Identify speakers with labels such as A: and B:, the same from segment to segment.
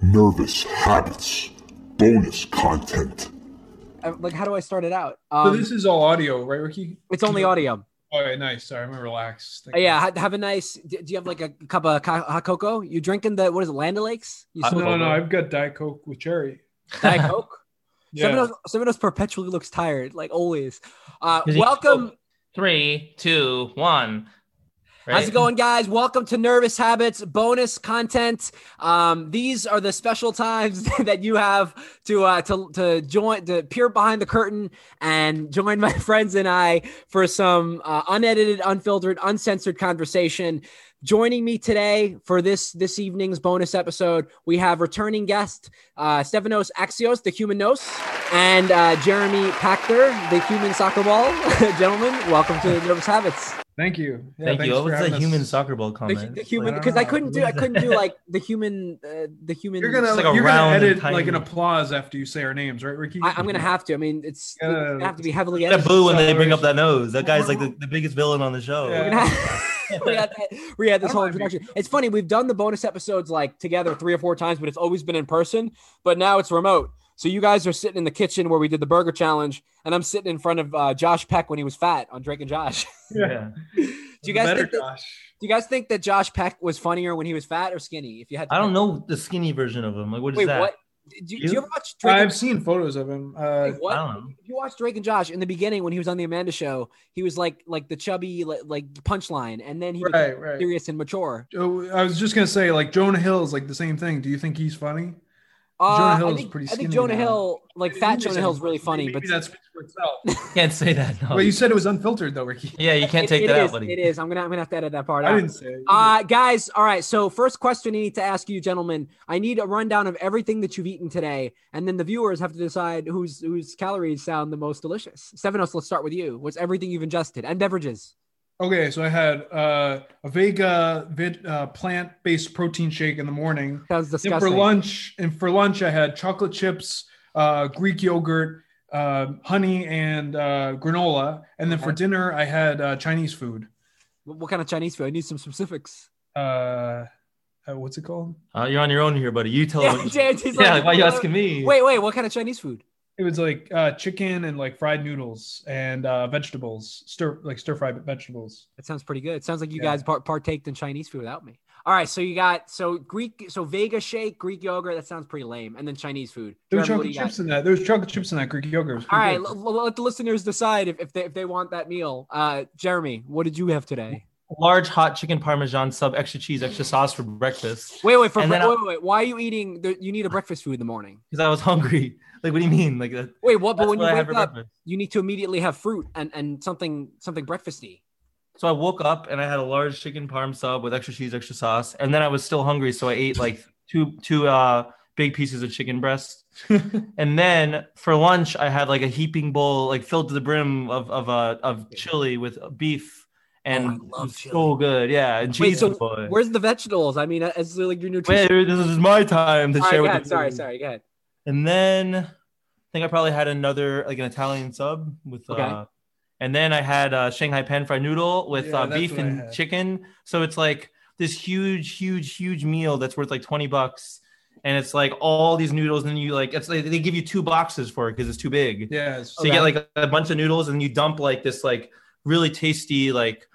A: nervous habits, bonus content.
B: Uh, Like, how do I start it out?
C: So
B: Um,
C: this is all audio, right, Ricky?
B: it's only audio.
C: All right, nice. Sorry, I'm gonna relax.
B: Uh, yeah, ha- have a nice. d- Do you have like a cup of ca- hot cocoa? You drinking the what is it, Land O'Lakes? You
D: Uh,
B: smoking
C: No, no, I've got Diet Coke with cherry.
B: Diet Coke?
C: Yeah.
B: Seminoles, Seminoles perpetually looks tired, like always. Uh,
D: 'Cause he-
B: welcome.
D: Three, two, one.
B: How's it going, guys? Welcome to Nervous Habits bonus content. Um, these are the special times that you have to uh, to to join to peer behind the curtain and join my friends and I for some uh, unedited, unfiltered, uncensored conversation. Joining me today for this this evening's bonus episode, we have returning guest uh, Stefanos Axios, the human nose, and uh, Jeremy Pachter, the human soccer ball. Gentlemen, welcome to Nervous Habits
C: Thank you. Yeah,
D: Thank
C: thanks
D: you. What
C: for
D: was
C: having
D: the
C: us.
D: human soccer ball
B: the,
D: comment?
B: the human
C: Like,
B: because I couldn't
D: what
B: do
D: is
B: I couldn't
D: that?
B: do like the human uh, the human.
C: You're gonna
D: It's like a
C: you're gonna
D: round and
C: edit
D: tiny-
C: like an applause after you say our names, right, Ricky?
B: I, I'm gonna have to. I mean, it's
C: Yeah.
B: it's gonna have to be heavily
D: That
B: edited.
D: boo when they bring up that nose. That guy's like the, the biggest villain on the show.
B: We're
C: Yeah.
B: gonna have- we had that- we had this
C: I don't
B: whole
C: mind being
B: introduction. It's funny we've done the bonus episodes like together three or four times, but it's always been in person. But now it's remote. So you guys are sitting in the kitchen where we did the burger challenge, and I'm sitting in front of uh, Josh Peck when he was fat on Drake and Josh.
C: Yeah.
B: do you guys
C: better,
B: think that,
C: Josh?
B: do you guys think that Josh Peck was funnier when he was fat or skinny? If you had, to
D: I don't
B: pick-
D: know the skinny version of him. Like, what is
B: Wait,
D: that?
B: what? Do, do you
D: You?
B: ever watch Drake? and
C: I've seen photos of him. Uh,
B: Wait, what?
D: I don't know.
B: If you watch Drake and Josh in the beginning when he was on the Amanda Show, he was like like the chubby like, like punchline, and then he became
C: right, right.
B: serious and mature.
C: Oh, I was just gonna say, like Jonah Hill is like the same thing. Do you think he's funny?
B: Uh,
C: Jonah Hill
B: I
C: is
B: think,
C: pretty
B: I think
C: skinny
B: Jonah
C: now.
B: Hill, like fat Jonah Hill, is really funny,
C: Maybe
B: but
C: that speaks for itself.
D: Can't say that. No.
C: But you said it was unfiltered, though, Ricky.
D: yeah, you can't
B: it-
D: take
B: it
D: that
B: is,
D: out, buddy.
B: It is. I'm gonna I'm gonna have to edit that part
C: I
B: out.
C: didn't say it.
B: Uh, guys, all right. So, first question I need to ask you, gentlemen. I need a rundown of everything that you've eaten today, and then the viewers have to decide whose whose calories sound the most delicious. Stefanos, let's start with you. What's everything you've ingested and beverages?
C: Okay, so I had uh, a Vega vid, uh, plant-based protein shake in the morning.
B: Sounds
C: And for
B: disgusting.
C: lunch, and for lunch, I had chocolate chips, uh, Greek yogurt, uh, honey, and uh, granola. And then for
B: Okay.
C: dinner, I had uh, Chinese food.
B: What what kind of Chinese food? I need some specifics.
C: Uh, uh, what's it called?
D: Uh, you're on your own here, buddy. You tell
B: Yeah,
D: him.
B: James, he's
D: yeah,
B: like,
D: why you
B: "Well,
D: asking me?
B: Wait, wait, what kind of Chinese food?
C: It was like uh, chicken and like fried noodles and uh, vegetables, stir like stir fried vegetables.
B: That sounds pretty good. It sounds like you
C: Yeah.
B: guys par- partaked in Chinese food without me. All right, so you got so Greek, so Vega shake, Greek yogurt. That sounds pretty lame. And then Chinese food.
C: There was
B: Jeremy, what do
C: chocolate
B: you got?
C: chips in that. There was chocolate chips in that Greek yogurt. It was
B: All right,
C: pretty good.
B: l- l- let the listeners decide if, if they if they want that meal. Uh, Jeremy, what did you have today?
D: Large hot chicken parmesan sub, extra cheese, extra sauce for breakfast
B: Wait, wait, for,
D: And
B: bre-
D: then I-
B: wait, wait, wait. Why are you eating? The, you need a breakfast food in the morning.
D: because I was hungry. Like, what do you mean? Like, that,
B: Wait, what? But
D: that's
B: when you
D: what I had
B: wake
D: for
B: up,
D: breakfast.
B: you need to immediately have fruit and and something something breakfasty.
D: So I woke up and I had a large chicken parm sub with extra cheese, extra sauce, and then I was still hungry, so I ate like two two uh, big pieces of chicken breast. and then for lunch, I had like a heaping bowl, like filled to the brim of of uh, of chili with beef, and
B: Oh, I
D: it
B: love
D: was
B: chili.
D: so good, yeah, and
B: Wait,
D: cheese.
B: so
D: boy.
B: Where's the vegetables? I mean, as like your nutrition.
D: Wait, this is my time to
B: All right,
D: share
B: go
D: with
B: ahead,
D: you.
B: sorry, sorry, go ahead.
D: And then I think I probably had another like an Italian sub with
B: Okay.
D: uh and then I had uh Shanghai pan fried noodle with
C: Yeah,
D: uh,
C: that's
D: beef
C: what I
D: and
C: had.
D: chicken. So it's like this huge, huge, huge meal that's worth like 20 bucks. And it's like all these noodles, and then you like it's like they give you two boxes for it because it's too big.
C: Yeah, it's-
D: So you get like a bunch of noodles and you dump like this like really tasty like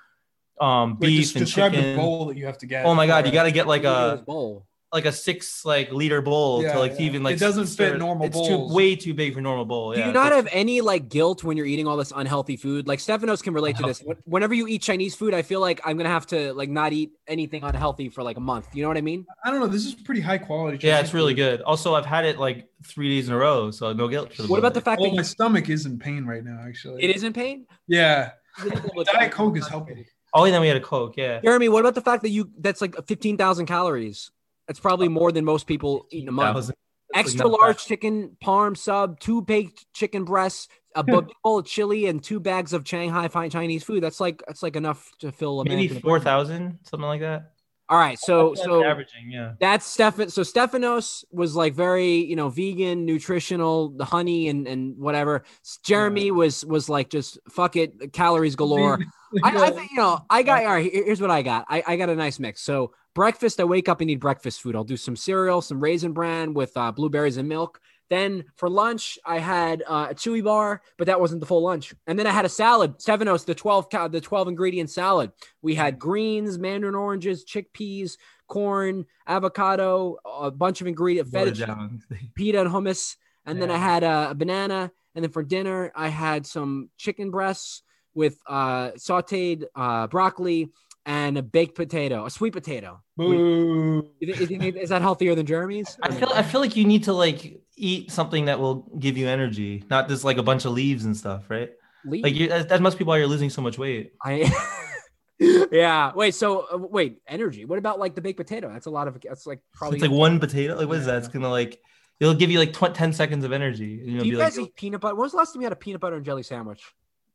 D: um
C: Wait,
D: beef
C: just
D: and
C: describe
D: chicken.
C: the bowl that you have to get.
D: Oh my god,
C: for
D: you
C: it.
D: gotta get like uh,
B: Look at
D: a
B: this bowl.
D: like a six like liter bowl
C: Yeah,
D: to like
C: yeah.
D: even like
C: It doesn't fit
D: serve-
C: normal
D: It's
C: bowls.
D: too way too big for normal bowl.
B: Do
D: yeah.
B: you not
D: It's-
B: have any like guilt when you're eating all this unhealthy food? Like Stefanos can relate to
D: Uh-huh.
B: this. When- Whenever you eat Chinese food, I feel like I'm gonna have to like not eat anything unhealthy for like a month. You know what I mean?
C: I don't know. This is pretty high quality.
D: Yeah,
C: Chinese
D: it's really
C: food.
D: good. Also, I've had it like three days in a row, so no guilt. for
B: What about the
D: moment.
B: fact
C: Well,
B: that
C: Oh my
B: you,
C: stomach is in pain right now, actually.
B: it is in pain?
C: Yeah. Diet Coke is helping.
D: Oh, and then we had a Coke. Yeah,
B: Jeremy, what about the fact that you that's like 15,000 calories? That's probably more than most people eat in a
D: That
B: month.
D: was- that's, like,
B: Extra
D: not bad.
B: large chicken parm sub, two baked chicken breasts, a bu- bowl of chili, and two bags of Shanghai fine Chinese food. That's like that's like enough to fill a man.
D: maybe
B: to the brim.
D: four thousand, something like that.
B: All right, so
D: That's
B: so
D: averaging, yeah.
B: That's Stefan. So Stefanos was like very, you know, vegan, nutritional, the honey and and whatever. S- Jeremy was was like just fuck it, calories galore. I, I think you know. I got all right. here- Here's what I got. I, I got a nice mix. So breakfast. I wake up and eat breakfast food. I'll do some cereal, some raisin bran with uh, blueberries and milk. Then for lunch, I had uh, a chewy bar, but that wasn't the full lunch. And then I had a salad, Sevenos, the twelve ca- the twelve ingredient salad. We had greens, mandarin oranges, chickpeas, corn, avocado, a bunch of ingredient
D: Water
B: feta
D: down.
B: pita and hummus. And then I
D: Yeah.
B: had a, a banana. And then for dinner, I had some chicken breasts with uh, sauteed uh, broccoli and a baked potato, a sweet potato.
C: Boo.
B: You thi- you think- Is, that healthier than Jeremy's?
D: I feel I feel like you need to like eat something that will give you energy, not just like a bunch of leaves and stuff, right?
B: Leave.
D: Like you, that that must be why you're losing so much weight.
B: I, yeah. Wait. So uh, wait, energy. What about like the baked potato? That's a lot of. That's like probably.
D: It's like one potato. Like what is
C: Yeah.
D: that? It's gonna like it'll give you like 20, 10 seconds of energy. And you'll
B: do you
D: be like,
B: guys eat peanut butter? When was the last time we had a peanut butter and jelly sandwich?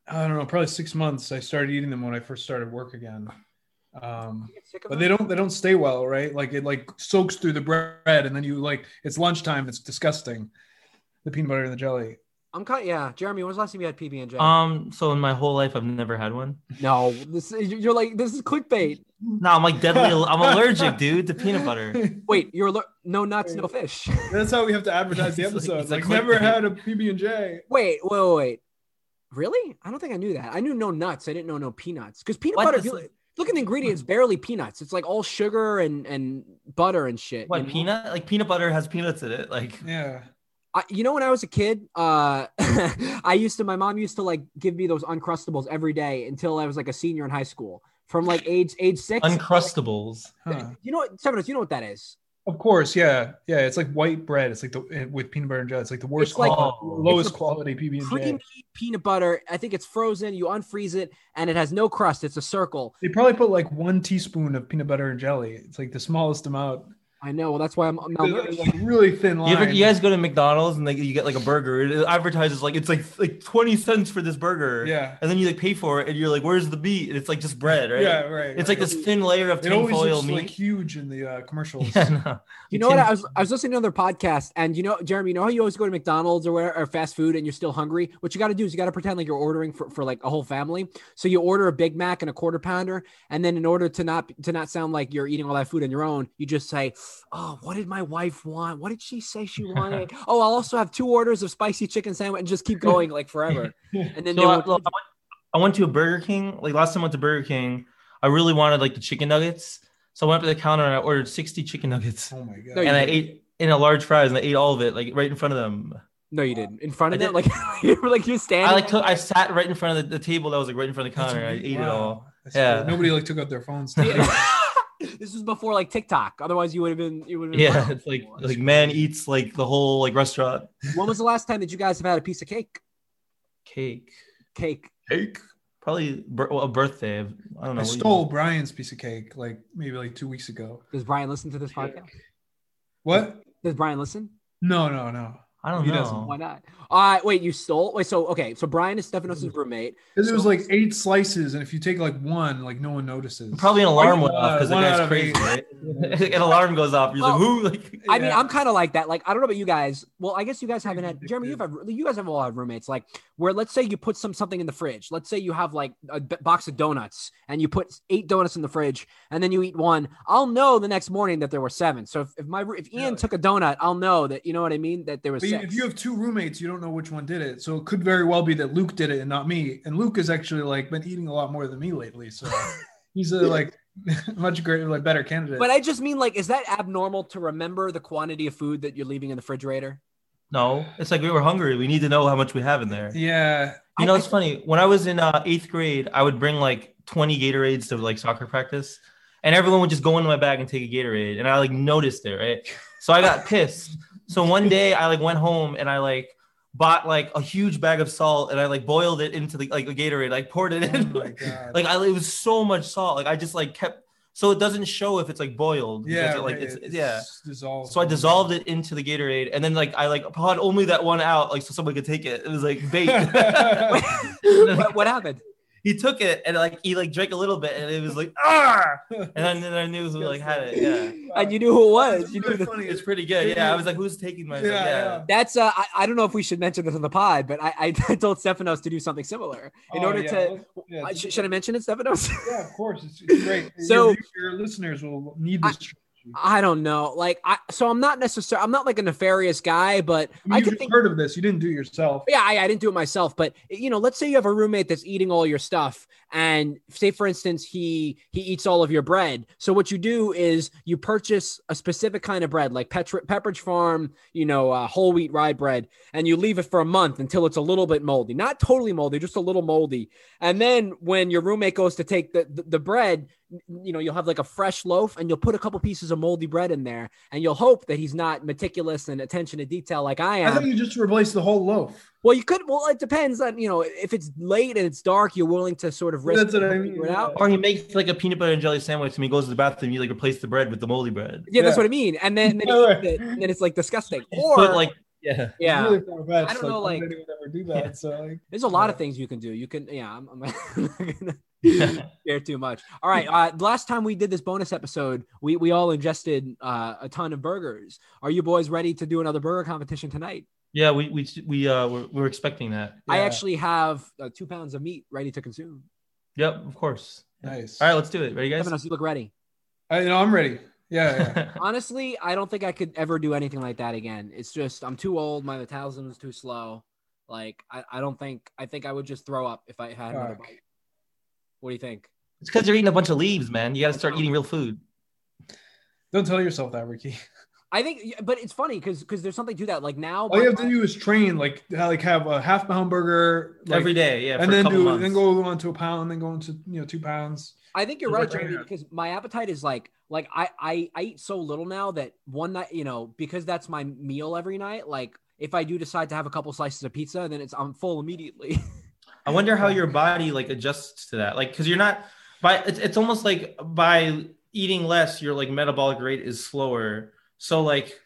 C: I don't know, probably six months. I started eating them when I first started work again. Um,
B: You get sick of that?
C: but they don't they don't stay well, right? Like it like soaks through the bread, and then you like it's lunchtime. It's disgusting. The peanut butter and the jelly.
B: I'm kind. Yeah, Jeremy. When was the last time you had PB and J?
D: um, so in my whole life I've never had one.
B: no. This is- you're like this is clickbait.
D: No, I'm like deadly al- I'm allergic, dude, to peanut butter.
B: Wait, you're aller- no nuts, no fish.
C: That's how we have to advertise the
D: It's like-
C: episode.
D: it's
C: like,
D: like
C: never
D: clickbait.
C: had a PB and J.
B: Wait, wait, wait, wait. Really? I don't think I knew that. I knew no nuts. I didn't know no peanuts. Because peanut
D: What
B: butter,
D: does-
B: if you look at the ingredients, barely peanuts. It's like all sugar and and butter and shit. you
D: What
B: know?
D: peanut? Like peanut butter has peanuts in it. Like
C: Yeah.
B: I, you know, when I was a kid, uh, I used to. My mom used to like give me those uncrustables every day until I was like a senior in high school. From like age age six.
D: uncrustables.
C: Huh.
B: You know what, Severus? You know what that is?
C: Of course, yeah, yeah. It's like white bread. It's like the eh, with peanut butter and jelly. It's like the worst,
B: It's like-
D: Oh.
C: quality,
B: it's
C: lowest
B: the
C: quality PB and J.
B: Creamy peanut butter. I think it's frozen. You unfreeze it, and it has no crust. It's a circle.
C: They probably put like one teaspoon of peanut butter and jelly. It's like the smallest amount.
B: I know. Well, that's why I'm.
C: It's
B: malnourished.
C: like really thin
D: You,
C: line.
D: ever, you guys go to McDonald's and like you get like a burger. It advertises like it's like like twenty cents for this burger.
C: yeah,
D: And then you like pay for it and you're like, where's the meat? And it's like just bread, right?
C: yeah, right.
D: It's like this thin layer of
C: It always
D: tinfoil
C: looks
D: meat.
C: like huge in the uh, commercials.
D: yeah, no.
B: You know what? I was I was listening to another podcast, and you know, Jeremy, you know how you always go to McDonald's or where or fast food, and you're still hungry. What you got to do is you got to pretend like you're ordering for, for like a whole family. So you order a Big Mac and a quarter pounder, and then in order to not to not sound like you're eating all that food on your own, you just say, "Oh, what did my wife want? What did she say she wanted? oh, I'll also have two orders of spicy chicken sandwich, and just keep going like forever." And then
D: So
B: they
D: I,
B: will-
D: look, I went, I went to a Burger King. Like last time I went to Burger King, I really wanted like the chicken nuggets. So I went up to the counter and I ordered 60 chicken nuggets.
C: oh my god.
B: No, you
D: And I
B: didn't.
D: ate in a large fries and I ate all of it, like right in front of them.
B: no, you didn't in front of
D: I
B: them, like you were like you're standing.
D: I like took I sat right in front of the, the table that was like right in front of the
C: That's
D: counter. and I
C: really-
D: ate it
C: wow.
D: all.
C: That's
D: Yeah.
C: really- Nobody like took out their phones.
B: this was before like TikTok. Otherwise, you would have been you would have been
D: Yeah,
B: viral.
D: it's like like man eats like the whole like restaurant
B: When was the last time that you guys have had a piece of cake?
D: cake.
B: Cake.
C: cake.
D: Probably bir- well, a birthday. of- I don't know.
C: I
D: what do you-
C: stole Brian's piece of cake like maybe like two weeks ago.
B: Does Brian listen to this podcast?
C: What?
B: Does Brian listen?
C: No, no, no.
D: I don't
C: He
D: know.
C: doesn't.
B: Why not? Uh, wait, you stole. Wait, so okay, so Brian is
D: Mm.
B: Stefanos' roommate.
C: Because it was like eight slices, and if you take like one, like no one notices.
D: Probably an alarm
C: Why
D: went
C: not?
D: off because the
C: uh, One out
D: guy's
C: of
D: crazy,
C: eight.
D: right? an alarm goes off. You're
B: Well,
D: like, who? Like,
B: I mean,
C: Yeah.
B: I'm kind of like that. Like, I don't know about you guys. Well, I guess you guys haven't had Jeremy. You've had you guys have all had roommates. Like, where let's say you put some something in the fridge. Let's say you have like a b- box of donuts, and you put eight donuts in the fridge, and then you eat one. I'll know the next morning that there were seven. So if, if my roo- if Ian
C: Really?
B: took a donut, I'll know that you know what I mean that there was
C: But you-
B: six.
C: if you have two roommates, you don't know which one did it. So it could very well be that Luke did it and not me. And Luke has actually like been eating a lot more than me lately. So he's a like much greater, like better candidate.
B: But I just mean like, is that abnormal to remember the quantity of food that you're leaving in the refrigerator?
D: no, it's like we were hungry. We need to know how much we have in there.
C: yeah,
D: You know,
B: I-
D: it's funny. When I was in uh, eighth grade, I would bring like 20 Gatorades to like soccer practice, and everyone would just go into my bag and take a Gatorade, and I like noticed it, right? So I got pissed. So one day I like went home and I like bought like a huge bag of salt and I like boiled it into the, like a Gatorade, like poured it
C: oh
D: in.
C: my god.
D: like I, it was so much salt. Like I just like kept so it doesn't show if it's like boiled. because
C: yeah,
D: it, like
C: right,
D: it's, yeah.
C: dissolved.
D: So I dissolved it into the Gatorade, and then like I like poured only that one out, like so someone could take it. It was like bait.
B: what, what happened?
D: he took it and like he like drank a little bit and it was like ah and then, then I knew who like had it. Yeah.
B: and you knew who it was. You knew
C: Really
B: the
C: funny.
D: It's pretty good. Yeah. I was like, who's taking my
C: yeah,
D: yeah, yeah.
C: yeah.
B: That's uh, I, I don't know if we should mention this on the pod, but I, I told Stefanos to do something similar in
C: Oh,
B: order
C: yeah.
B: to.
C: Yeah,
B: I, should, should I mention it, Stefanos?
C: yeah, of course, it's, it's great.
B: So-
C: your, your listeners will need this.
B: I don't know. Like I, so I'm not necessarily. I'm not like a nefarious guy, but
C: mean,
B: I
C: you've
B: could think.
C: heard of this. You didn't do it yourself.
B: Oh, Yeah, I, I didn't do it myself, but you know, let's say you have a roommate that's eating all your stuff, and say for instance he he eats all of your bread. So what you do is you purchase a specific kind of bread, like Petr- Pepperidge Farm, you know, uh, whole wheat rye bread, and you leave it for a month until it's a little bit moldy, not totally moldy, just a little moldy. And then when your roommate goes to take the the, the bread, you know, you'll have like a fresh loaf, and you'll put a couple pieces of moldy bread in there, and you'll hope that he's not meticulous and attention to detail like I am.
C: I thought you just replaced the whole loaf.
B: Well, you could. Well, it depends on you know if it's late and it's dark, you're willing to sort of risk
C: That's what I mean,
B: figure it out.
D: Or he makes like a peanut butter and jelly sandwich and he goes to the bathroom, you like replace the bread with the moldy bread.
B: Yeah, that's
C: Yeah.
B: what I mean. And then, then, he
C: Yeah,
B: eats
C: right.
B: it, and then it's like disgusting.
D: You
B: Or
D: put, like yeah.
B: yeah,
C: It's really far fetched.
B: I don't know,
C: why
B: like-
C: would anyone ever do that.
D: Yeah.
C: So like,
B: there's a lot of things you can do. You can yeah, I'm, I'm not gonna
D: Yeah.
B: share too much. All right, uh, last time we did this bonus episode, we we all ingested uh, a ton of burgers. Are you boys ready to do another burger competition tonight?
D: Yeah, we we we uh we're, we're expecting that.
B: I
C: Yeah.
B: actually have uh, two pounds of meat ready to consume.
D: Yep, of course.
C: nice.
D: All right, let's do it. Ready, guys?
B: Evan, you look ready.
C: I, you know, I'm ready. Yeah, yeah.
B: Honestly, I don't think I could ever do anything like that again. It's just I'm too old. My metabolism's too slow. Like I, I don't think I think I would just throw up if I had another
C: Fuck.
B: bite. What do you think?
D: it's because you're eating a bunch of leaves, man. You got to start eating real food.
C: Don't tell yourself that, Ricky.
B: I think, yeah, but it's funny because because there's something to that. Like now,
C: All you have to
B: Oh my-
C: do is train, like ha- like have a half pound burger like,
D: Every day, yeah. For
C: and
D: a
C: then
D: couple
C: do
D: months.
C: then go on to a pound, then go into you know two pounds.
B: I think you're
C: Just
B: right,
C: like
B: Jeremy,
C: right now.
B: because my appetite is like like I, I I eat so little now that one night you know because that's my meal every night. Like if I do decide to have a couple slices of pizza, then it's I'm full immediately.
D: I wonder how your body like adjusts to that, like because you're not by. It's, it's almost like by eating less, your like metabolic rate is slower. So like,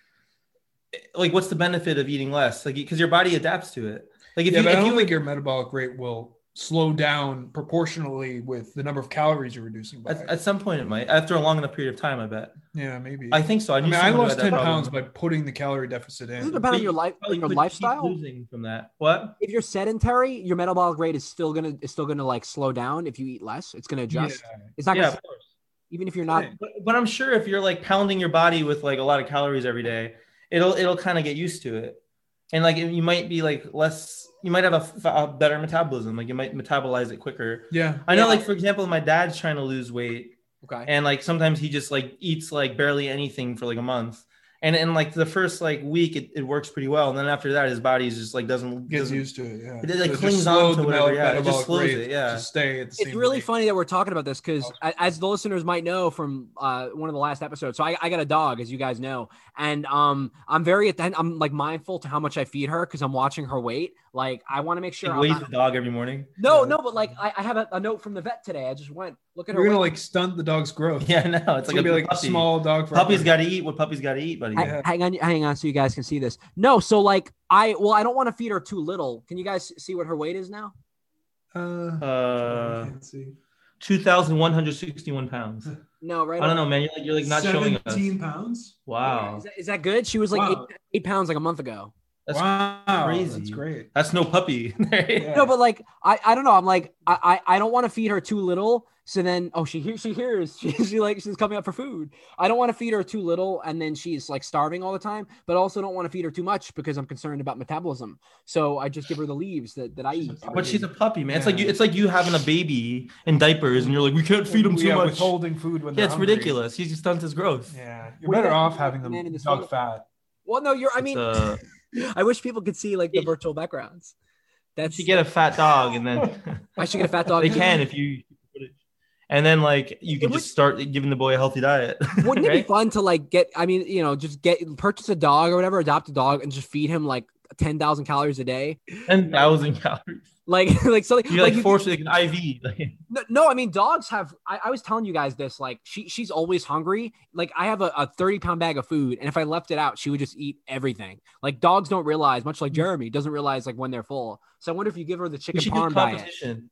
D: like what's the benefit of eating less? Like because your body adapts to it. Like if
C: yeah,
D: you
C: but I
D: if
C: don't
D: you
C: think your metabolic rate will slow down proportionally with the number of calories you're reducing by.
D: at, at some point it might after a long enough period of time. I bet.
C: yeah, maybe.
D: I think so. I,
C: I
D: knew
C: mean, I
D: someone who
C: lost
D: had that
C: ten
D: problem.
C: pounds by putting the calorie deficit
B: Doesn't
C: in.
B: depend on
D: But
B: your
D: you
B: life,
D: probably
B: your
D: could keep
B: lifestyle.
D: losing from that. What?
B: If you're sedentary, your metabolic rate is still gonna is still gonna like slow down if you eat less. It's gonna adjust.
C: Yeah.
B: It's not
D: yeah,
B: gonna
D: of course.
B: even if you're not
D: But, but I'm sure if you're like pounding your body with like a lot of calories every day, it'll it'll kind of get used to it, and like you might be like less, you might have a, f- a better metabolism, like you might metabolize it quicker.
C: Yeah.
D: I know,
B: Yeah.
D: like for example, my dad's trying to lose weight,
B: okay.
D: and like sometimes he just like eats like barely anything for like a month, and and like the first like week it, it works pretty well, and then after that his body is just like doesn't
C: Gets
D: doesn't-
C: used to it. Yeah.
D: It, like,
C: just
D: clings on
C: slowed
D: to
C: the
D: whatever,
C: metab-
D: yeah, it just
C: metabolic
D: slows
C: rate
D: it, yeah.
C: To stay at the same
B: It's really
C: rate.
B: funny that we're talking about this because, as the listeners might know from uh, one of the last episodes, so I, I got a dog, as you guys know, and um, I'm very atten- I'm like mindful to how much I feed her because I'm watching her weight. Like I want to make sure.
D: Like,
B: I'm
D: weighs
B: not-
D: the dog every morning.
B: no, no, but like I, I have a, a note from the vet today. I just went look at her.
C: You're gonna
B: weight.
C: like stunt the dog's growth.
D: Yeah, no, it's like
C: gonna
D: a
C: be like
D: puppy.
C: a small dog. forever.
D: Puppy's got to eat what puppy's got to eat, buddy.
B: Ha-
C: Yeah.
B: Hang on, hang on, so you guys can see this. No, so like I well, I don't want to feed her too little. Can you guys see what her weight is now?
C: Uh,
D: Uh,
C: I can't see.
D: 2,161 pounds.
B: No, right?
D: I don't know, man. You're like, you're like not showing us.
C: 17 pounds.
D: Wow.
B: Is that, is that good? She was like
C: Wow.
B: eight, eight pounds like a month ago.
D: That's
C: wow,
D: crazy.
C: That's great.
D: That's no puppy.
C: Yeah.
B: No, but like I, I don't know. I'm like I, I, I don't want to feed her too little. So then, oh, she hears, she hears, she, she like she's coming up for food. I don't want to feed her too little, and then she's like starving all the time. But also don't want to feed her too much because I'm concerned about metabolism. So I just give her the leaves that, that I
C: She's a
B: eat.
C: puppy.
D: but she's a puppy, man. It's like
C: Yeah.
D: you, it's like you having a baby in diapers and you're like, we can't feed him too
C: yeah,
D: much. Yeah,
C: Withholding food when they're
D: it's
C: hungry.
D: ridiculous. He just stunts his growth.
C: Yeah, you're
B: What do you
C: better
B: guys
C: off
B: think
C: having
B: about man in
C: them
B: this
C: dog
B: photo?
C: fat.
B: Well, no, you're. I
D: It's,
B: mean,
D: uh,
B: I wish people could see like the virtual backgrounds.
D: you
B: That's
D: should get a fat dog and then
B: I should get a fat dog.
D: they can if you. And then like you can
B: would-
D: just start giving the boy a healthy diet.
B: Wouldn't it be
D: right?
B: fun to like get? I mean, you know, just get purchase a dog or whatever, adopt a dog, and just feed him like ten thousand calories a day,
D: Ten thousand calories.
B: like like something
D: You like,
B: you-
D: force like an IV. Like,
B: No, no, I mean dogs have. I, I was telling you guys this. Like she, she's always hungry. Like I have a, a thirty pound bag of food, and if I left it out, she would just eat everything. Like dogs don't realize, much like Jeremy doesn't realize, like when they're full. So I wonder if you give her the
D: we
B: chicken
D: Mm. should do
B: parm diet.
D: competition.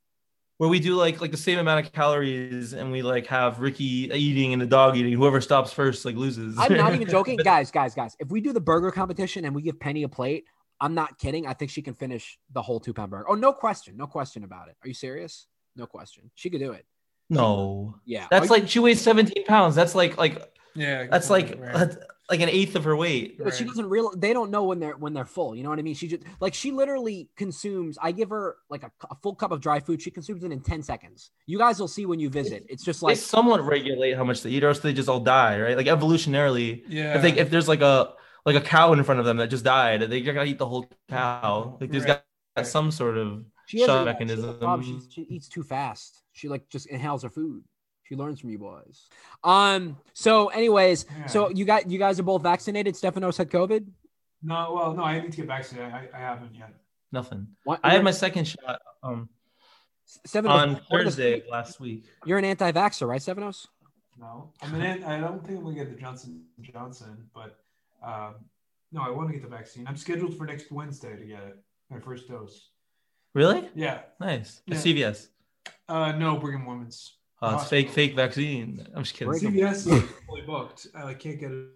D: where we do like like the same amount of calories and we like have Ricky eating and the dog eating. Whoever stops first like loses.
B: I'm not even joking, guys, guys, guys. If we do the burger competition and we give Penny a plate, I'm not kidding. I think she can finish the whole two pound burger. Oh, no question, no question about it. Are you serious? No question. She could do it.
D: no.
B: Yeah.
D: That's
B: Are
D: like she weighs 17 pounds. That's like like
C: Yeah,
D: that's like
C: right.
D: that's like an eighth of her weight.
B: you- but she
C: right.
B: doesn't real. They don't know when they're when they're full. You know what I mean? She just like she literally consumes. I give her like a, cu- a full cup of dry food. She consumes it in ten seconds. You guys will see when you visit. It's just
D: They
B: like
D: somewhat regulate how much they eat, or else they just all die, right? Like evolutionarily,
C: yeah.
D: if they if there's like a like a cow in front of them that just died, they gotta eat the whole cow. Like there's
C: Right.
D: got some sort of
B: she has
D: shut
B: a-
D: mechanism.
B: She, has a problem. She's- she eats too fast. She like just inhales her food. She learns from you boys. Um. So, anyways, so you got you guys are both vaccinated. Stefanos had COVID.
E: No, well, no, I need to get vaccinated. I, I haven't yet.
D: nothing.
B: What,
D: I had my second shot um
B: Stefanos,
D: on
B: what are the-
D: Thursday of last week.
B: You're an anti-vaxxer, right, Stefanos?
E: No, I mean, I I don't think I'm gonna get the Johnson and Johnson, but um, no, I want to get the vaccine. I'm scheduled for next Wednesday to get it, my first dose.
D: Really?
E: Yeah,
D: Nice. At
E: Yeah.
D: CVS.
E: uh, no, Brigham Women's.
D: Oh, it's
E: Hospital.
D: fake fake vaccine. I'm just kidding.
B: Break-
E: CVS is fully booked. I can't get a,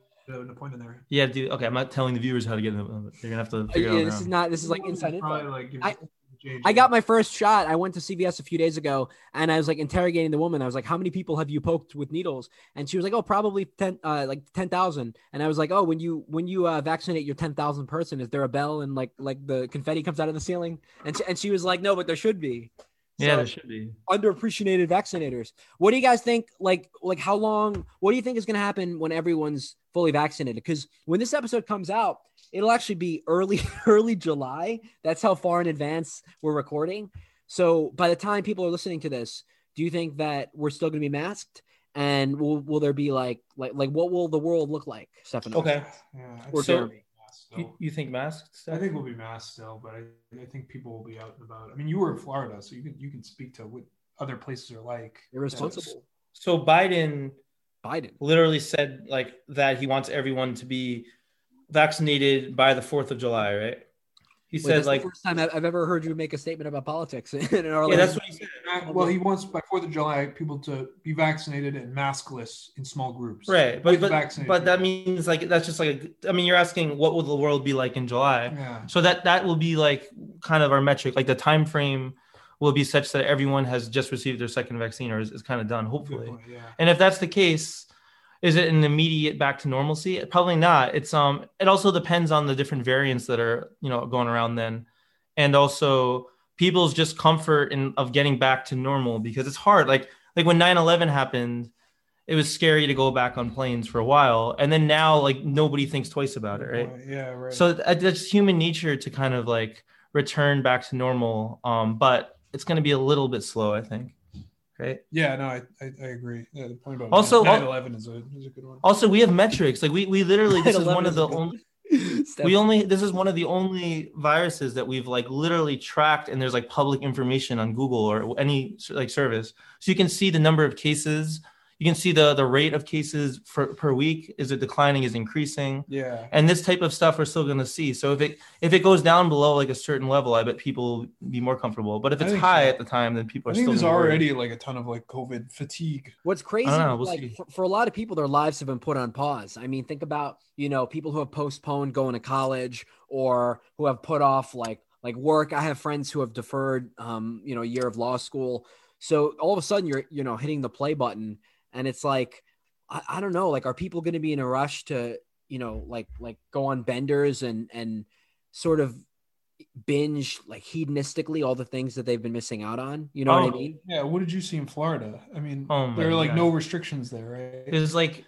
E: an appointment there.
D: Yeah, dude. Okay, I'm not telling the viewers how to get them. They're gonna have to
B: Uh,
D: figure
B: yeah,
D: it out.
B: this
D: on
B: is
D: their
B: not. This is like inside info.
E: Probably, like, give
B: I-
E: me change.
B: I got my first shot. I went to CVS a few days ago and I was like interrogating the woman. I was like, How many people have you poked with needles? And she was like, Oh, probably 10, uh, like 10,000. And I was like, Oh, when you, when you uh, vaccinate your 10,000 person, is there a bell and like, like the confetti comes out of the ceiling? And she, and she was like, No, but there should be.
D: own. yeah,
B: So-
D: there should be.
B: underappreciated vaccinators. What do you guys think? Like, like how long? What do you think is going to happen when everyone's fully vaccinated? Because when this episode comes out, it'll actually be early, early July. That's how far in advance we're recording. So by the time people are listening to this, do you think that we're still going to be masked? And will, will there be like, like, like what will the world look like, Stefano?
D: Okay.
E: Yeah, I
B: Or
E: think
D: So-
E: we'll
B: Jeremy?
E: be masked
D: You,
E: still.
D: you think masks?
E: I think we'll be masked still, but I, I think people will be out and about. I mean, you were in Florida, so you can you can speak to what other places are like.
B: Irresponsible.
D: so Biden
B: Biden.
D: literally said like that he wants everyone to be vaccinated by the 4th of July, right? He
B: Wait,
D: said
B: that's
D: like
B: the first time I've I've ever heard you make a statement about politics in an early.
D: Yeah, that's what he said.
E: Uh, Well, he wants by Fourth of July people to be vaccinated and maskless in small groups.
D: Right,
E: With
D: but but,
E: vaccinated
D: but that
E: people.
D: means like that's just like a, I mean you're asking what will the world be like in July?
E: Yeah.
D: So that that will be like kind of our metric. Like the time frame will be such that everyone has just received their second vaccine or is, is kind of done,
E: Good
D: hopefully.
E: point. Yeah.
D: And if that's the case, is it an immediate back to normalcy? Probably not. It's um it also depends on the different variants that are, you know, going around then. And also people's just comfort in of getting back to normal because it's hard. Like like when 9/11 happened, it was scary to go back on planes for a while. And then now like nobody thinks twice about it,
E: Good
D: right?
E: point. Yeah. Right.
D: So that- that's human nature to kind of like return back to normal. Um, but it's going to be a little bit slow, I think. Right.
E: yeah. No, I, I, I agree. Yeah, the point about
D: Also-
E: 9/11 is a, is a good one.
D: Also, we have metrics. Like we we literally this is one of the
B: 9/11 is
D: only
B: Stefano.
D: we only this is one of the only viruses that we've like literally tracked and there's like public information on Google or any like service. So you can see the number of cases. You can see the the rate of cases for, per week. Is it declining? Is it increasing?
E: Yeah.
D: and this type of stuff we're still going to see so if it if it goes down below like a certain level i bet people will be more comfortable but if
E: I
D: it's
E: think
D: high
E: so.
D: at the time then people
E: I
D: are
E: think
D: still
E: there's
D: gonna be worried.
E: already like a ton of like COVID fatigue.
B: What's crazy,
D: know,
B: is,
D: we'll
B: like,
D: see.
B: for, for a lot of people, their lives have been put on pause. I mean, think about you know people who have postponed going to college or who have put off like like work. I have friends who have deferred um, you know a year of law school. So all of a sudden, you're you know hitting the play button, and it's like I, I don't know, like are people going to be in a rush to you know like like go on benders and and sort of binge like hedonistically all the things that they've been missing out on? You know what I
D: Oh.
B: mean?
E: Yeah. What did you see in Florida? I mean,
D: Oh my
E: there are like
D: God.
E: no restrictions there,
D: it
E: right?
D: was like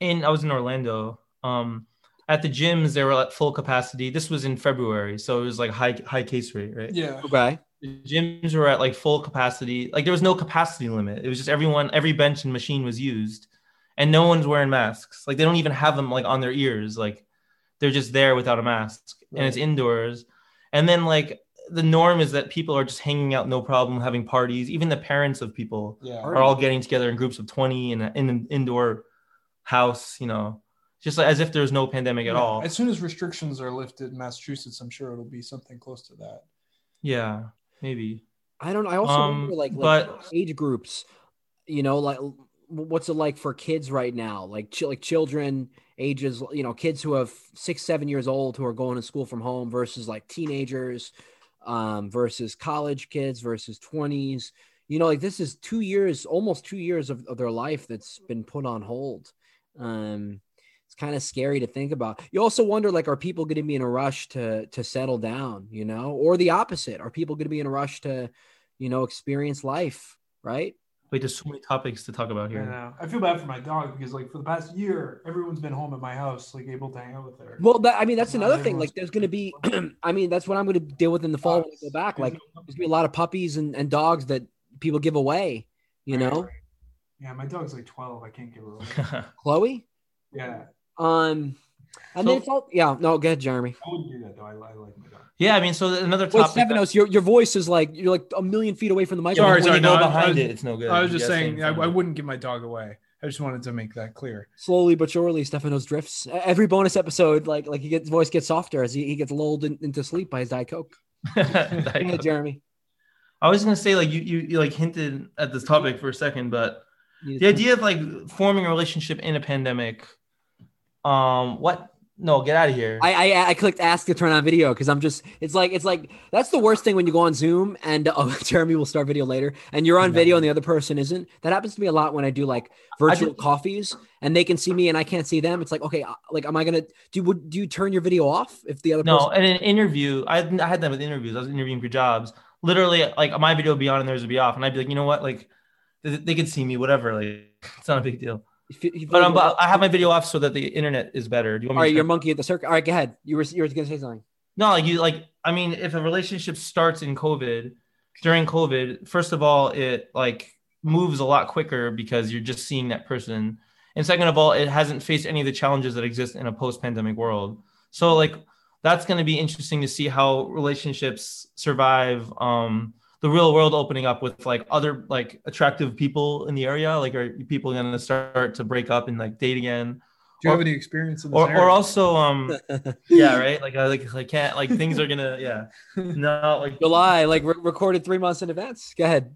D: in i was in orlando um at the gyms they were at full capacity this was in february so it was like high high case rate right
E: Yeah.
B: Okay.
D: the gyms were at like full capacity like there was no capacity limit it was just everyone every bench and machine was used and no one's wearing masks like they don't even have them like on their ears like they're just there without a mask and it's indoors and then like the norm is that people are just hanging out no problem having parties even the parents of people
E: Yeah.
D: are all getting together in groups of 20 in, a, in an indoor house you know just like, as if there's no pandemic at
E: Yeah,
D: all
E: As soon as restrictions are lifted in Massachusetts, I'm sure it'll be something close to that.
D: yeah maybe
B: I don't. I also
D: Um,
B: remember like, like
D: but-
B: age groups. You know, like what's it like for kids right now? Like ch- like children ages. You know, kids who have six, seven years old who are going to school from home versus like teenagers, um, versus college kids versus twenties. You know, like this is two years, almost two years of, of their life that's been put on hold. Um, it's kind of scary to think about. You also wonder, like, are people going to be in a rush to to settle down? You know, or the opposite? Are people going to be in a rush to you know, experience life, right?
D: Wait, there's so many topics to talk about
E: I
D: here.
E: know. I feel bad for my dog because like for the past year, everyone's been home at my house, like able to hang out with her.
B: Well, that, I mean, that's
E: Not
B: another thing.
E: everyone's-
B: Like, there's going to be, I mean, that's what I'm going to deal with in the fall when I go back. Like, there's going to be a lot of puppies and, and dogs that people give away, you
E: Right,
B: know?
E: right. Yeah, my dog's like twelve. I can't give her. away.
B: Chloe?
E: yeah,
B: Um, and then
D: So-
B: it's all, yeah, no, go ahead, Jeremy.
E: I wouldn't do that though. I, I like my dog.
D: yeah, I mean, so another
B: Wait,
D: topic. that-
B: Stefanos, your, your voice is like, you're like a million feet away from the microphone.
D: oh when
C: Sorry, sorry, no,
D: you go
C: I- I
D: behind
C: was-
D: it, it's no good.
C: I was just
D: Yeah,
C: saying,
D: same
C: I,
D: thing.
C: I wouldn't give my dog away. I just wanted to make that clear.
B: Slowly but surely, Stefanos drifts. E, Every bonus episode, like, like he gets, voice gets softer as he, he gets lulled in, into sleep by his Diet Coke. Go
D: uh,
B: ahead, Jeremy.
D: I was gonna say like you, you you like hinted at this topic for a second, but
B: You-
D: the idea of like forming a relationship in a pandemic. Um, what? No, get out of here.
B: I, I I clicked ask to turn on video because I'm just it's like it's like that's the worst thing when you go on Zoom and oh Jeremy will start video later and you're on video and the other person isn't. That happens to me a lot when I do like virtual
D: did-
B: coffees and they can see me and I can't see them. It's like okay, uh, like am I gonna do? Would do you turn your video off if the other
D: no,
B: person?
D: and an interview. I had- I had that with interviews. I was interviewing for jobs. Literally, like my video would be on and theirs would be off, and I'd be like, you know what? Like, they, they could see me, whatever. Like, it's not a big deal.
B: if you- if you-
D: But um, but I have my video off so that the internet is better. Do you want
B: All
D: me
B: right,
D: to
B: you're monkey at the circus. All right, go ahead. You were you were gonna say something.
D: No, like you like I mean, if a relationship starts in COVID, during COVID, first of all, it like moves a lot quicker because you're just seeing that person. And second of all, it hasn't faced any of the challenges that exist in a post-pandemic world. So like that's going to be interesting to see how relationships survive um the real world opening up with like other like attractive people in the area like are people going to start to break up and like date again
C: Do you
D: Or-
C: have any experience in this
D: or, or
C: area?
D: also um yeah right like i like i can't like things are gonna yeah no like
B: July, like re- recorded three months in advance. Go ahead.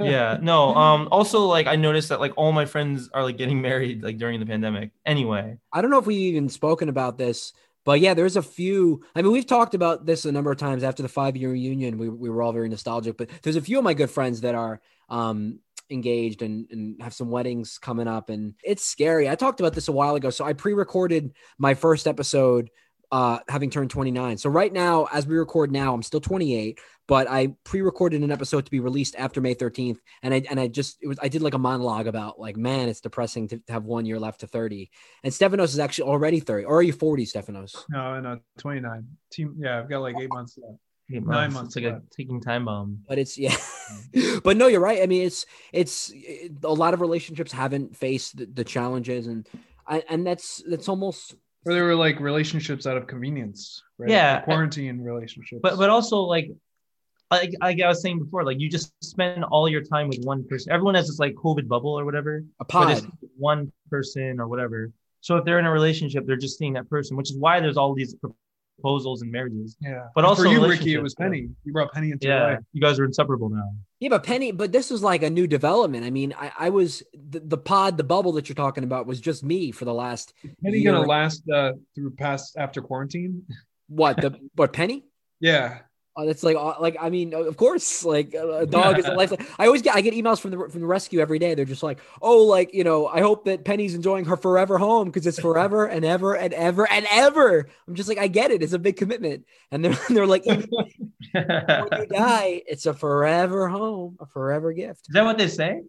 D: yeah no um also like i noticed that like all my friends are like getting married like during the pandemic anyway
B: I don't know if we've even spoken about this, but yeah, there's a few. I mean, we've talked about this a number of times after the five year reunion. We, we were all very nostalgic, but there's a few of my good friends that are um, engaged and, and have some weddings coming up, and it's scary. I talked about this a while ago. So I pre recorded my first episode. Uh, having turned 29. So, right now, as we record now, I'm still 28, but I pre recorded an episode to be released after May 13th. And I, and I just, it was, I did like a monologue about, like, man, it's depressing to, to have one year left to 30. And Stefanos is actually already 30. Or are you 40, Stefanos?
C: no, no, 29. Team, yeah, I've got like eight months left.
D: Eight
C: Nine months
D: it's like a
C: left.
D: taking time bomb
B: But it's yeah. but no, you're right. I mean, it's it's it, a lot of relationships haven't faced the, the challenges and I, and that's that's almost
C: Or there were like relationships out of convenience, right?
D: Yeah.
C: Like, quarantine relationships.
D: but but also like like, like i was saying before like you just spend all your time with one person everyone has this like covid bubble or whatever
B: a
D: but
B: pod.
D: it's one person or whatever so if they're in a relationship they're just seeing that person which is why there's all these proposals and marriages
C: yeah.
D: but also
C: for you, Ricky, it
D: relationships,
C: was
D: yeah.
C: Penny. You brought Penny into your
D: yeah
C: life.
D: you guys are inseparable now
B: Yeah, but Penny, but this is like a new development. I mean, I, I was the, the pod, the bubble that you're talking about was just me for the last
C: Penny gonna
B: You're-
C: last uh, through past after quarantine?
B: what the what Penny?
C: Yeah.
B: Oh, that's like uh, like I mean, of course, like a a dog is a life. I always get I get emails from the from the rescue every day. They're just like, oh, like you know, I hope that Penny's enjoying her forever home because it's forever and ever and ever and ever. I'm just like, I get it. It's a big commitment, and they're they're like, even when you die, it's a forever home, a forever gift.
D: Is that what they say?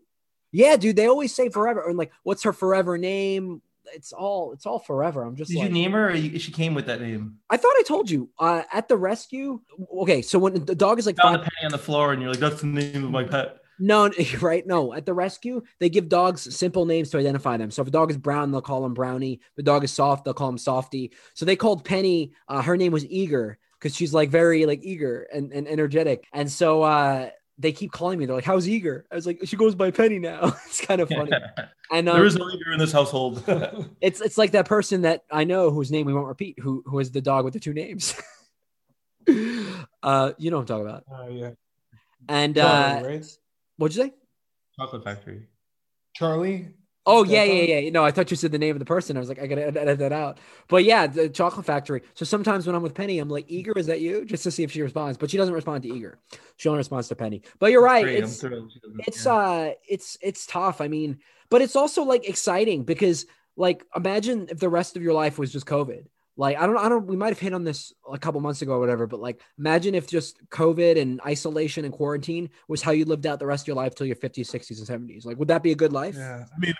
B: Yeah, dude, they always say forever. And like, what's her forever name? It's all it's all forever. I'm just
D: Did
B: like,
D: you name her, or you, she came with that name?
B: I thought I told you uh, at the rescue. Okay, so when the dog is like
D: Found
B: five
D: the penny on the floor, and you're like, "That's the name of my pet."
B: No, n- right? No, at the rescue, they give dogs simple names to identify them. So if a dog is brown, they'll call him Brownie. If a dog is soft, they'll call him Softy. So they called Penny. Uh, her name was Eager because she's like very like eager and, and energetic. And so uh, they keep calling me. They're like, "How's Eager?" I was like, "She goes by Penny now." it's kind of funny. And um,
D: there is no leader in this household.
B: it's it's like that person that I know whose name we won't repeat, who who is the dog with the two names. uh, you know what I'm talking about.
E: Oh yeah.
B: And
E: Charlie,
B: uh,
E: right?
B: what'd you say?
D: Chocolate Factory.
C: Charlie.
B: Oh
C: Is
B: yeah,
C: that
B: yeah, yeah. No, I thought you said the name of the person. I was like, I gotta edit that out. But yeah, the chocolate factory. So sometimes when I'm with Penny, I'm like, Eager, is that you? Just to see if she responds. But she doesn't respond to Eager. She only responds to Penny. But you're right.
D: Great, I'm
B: It's
D: thrilled she doesn't-
B: it's
D: yeah.
B: uh it's it's tough. I mean, but it's also like exciting because like imagine if the rest of your life was just COVID. Like I don't I don't we might have hit on this a couple months ago or whatever, but like imagine if just COVID and isolation and quarantine was how you lived out the rest of your life till your 50s, 60s, and 70s. Like would that be a good life?
C: Yeah, I mean,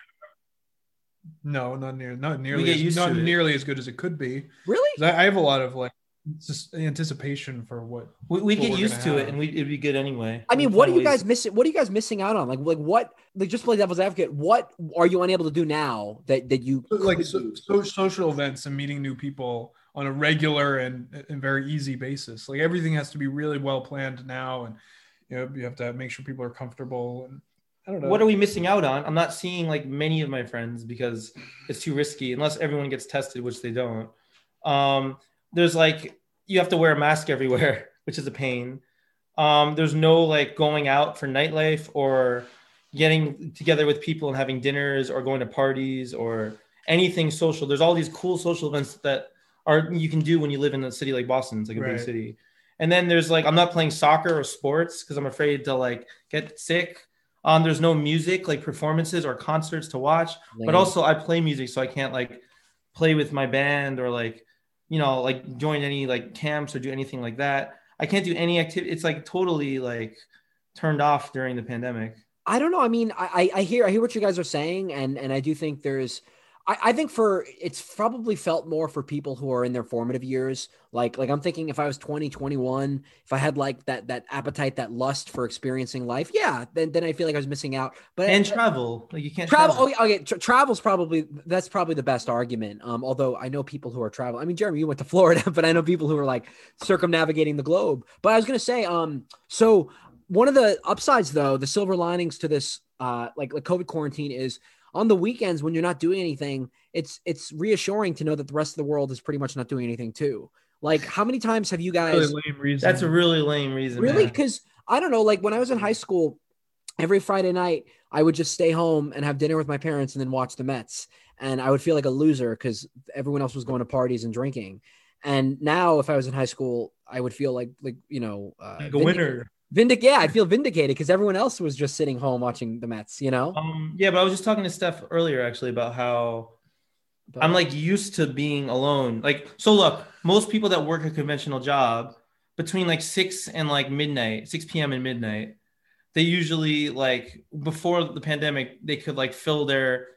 C: no, not near, not
D: get
C: nearly, as,
D: used
C: not
D: to it.
C: nearly as good as it could be.
B: Really?
C: 'Cause I, I have a lot of like just anticipation for what.
D: we, we'd
C: what
D: get
C: we're
D: used
C: gonna
D: to
C: have.
D: it, and we it'd be good anyway.
B: I mean,
D: We'd
B: what are
D: find
B: you
D: ways-
B: guys missing? What are you guys missing out on? Like, like what? Like, just play devil's advocate. What are you unable to do now that that you
C: Like
B: could
C: so,
B: do?
C: so, social events and meeting new people on a regular and, and very easy basis. Like everything has to be really well planned now, and you know you have to make sure people are comfortable. And I don't know.
D: What are we missing out on? I'm not seeing like many of my friends because it's too risky unless everyone gets tested, which they don't. Um, there's like you have to wear a mask everywhere, which is a pain. Um, there's no like going out for nightlife or getting together with people and having dinners or going to parties or anything social. There's all these cool social events that are you can do when you live in a city like Boston. It's like a
C: Right.
D: big city. And then there's like I'm not playing soccer or sports because I'm afraid to like get sick. Um, there's no music like performances or concerts to watch but
B: Like,
D: also I play music, so I can't like play with my band or like you know like join any like camps or do anything like that. I can't do any activity. It's like totally like turned off during the pandemic.
B: I don't know. I mean, I I I hear I hear what you guys are saying, and and I do think there's. I, I think for it's probably felt more for people who are in their formative years. Like like I'm thinking if I was 20, 21, if I had like that that appetite, that lust for experiencing life, yeah, then then I feel like I was missing out. But
D: And travel, like you can't
B: travel oh, okay, okay tra- travel's probably that's probably the best argument um although i know people who are travel i mean jeremy you went to florida but i know people who are like circumnavigating the globe but i was gonna say um so one of the upsides though the silver linings to this uh like the covid quarantine is on the weekends when you're not doing anything it's it's reassuring to know that the rest of the world is pretty much not doing anything too like how many times have you guys
C: really lame reason?
D: That's a really lame reason.
B: Really?
D: man.
B: Because I don't know. Like when I was in high school, every Friday night I would just stay home and have dinner with my parents and then watch the Mets, and I would feel like a loser because everyone else was going to parties and drinking. And now, if I was in high school, I would feel like like you know uh,
D: like a winner.
B: Vindic- yeah, I feel vindicated because everyone else was just sitting home watching the Mets. You know,
D: Um, yeah, but I was just talking to Steph earlier actually about how
B: But-
D: I'm like used to being alone. Like, so look, most people that work a conventional job between like six and like midnight, 6 p.m. and midnight, they usually like before the pandemic, they could like fill their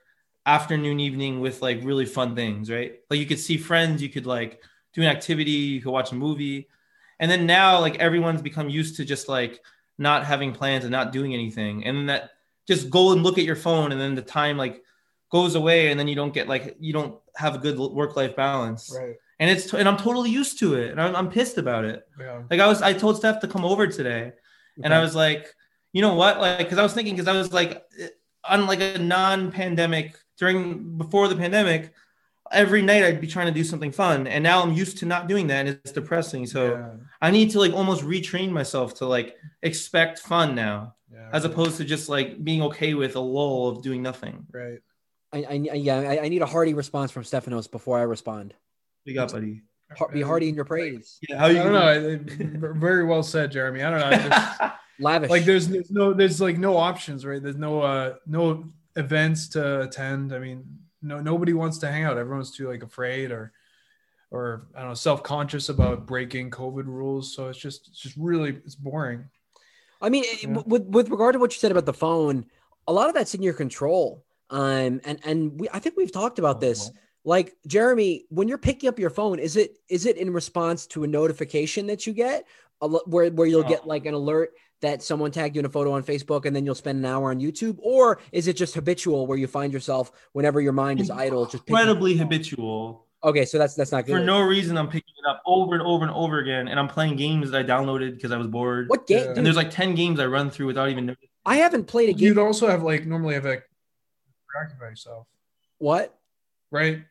D: afternoon, evening with like really fun things, right? Like, you could see friends, you could like do an activity, you could watch a movie. And then now, like, everyone's become used to just like not having plans and not doing anything. And that just go and look at your phone, and then the time like goes away and then you don't get like you don't have a good work life balance
C: right.
D: and it's and i'm totally used to it and I'm, I'm pissed about it
C: Yeah.
D: like i was i told steph to come over today and i
B: Okay.
D: was like you know what like because i was thinking because i was like eh, on like a non-pandemic during before the pandemic every night i'd be trying to do something fun and now i'm used to not doing that and it's depressing so
C: yeah,
D: i need to like almost retrain myself to like expect fun now
C: yeah,
D: as opposed to just like being okay with a lull of doing nothing
C: right.
B: I, I, I yeah, I, I need a hearty response from Stephanos before I respond.
D: we got buddy
B: Har- Be hearty in your praise,
D: Yeah, how
C: I
D: you
C: don't know. I- I- very well said, Jeremy. I don't know. I just-
B: lavish.
C: like there's there's no there's like no options right there's no uh no events to attend i mean no nobody wants to hang out everyone's too like afraid or or i don't know self-conscious about breaking covid rules so it's just it's just really it's boring
B: I mean, it-
C: Yeah.
B: w- with with regard to what you said about the phone, a lot of that's in your control. Um, and and we, I think we've talked about this.
D: Uh-huh.
B: Like Jeremy, when you're picking up your phone, is it is it in response to a notification that you get, A lo- where where you'll get
D: No.
B: like an alert that someone tagged you in a photo on Facebook, and then you'll spend an hour on YouTube, or is it just habitual where you find yourself whenever your mind is idle, just picking-
D: incredibly habitual.
B: okay? So that's that's not good.
D: For no reason, I'm picking it up over and over and over again, and I'm playing games that I downloaded because I was bored.
B: what game?
C: Yeah.
D: And there's like ten games I run through without even noticing.
B: I haven't played a game.
C: you'd also have like normally have like preoccupy yourself
B: What?
C: right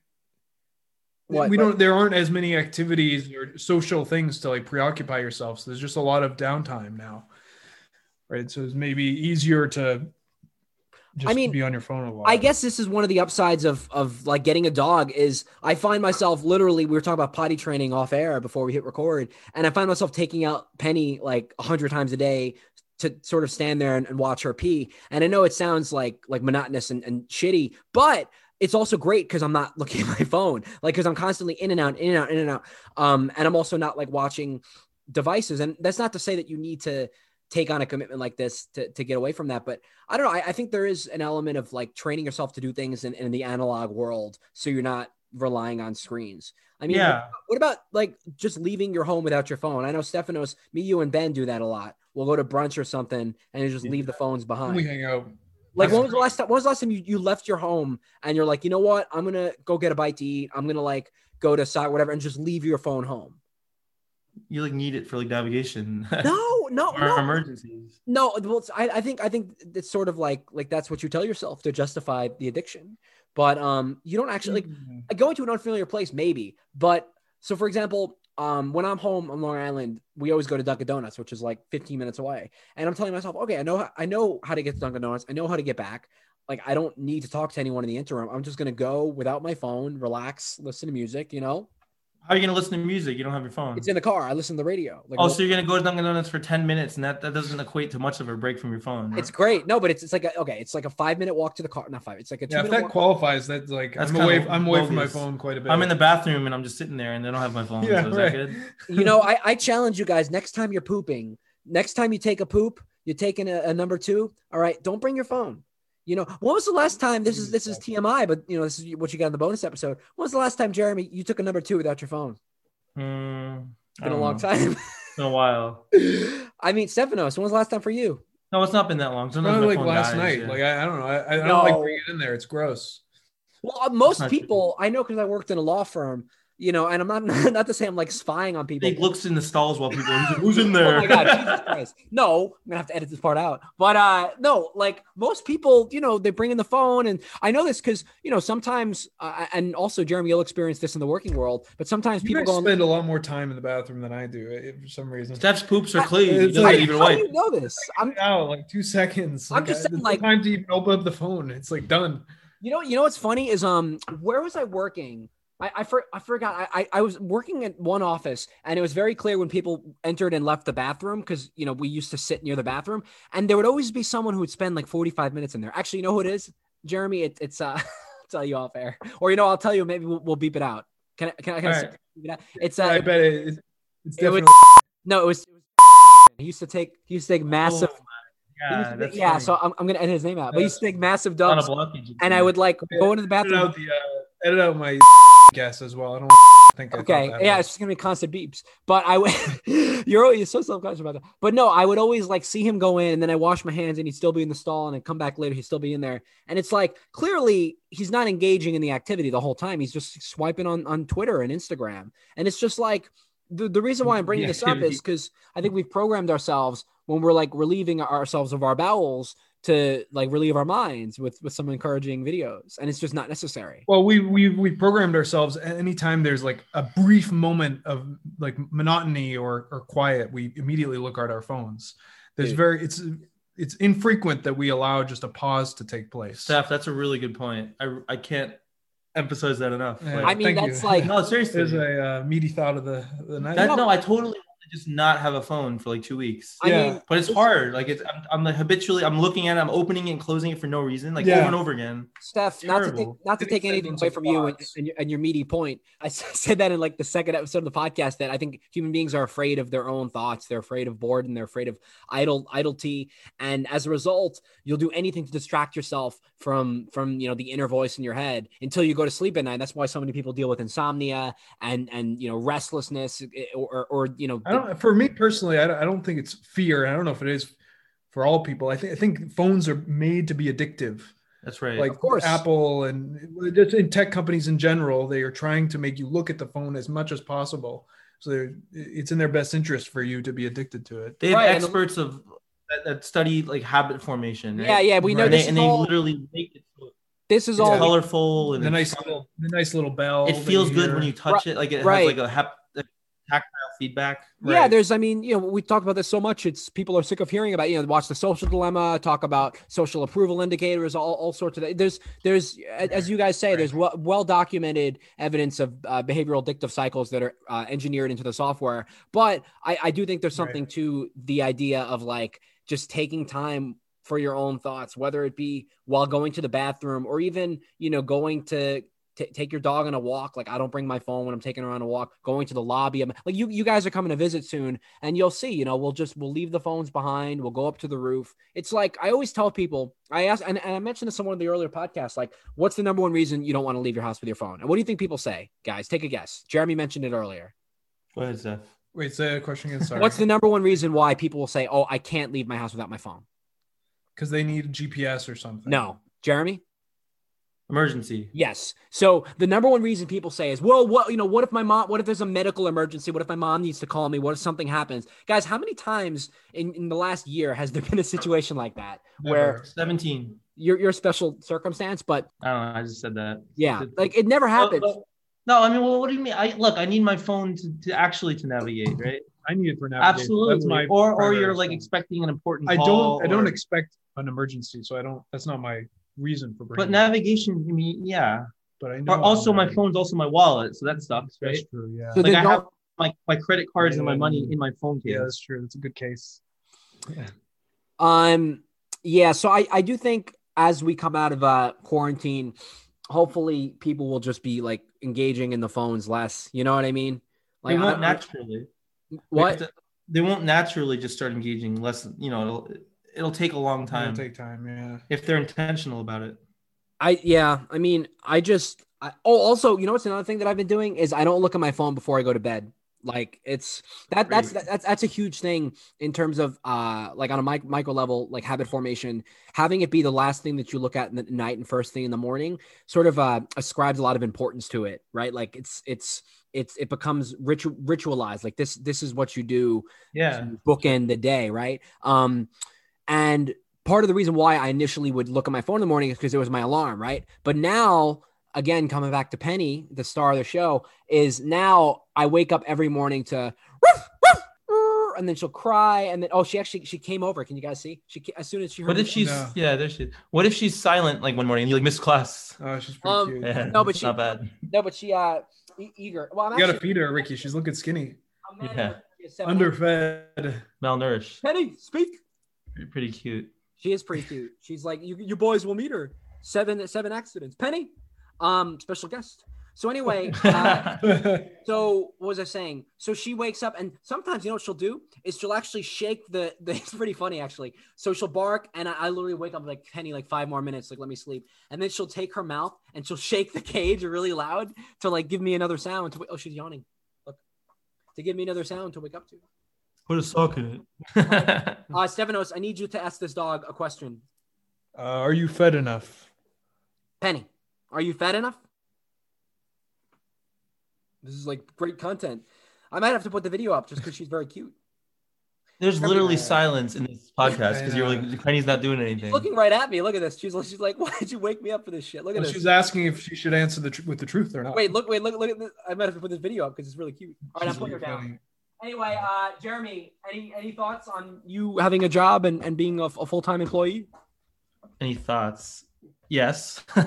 B: What?
C: we don't there aren't as many activities or social things to like preoccupy yourself so there's just a lot of downtime now right? So it's maybe easier to just
B: I mean,
C: be on your phone a lot.
B: I guess this is one of the upsides of of like getting a dog is I find myself literally we were talking about potty training off air before we hit record, and I find myself taking out Penny like a hundred times a day to sort of stand there and, and watch her pee. And I know it sounds like like monotonous and, and shitty, but it's also great because I'm not looking at my phone, like because I'm constantly in and out, in and out, in and out. Um, and I'm also not like watching devices. And that's not to say that you need to take on a commitment like this to, to get away from that. But I don't know. I, I think there is an element of like training yourself to do things in, in the analog world so you're not relying on screens. I mean,
C: yeah,
B: what about like just leaving your home without your phone? I know Stefanos, me, you, and Ben do that a lot. We'll go to brunch or something and you just leave the phones behind.
C: we hang out.
B: Like
C: That's
B: when was the last time? When was the last time you, you left your home and you're like, you know what? I'm gonna go get a bite to eat. I'm gonna like go to side whatever and just leave your phone home.
D: You like need it for like navigation
B: No, no,
D: or
B: no,
D: emergencies.
B: no. Well, it's- I, I think I think it's sort of like like that's what you tell yourself to justify the addiction, but um, you don't actually like
C: Mm.
B: going to an unfamiliar place maybe. But so for example, um, when I'm home on Long Island, we always go to Dunkin' Donuts, which is like 15 minutes away, and I'm telling myself, okay, I know I know how to get to Dunkin' Donuts. I know how to get back. like I don't need to talk to anyone in the interim. I'm just gonna go without my phone, relax, listen to music. You know,
D: How are you gonna listen to music? You don't have your
C: Uh-huh.
D: phone.
B: it's in the car. I listen to the radio. Like,
D: Oh, so you're gonna go to Dunkin' Donuts for ten minutes, and that, that doesn't equate to much of a break from your phone.
B: it's great. No, but it's, it's like a, okay, it's like a five minute walk to the car. Not five. It's like a two
C: Yeah, if
B: minute
C: that
B: walk.
C: qualifies, that's like
D: That's
C: I'm away.
D: kinda
C: I'm away from my
D: bogus.
C: phone quite a bit.
D: I'm in the bathroom and I'm just sitting there, and they don't have my phone.
C: Yeah,
D: so is
C: right.
D: that good?
B: you know, I, I challenge you guys next time you're pooping, next time you take a poop, you're taking a, a number two. All right, don't bring your phone. You know, when was the last time this is this is TMI, but you know this is what you got in the bonus episode. When was the last time Jeremy you took a number two without your phone?
D: Mm, I
B: It's been a
D: don't
B: long
D: know.
B: time.
D: It's been a while.
B: I mean, Stefanos, when was the last time for you?
D: No, it's not been that long. Sometimes
C: Probably
D: my
C: like
D: phone
C: last
D: dies,
C: night.
D: yeah.
C: Like I, I don't know. I, I don't
B: No.
C: like bringing it in there. It's gross.
B: Well, uh, most
D: not true.
B: people I know because I worked in a law firm, you know, and I'm not not to say I'm like spying on people.
D: Nick looks in the stalls while people. He's like,
B: but-
D: Who's in
B: Oh
D: there?
B: my god, Jesus Christ. No, I'm gonna have to edit this part out. But uh no, like most people, you know, they bring in the phone, and I know this because you know sometimes, uh, and also Jeremy, you'll experience this in the working world, but sometimes
C: You
B: people
C: guys
B: go. on-
C: spend a lot more time in the bathroom than I do eh, for some reason.
D: Steph's poops are clean. He
C: It's
D: doesn't
C: like-
D: even
B: How do
D: wipe.
B: you know this? I'm,
C: Out like two seconds.
B: I'm just
C: I-
B: saying,
C: there's
B: like-
C: no time to even open up the phone. It's like done.
B: you know, you know what's funny is um, where was I working? I I, for, I forgot. I, I I was working at one office, and it was very clear when people entered and left the bathroom because you know we used to sit near the bathroom, and there would always be someone who would spend like 45 minutes in there. Actually, you know who it is, Jeremy. It, it's uh, I'll tell you off air, or you know, I'll tell you. Maybe we'll, we'll beep it out. Can I? Can I? Can I
D: All right.
B: beep it out? It's uh,
C: I bet it, it- it's
B: it was-
C: definitely.
B: no, it was. He used to take. He used to take massive.
D: Oh
B: he
D: my
B: used to
D: God,
B: take-
D: that's
B: yeah,
D: funny.
B: so I'm, I'm gonna edit his name out. But he used to take massive
D: Not a
B: dumps,
D: blockage.
B: and I would like go into the
C: edit
B: bathroom.
C: out the uh, edit out my guess as well. I don't think. I thought
B: Okay.
C: that
B: Yeah,
C: out.
B: it's just gonna be constant beeps. But I would you're always so self-conscious about that. But no, I would always like see him go in and then I wash my hands and he'd still be in the stall and then come back later, he'd still be in there. And it's like clearly he's not engaging in the activity the whole time. He's just swiping on, on Twitter and Instagram. And it's just like the, the reason why I'm bringing
D: The
B: this up is
D: activity.
B: because I think we've programmed ourselves when we're like relieving ourselves of our bowels to like relieve our minds with with some encouraging videos. And it's just not necessary.
C: Well, we we we programmed ourselves. a- Anytime there's like a brief moment of like monotony or or quiet, we immediately look at our phones. There's
B: Dude.
C: very it's it's infrequent that we allow just a pause to take place.
D: Steph, that's a really good point. I I can't emphasize that enough.
C: Yeah,
D: Like-
B: I mean,
C: thank you.
B: that's like-
D: no, seriously.
C: There's a uh, meaty thought of the the night.
D: That, no, I totally want to just not have a phone for like two weeks.
B: I
C: Yeah.
B: mean
D: But it's hard. Like it's, I'm, I'm like habitually, I'm looking at it, I'm opening it and closing it for no reason, like
C: Yeah.
D: over and over again.
B: Steph, not to take
D: Terrible.
B: not to
C: Didn't
B: take
C: send
B: anything
C: them
B: away
C: to
B: from you and,
C: Fox.
B: and, your, and your meaty point. I s- said that in like the second episode of the podcast that I think human beings are afraid of their own thoughts. They're afraid of boredom. They're afraid of idle idlenty, and as a result, you'll do anything to distract yourself from from you know the inner voice in your head until you go to sleep at night. That's why so many people deal with insomnia and and you know restlessness eh, or or, or you know
C: I don't. For me personally, I don't, I don't think it's fear. I don't know if it is for all people. I think I think phones are made to be addictive.
D: That's right.
C: like
B: Of course.
C: Apple and just in tech companies in general, they are trying to make you look at the phone as much as possible. So they're- it's in their best interest for you to be addicted to it.
D: they have
B: Right, and-
D: experts of that, that study like habit formation. Right?
B: yeah yeah we know
D: and
B: this
D: they,
B: is
D: and they
B: all
D: literally make it so
B: this is
D: it's
B: all
D: colorful and
C: The
D: it's-
C: nice little, the nice little bell.
D: It
C: that
D: feels
C: you
D: good
C: hear.
D: when you touch it. Like it
B: Right.
D: has like a hap- tactile feedback.
B: Yeah,
D: Right.
B: there's, I mean, you know, we talk about this so much. It's people are sick of hearing about, you know, watch the social dilemma, talk about social approval indicators, all, all sorts of that. There's, there's, a- as you guys say, there's well, well documented evidence of uh, behavioral dictive cycles that are uh, engineered into the software. But I, I do think there's
C: Right.
B: something to the idea of like just taking time for your own thoughts, whether it be while going to the bathroom or even, you know, going to t- take your dog on a walk. Like I don't bring my phone when I'm taking her on a walk. Going to the lobby. I'm, like you, you guys are coming to visit soon, and you'll see. You know, we'll just we'll leave the phones behind. We'll go up to the roof. It's like I always tell people. I ask, and, and I mentioned this on one of the earlier podcasts. Like, what's the number one reason you don't want to leave your house with your phone? And what do you think people say, guys? Take a guess. Jeremy mentioned it earlier.
D: Go ahead, Steph.
C: Wait, say a question again. Sorry.
B: What's the number one reason why people will say, "Oh, I can't leave my house without my phone"?
C: Because they need GPS or something.
B: No, Jeremy.
D: Emergency.
B: Yes. So the number one reason people say is, well, what you know, what if my mom, what if there's a medical emergency? What if my mom needs to call me? What if something happens? Guys, how many times in, in the last year has there been a situation like that where
C: Never.
D: Seventeen.
B: your your special circumstance? But
D: I don't know. I just said that.
B: yeah, like it never happens.
D: No, no, I mean, well, what do you mean? I look. I need my phone to, to actually to navigate, right?
C: I need it for navigation.
D: Absolutely.
C: That's my
D: or or
C: primary
D: you're like
C: response.
D: expecting an important
C: I
D: call.
C: don't. I don't
D: or-
C: expect an emergency, so I don't. That's not my reason for
D: but
C: bringing. it,
D: navigation. I mean, yeah.
C: but I know.
D: Or also,
C: I'm
D: my
C: right.
D: phone's also my wallet, so that sucks, right?
C: That's true. Yeah.
B: So
D: Like
B: they
D: I
B: don't-
D: have my my credit cards and my money in my phone
C: Yeah,
D: case.
C: that's true. That's a good case.
B: Um, yeah, so I, I do think as we come out of uh, quarantine, hopefully people will just be like engaging in the phones less. You know what I mean? Like,
D: they won't
B: I- I-
D: naturally. We have
B: what?
D: to- they won't naturally just start engaging less. You know, it'll it'll take a long time
C: It'll take time. Yeah.
D: if they're intentional about it.
B: I yeah, I mean, I just I, oh, also, you know what's another thing that I've been doing is I don't look at my phone before I go to bed. Like it's that that's
D: Great.
B: that's that's a huge thing in terms of uh like on a mic- micro level like habit formation having it be the last thing that you look at in the night and first thing in the morning sort of uh ascribes a lot of importance to it right like it's it's it's it becomes ritual ritualized like this this is what you do
D: Yeah.
B: to bookend the day, right? Um, and part of the reason why I initially would look at my phone in the morning is because it was my alarm, right? But now, again, coming back to Penny, the star of the show, is now I wake up every morning to "Ruff, ruff, ruff," and then she'll cry and then oh she actually she came over can you guys see she ca- as soon as she heard
D: What
B: me-
D: if she's
C: No.
D: yeah? There she. Is. What if she's silent like one morning and you like miss class?
C: Oh, she's pretty
B: Um,
C: cute.
D: Yeah,
B: No, but
D: it's
B: she-
D: not bad.
B: no but she uh e- eager well I'm
C: You gotta
B: actually
C: feed her, Ricky. She's looking skinny.
B: I'm mad at
D: Yeah.
B: her. She has seven-
C: Underfed.
D: Malnourished.
B: Penny speak
D: Pretty cute.
B: She is pretty cute. She's like you, you boys will meet her. Seven seven accidents. Penny, um, special guest. So anyway, uh, so what was I saying? So she wakes up and sometimes you know what she'll do is she'll actually shake the. the it's pretty funny actually. So she'll bark and I, I literally wake up like Penny like five more minutes like let me sleep and then she'll take her mouth and she'll shake the cage really loud to like give me another sound. To, wa- oh she's yawning. Look, to give me another sound to wake up to.
D: Put a sock in it.
B: Uh, Stefanos, I need you to ask this dog a question.
C: uh, are you fed enough?
B: Penny, are you fat enough? This is like great content. I might have to put the video up just because she's very cute.
D: There's
B: Every-
D: literally silence in this podcast because you're like Penny's not doing anything.
B: She's looking right at me. Look at this. She's she's like, why did you wake me up for this shit? Look at
D: Oh,
C: Well,
B: this.
C: she's asking if she should answer the tr- with the truth or not.
B: wait, look, wait, look, look at this. I might have to put this video up because it's really cute. All right, I'm
C: She's
B: putting her
C: really
B: down.
C: funny.
B: Anyway, uh, Jeremy, any any thoughts on you having a job and, and being a, a full time employee?
D: Any thoughts? Yes.
B: All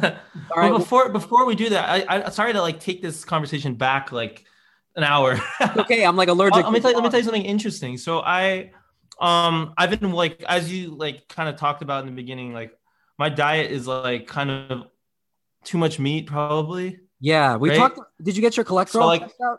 B: right,
D: well, before before we do that, I, I sorry to like take this conversation back like an hour.
B: okay. I'm like allergic.
D: let, me tell you, let me tell you something interesting. So I, um, I've been like, as you like, kind of talked about in the beginning, like my diet is like kind of too much meat, probably.
B: Yeah, we
D: Right?
B: talked. Did you get your cholesterol
D: So, like-
B: checked out?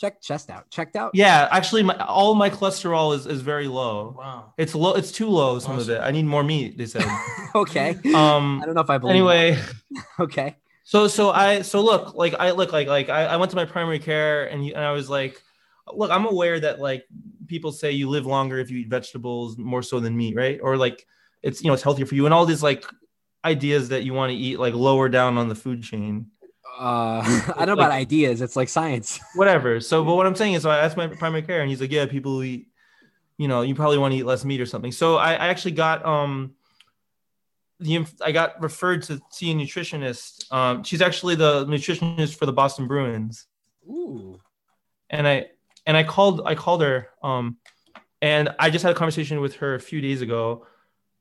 B: Check chest out. Checked out.
D: Yeah, actually, my all my cholesterol is is very low.
E: Wow.
D: It's low. It's too low. Some
E: Awesome.
D: of it. I need more meat. They said.
B: Okay. I
D: Um.
B: don't know if I believe. it.
D: Anyway.
B: Okay.
D: So so I so look like I look like like I, I went to my primary care and you, and I was like, look, I'm aware that like people say you live longer if you eat vegetables more so than meat, right? Or like it's you know it's healthier for you and all these like ideas that you want to eat like lower down on the food chain,
B: Uh, I don't know about ideas. It's like science.
D: whatever. So but what I'm saying is, so I asked my primary care and he's like, yeah, people eat, you know, you probably want to eat less meat or something. So I, I actually got um. The, inf- I got referred to see a nutritionist. Um, she's actually the nutritionist for the Boston Bruins.
B: Ooh.
D: and I and I called I called her um and I just had a conversation with her a few days ago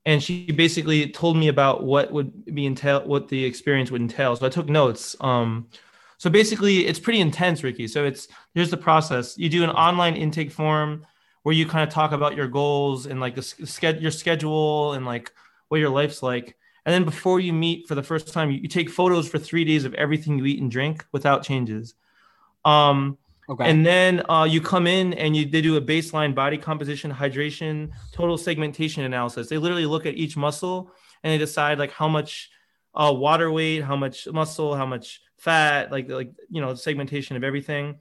D: and she basically told me about what would be entail what the experience would entail so I took notes um so basically it's pretty intense Ricky so it's here's the process you do an online intake form where you kind of talk about your goals and like the ske- your schedule and like what your life's like and then before you meet for the first time you, you take photos for 3 days of everything you eat and drink without changes um
B: Okay.
D: and then uh, you come in and you they do a baseline body composition, hydration, total segmentation analysis. They literally look at each muscle and they decide like how much uh, water weight, how much muscle, how much fat, like like you know segmentation of everything.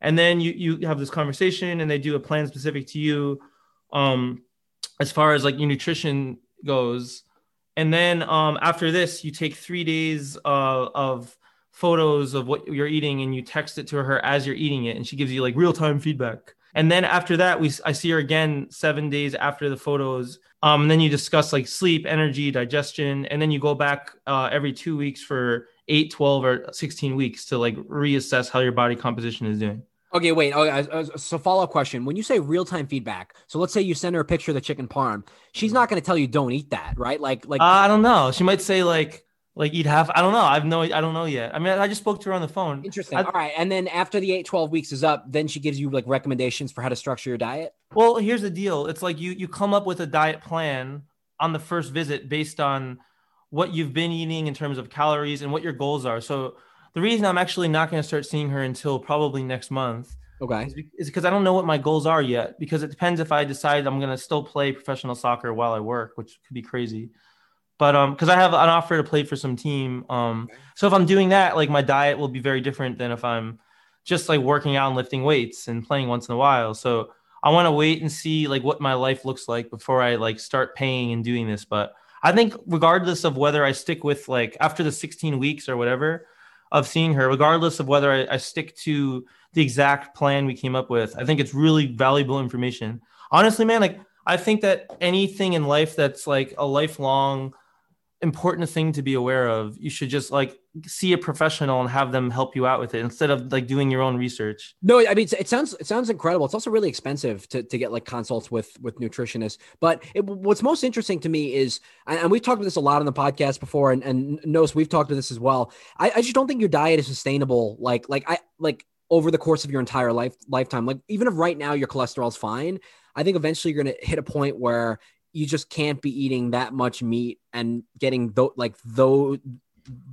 D: And then you you have this conversation and they do a plan specific to you, um, as far as like your nutrition goes. And then um, after this, you take three days uh, of photos of what you're eating and you text it to her as you're eating it and she gives you like real time feedback and then after that we i see her again seven days after the photos um and then you discuss like sleep energy digestion and then you go back uh, every two weeks for 8 12 or 16 weeks to like reassess how your body composition is doing
B: Okay, wait. Oh, I- I- so follow up question: When you say real time feedback, so let's say you send her a picture of the chicken parm, she's not going to tell you don't eat that, right? Like, like
D: uh, i don't know she might say like like eat half i don't know i've no i don't know yet i mean i just spoke to her on the phone
B: interesting.
D: I-
B: All right, and then after the eight twelve weeks is up, then she gives you like recommendations for how to structure your diet.
D: Well, here's the deal. It's like you you come up with a diet plan on the first visit based on what you've been eating in terms of calories and what your goals are. So the reason I'm actually not going to start seeing her until probably next month
B: Okay.
D: is be- is because I don't know what my goals are yet. Because it depends if I decide I'm going to still play professional soccer while I work, which could be crazy. But um, because I have an offer to play for some team, um, so if I'm doing that, like my diet will be very different than if I'm just like working out and lifting weights and playing once in a while. So I want to wait and see like what my life looks like before I like start paying and doing this. But I think regardless of whether I stick with like after the 16 weeks or whatever of seeing her, regardless of whether I, I stick to the exact plan we came up with. I think it's really valuable information. Honestly, man, like I think that anything in life that's like a lifelong important thing to be aware of, you should just like see a professional and have them help you out with it instead of like doing your own research.
B: No, I mean it's- it sounds it sounds incredible. It's also really expensive to, to get like consults with with nutritionists. But it, what's most interesting to me is, and, and we've talked about this a lot on the podcast before, and and knows we've talked to this as well. I, I just don't think your diet is sustainable. Like like I like over the course of your entire life lifetime. Like even if right now your cholesterol's fine, I think eventually you're going to hit a point where you just can't be eating that much meat and getting though like though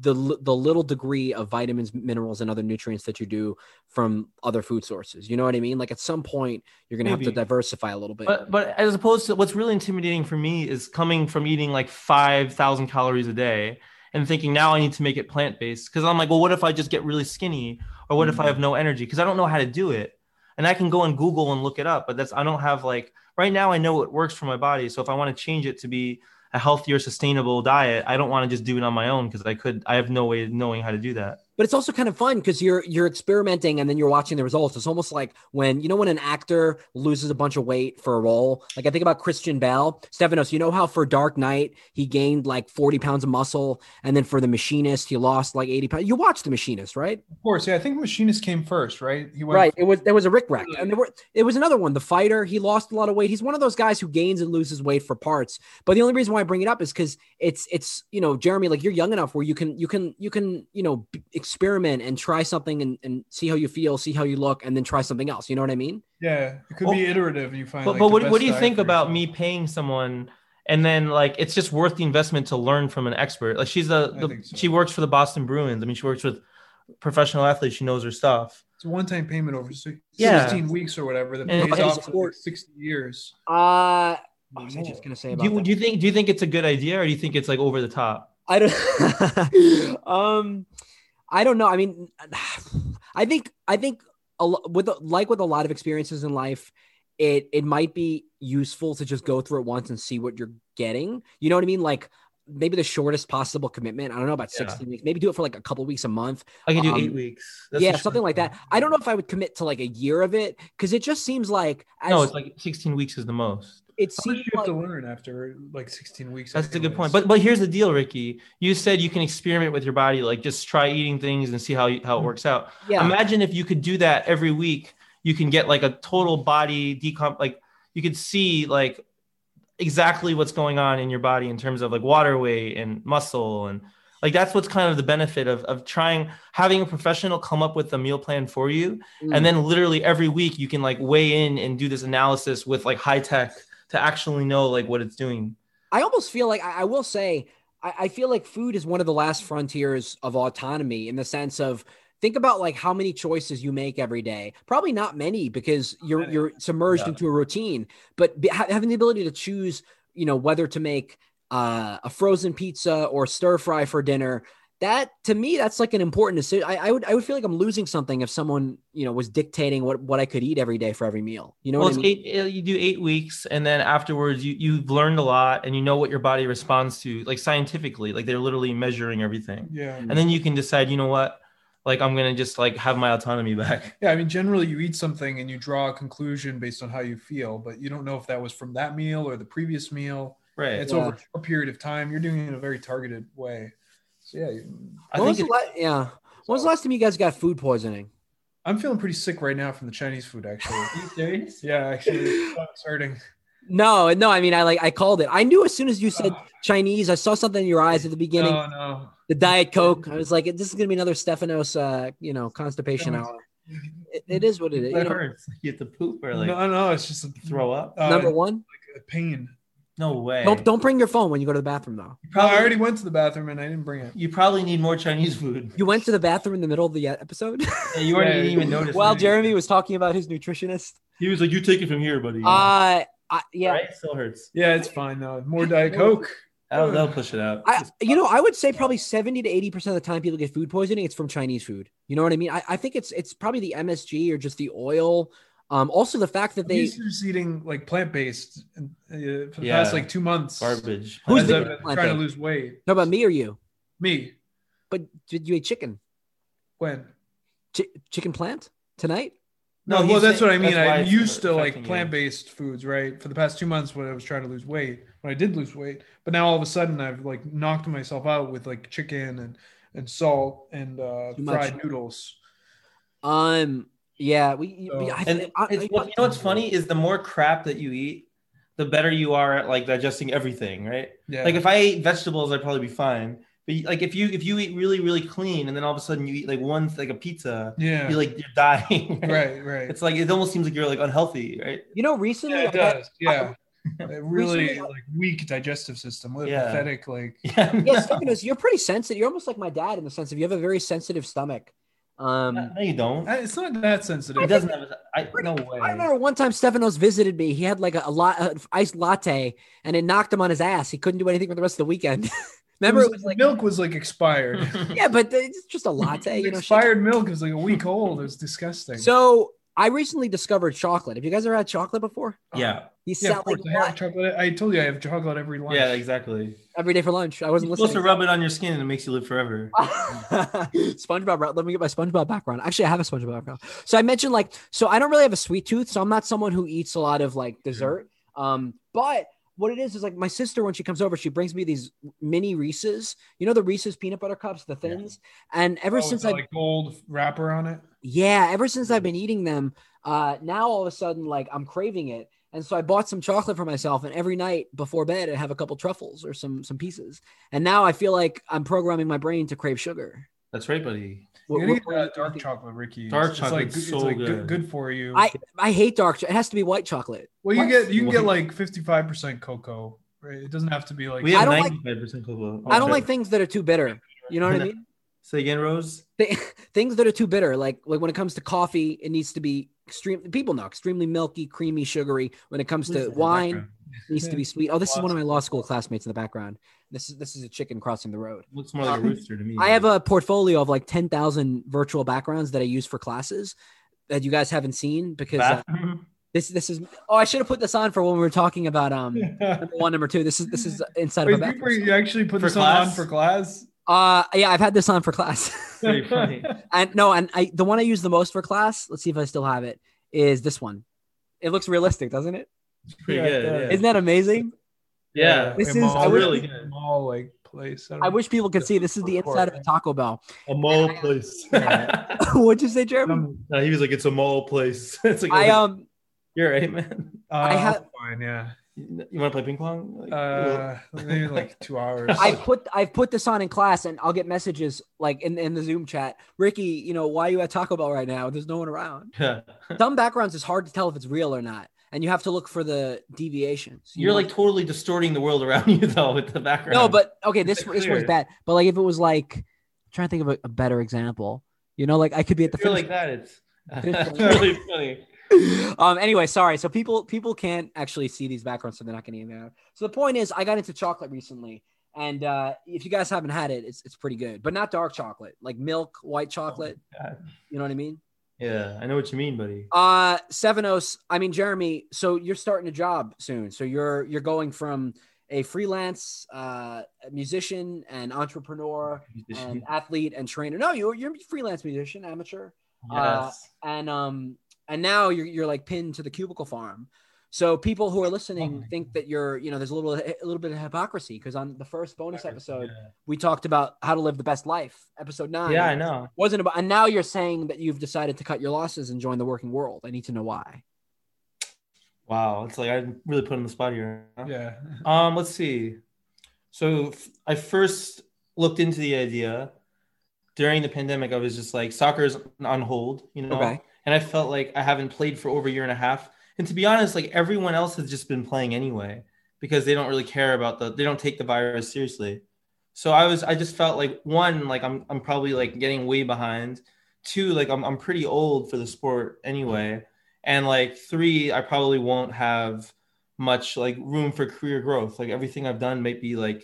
B: the li- the little degree of vitamins, minerals, and other nutrients that you do from other food sources. You know what I mean? Like at some point, you're gonna have
D: Maybe.
B: to diversify a little bit.
D: But but as opposed to what's really intimidating for me is coming from eating like 5,000 calories a day and thinking now I need to make it plant-based cuz I'm like, well what if I just get really skinny or what if
B: Mm-hmm.
D: I have no energy cuz I don't know how to do it. And I can go on Google and look it up, but that's I don't have like right now I know what works for my body. So if I want to change it to be a healthier sustainable diet, I don't want to just do it on my own cuz I could I have no way of knowing how to do that.
B: but it's also kind of fun because you're you're experimenting and then you're watching the results. It's almost like when you know when an actor loses a bunch of weight for a role. Like I think about Christian Bell, Stephanos. You know how for Dark Knight he gained like 40 pounds of muscle, and then for The Machinist he lost like 80 pounds. You watched The Machinist, right?
C: Of course, yeah. I think Machinist came first, right? He went
B: Right. It was there was a Rick Rack, and there were it was another one. The Fighter. He lost a lot of weight. He's one of those guys who gains and loses weight for parts. But the only reason why I bring it up is because it's it's you know Jeremy, like you're young enough where you can you can you can you know b- experiment and try something and and see how you feel, see how you look, and then try something else. You know what I mean?
C: Yeah, it could be iterative. You find.
D: But,
C: like,
D: but
C: the
D: what, what
C: best
D: do you
C: diet
D: think
C: for
D: about
C: yourself.
D: me paying someone and then like it's just worth the investment to learn from an expert? Like she's the,
C: I
D: the
C: think so.
D: she works for the Boston Bruins. I mean, she works with professional athletes. She knows her stuff.
C: It's a one-time payment over si-
D: Yeah.
C: sixteen weeks or whatever that
D: And-
C: pays
B: and
C: off for
B: support-
C: like sixty years.
B: Uh,
D: Oh,
B: what was I just gonna say about
D: Do you,
B: that?
D: do you think do you think it's a good idea or do you think it's like over the top?
B: I don't. um, I don't know. I mean, I think I think a, lo- with a- like with a lot of experiences in life, it it might be useful to just go through it once and see what you're getting. You know what I mean? Like maybe the shortest possible commitment. I don't know about
D: Yeah.
B: sixteen weeks. Maybe do it for like a couple weeks a month.
D: I can do
B: Um,
D: eight weeks.
B: yeah,
D: the short-
B: something like that. I don't know if I would commit to like a year of it because it just seems like as
D: No, it's like sixteen weeks is the most.
B: it
C: How much do
B: seems
C: you
B: like
C: have to learn after like sixteen weeks?
D: That's a good
C: anyways?
D: point. But but here's the deal, Ricky. You said you can experiment with your
C: Mm-hmm.
D: body, like just try eating things and see how you, how it works out.
B: yeah.
D: Imagine if you could do that every week. you can get like a total body decomp like you could see like exactly what's going on in your body in terms of like water weight and muscle and like that's what's kind of the benefit of, of trying having a professional come up with a meal plan for you
B: Mm-hmm.
D: and then literally every week you can like weigh in and do this analysis with like high tech to actually know like what it's doing
B: I almost feel like I, I will say I, I feel like food is one of the last frontiers of autonomy in the sense of think about like how many choices you make every day. Probably not many because you're
E: many.
B: you're submerged
D: Yeah.
B: into a routine, but be, ha- having the ability to choose, you know, whether to make uh, a frozen pizza or stir fry for dinner. That to me, that's like an important decision. I, I would I would feel like I'm losing something if someone you know was dictating what what I could eat every day for every meal. You know
D: well,
B: what I
D: it's
B: mean?
D: eight, uh, you do eight weeks, and then afterwards, you you've learned a lot, and you know what your body responds to, like scientifically, like they're literally measuring everything,
C: Yeah.
D: and then you can decide, you know what, like I'm gonna just like have my autonomy back.
C: Yeah, I mean, generally you eat something and you draw a conclusion based on how you feel, but you don't know if that was from that meal or the previous meal.
D: Right.
C: It's
B: Yeah.
C: over a period of time. You're doing it in a very targeted way. So yeah, you-
D: I
B: When was
D: think it,
B: the la- yeah. When was the last time you guys got food poisoning?
C: I'm feeling pretty sick right now from the Chinese food, actually.
D: are you serious?
C: yeah, actually, it's hurting.
B: No, no, I mean I like I called it. I knew as soon as you said Chinese, I saw something in your eyes at the beginning.
C: No, no.
B: The Diet Coke. I was like, this is gonna be another Stephanos uh, you know, constipation
C: Stephanos.
B: hour. It, it is what it is. you
D: That
B: know.
D: hurts. Like, you have to poop or like
C: no, no, it's just a,
D: throw up?
C: uh,
B: number one.
C: a pain.
D: No way.
B: Don't don't bring your phone when you go to the bathroom though.
D: You
C: Well, I
D: probably,
C: already went to the bathroom and I didn't bring it.
D: you probably need more Chinese food.
B: You went to the bathroom in the middle of the episode
D: Yeah, you already
C: Yeah.
D: didn't even notice.
B: while
D: it.
B: Jeremy was talking about his nutritionist.
D: he was like, "You take it from here, buddy."
B: Uh I, yeah. Mm.
D: Right? It still hurts.
C: Yeah, it's fine though. More Diet Coke.
D: That'll, that'll push it out.
B: I, you know, I would say probably 70 to 80% of the time people get food poisoning, it's from Chinese food. You know what I mean? I, I think it's it's probably the MSG or just the oil. Um, also the fact that
C: They,
B: they
C: He's just eating like plant based uh, for the
D: Yeah.
C: past like two months.
D: garbage.
B: Who's
C: As
B: the-
C: I've been trying to
B: plant-based?
C: lose weight.
B: Talk about me or you?
C: Me.
B: But did you eat chicken?
C: When?
B: Chi chicken plant tonight?
C: No, well,
D: he's
C: that's
D: saying-
C: what I mean.
D: that's why
C: I'm
D: it's
C: used to
D: affecting
C: like
D: you.
C: plant-based foods, right? For the past two months, when I was trying to lose weight, when I did lose weight, but now all of a sudden I've like knocked myself out with like chicken and and salt and uh,
B: Too much.
C: fried noodles.
B: Um, yeah, we. we-
C: Oh.
B: I,
D: And
B: I-
D: it's,
B: I-
D: you know what's funny is the more crap that you eat, the better you are at like digesting everything, right?
C: Yeah,
D: Like if I ate vegetables, I'd probably be fine. But you- like if you if you eat really really clean and then all of a sudden you eat like one like a pizza,
C: yeah,
D: you're like you're dying.
C: right, right.
D: It's like it almost seems like you're like unhealthy, right?
B: You know, recently,
C: Yeah, it
B: I had-
C: does. Yeah, A really
B: Recently, I-
C: like weak digestive system. What a
D: Yeah.
C: pathetic. Like
D: Yeah.
B: yeah,
D: no.
B: Stephanos, you're pretty sensitive. You're almost like my dad in the sense of you have a very sensitive stomach. Um,
D: No, you don't.
C: I- it's not that
D: It
C: sensitive.
D: doesn't have. a- I no way.
B: I remember one time Stephanos visited me. He had like a, a lot of iced latte, and it knocked him on his ass. He couldn't do anything for the rest of the weekend.
C: It
B: remember,
C: was-
B: it was like, Hmm.
C: milk was like expired.
B: yeah, but it's just a latte. you know, shit.
C: expired milk was like a week old. It was disgusting.
B: So I recently discovered chocolate. Have you guys ever had chocolate before?
D: yeah.
B: He's
C: yeah, of
B: sat like
C: course. I have chocolate. I told you I have chocolate every lunch.
D: Yeah. Exactly.
B: every day for lunch. I
D: You're
B: wasn't
D: supposed
B: listening.
D: to rub it on your skin and it makes you live forever.
B: SpongeBob. right? Let me get my SpongeBob background. Actually, I have a SpongeBob background. So I mentioned like, so I don't really have a sweet tooth, so I'm not someone who eats a lot of like dessert. Um, but what it is is like my sister when she comes over, she brings me these mini Reese's. You know the Reese's peanut butter cups, the thins. And ever
C: Oh,
B: since
C: with
B: I,
C: the, like gold wrapper on it.
B: yeah, ever since I've been eating them, uh, now all of a sudden like I'm craving it. And so I bought some chocolate for myself, and every night before bed, I have a couple truffles or some some pieces. And now I feel like I'm programming my brain to crave sugar.
D: That's right, buddy.
B: What-
C: you gotta
B: what-
C: get that
B: what-
C: dark chocolate, Ricky.
D: Dark
C: it's
D: chocolate's
C: like, it's
D: so
C: like
D: good.
C: good. good for you.
B: I I hate dark. Cho- it has to be white chocolate.
C: well, you
B: What?
C: get you can get
D: What?
C: like fifty five percent cocoa. Right? It doesn't have to be like
D: We
B: I
D: have
B: don't like-
D: ninety five percent cocoa.
B: I don't like things that are too bitter. You know what I
D: No.
B: mean?
D: Say again, Rose.
B: Th- things that are too bitter, like like when it comes to coffee, it needs to be extreme. People know extremely milky, creamy, sugary. When it comes to wine, it needs to be sweet. Oh, this is one of my law school classmates in the background. This is this is a chicken crossing the road.
D: Looks more like a rooster to me.
B: Um,
C: Hmm.
B: I have a portfolio of like ten thousand virtual backgrounds that I use for classes that you guys haven't seen because uh,
D: bathroom.
B: this this is. Oh, I should have put this on for when we were talking about um. Number one, number two. This is this is inside
C: Wait,
B: of a
C: you, bring-
B: bathroom.
C: you actually put
D: For
C: this on
D: class?
C: for class?
B: Uh, yeah, I've had this on for class.
D: Pretty funny.
B: And no, and I the one I use the most for class. Let's see if I still have it. Is this one? It looks realistic, doesn't it?
D: Pretty
C: Yeah,
D: good.
C: yeah.
D: Yeah.
B: Isn't that amazing?
D: Yeah.
B: This is-
C: I'm all,
B: I
D: really
C: I'm
D: good.
C: all like place. I, don't
B: I wish people could see this is the inside of a Taco Bell.
F: A mall place.
D: Yeah.
B: What'd you say, Jeremy?
F: No, he was like, it's a mall place. it's like,
B: I um
D: You're right, man.
C: Uh,
B: I had-
C: fine, yeah.
D: You want to play ping pong? Like,
C: Uh, maybe like two hours.
B: I put I've put this on in class and I'll get messages like in, in the Zoom chat. Ricky, you know, why are you at Taco Bell right now? There's no one around.
D: yeah.
B: Some backgrounds is hard to tell if it's real or not. And you have to look for the deviations. You
D: You're
B: know?
D: like totally distorting the world around you though with the background.
B: No, but okay, this
D: It's
B: this was
D: clear.
B: bad. But like if it was like I'm trying to think of a, a better example. You know, like I could be at the
D: if you're
B: finish
D: like that, it's, it's really funny.
B: um anyway sorry so people people can't actually see these backgrounds so they're not getting them out so the point is i got into chocolate recently and uh if you guys haven't had it it's, it's pretty good but not dark chocolate like milk white chocolate
D: Oh God.
B: you know what i mean
D: Yeah, I know what you mean, buddy.
B: uh sevenos i mean jeremy so you're starting a job soon so you're you're going from a freelance uh musician and entrepreneur
D: Mm-hmm.
B: and Um, athlete and trainer no you're you're a freelance musician amateur uh,
D: yes.
B: and um and now you're you're like pinned to the cubicle farm. So people who are
D: Oh
B: listening think that you're you know there's a little a little bit of hypocrisy because on the first bonus episode we talked about how to live the best life, episode nine.
D: yeah, I know.
B: Wasn't about and now you're saying that you've decided to cut your losses and join the working world. I need to know why.
D: Wow, it's like I really put on the spot here. huh?
C: yeah.
D: Um, let's see. So f- I first looked into the idea during the pandemic. I was just like, soccer's on hold, you know,
B: Okay.
D: and I felt like I haven't played for over a year and a half. And to be honest, like everyone else has just been playing anyway because they don't really care about the they don't take the virus seriously. So I was I just felt like one like I'm I'm probably like getting way behind. Two like I'm I'm pretty old for the sport anyway. And like three I probably won't have much like room for career growth. Like everything I've done might be like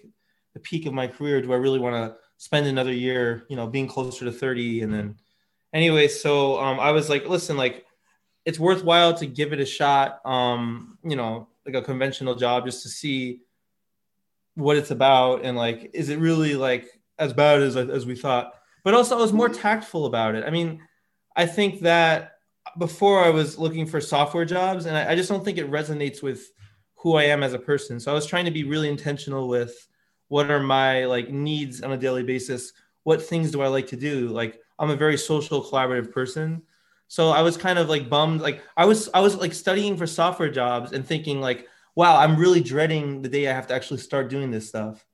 D: the peak of my career. Do I really want to spend another year, you know, being closer to 30 and then anyway, so um I was like, listen, like it's worthwhile to give it a shot, um, you know, like a conventional job just to see what it's about and like is it really like as bad as as we thought. But also I was more tactful about it. I mean, I think that before I was looking for software jobs, and I, I just don't think it resonates with who I am as a person. So I was trying to be really intentional with what are my like needs on a daily basis. What things do I like to do? Like I'm a very social, collaborative person. So I was kind of like bummed. Like I was, I was like studying for software jobs and thinking like, wow, I'm really dreading the day I have to actually start doing this stuff.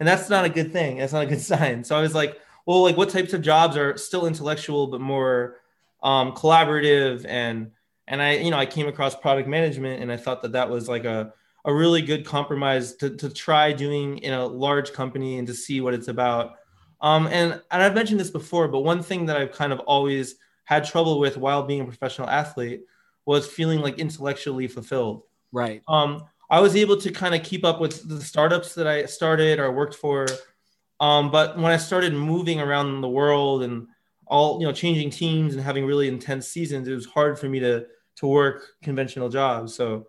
D: And that's not a good thing. That's not a good sign. So I was like, well, like what types of jobs are still intellectual but more um, collaborative and and I you know I came across product management and I thought that that was like a a really good compromise to, to try doing in a large company and to see what it's about. Um, and and I've mentioned this before, but one thing that I've kind of always had trouble with while being a professional athlete was feeling like intellectually fulfilled
B: Right.
D: um, I was able to kind of keep up with the startups that I started or worked for. Um, but when I started moving around the world and all you know, changing teams and having really intense seasons, it was hard for me to to work conventional jobs. So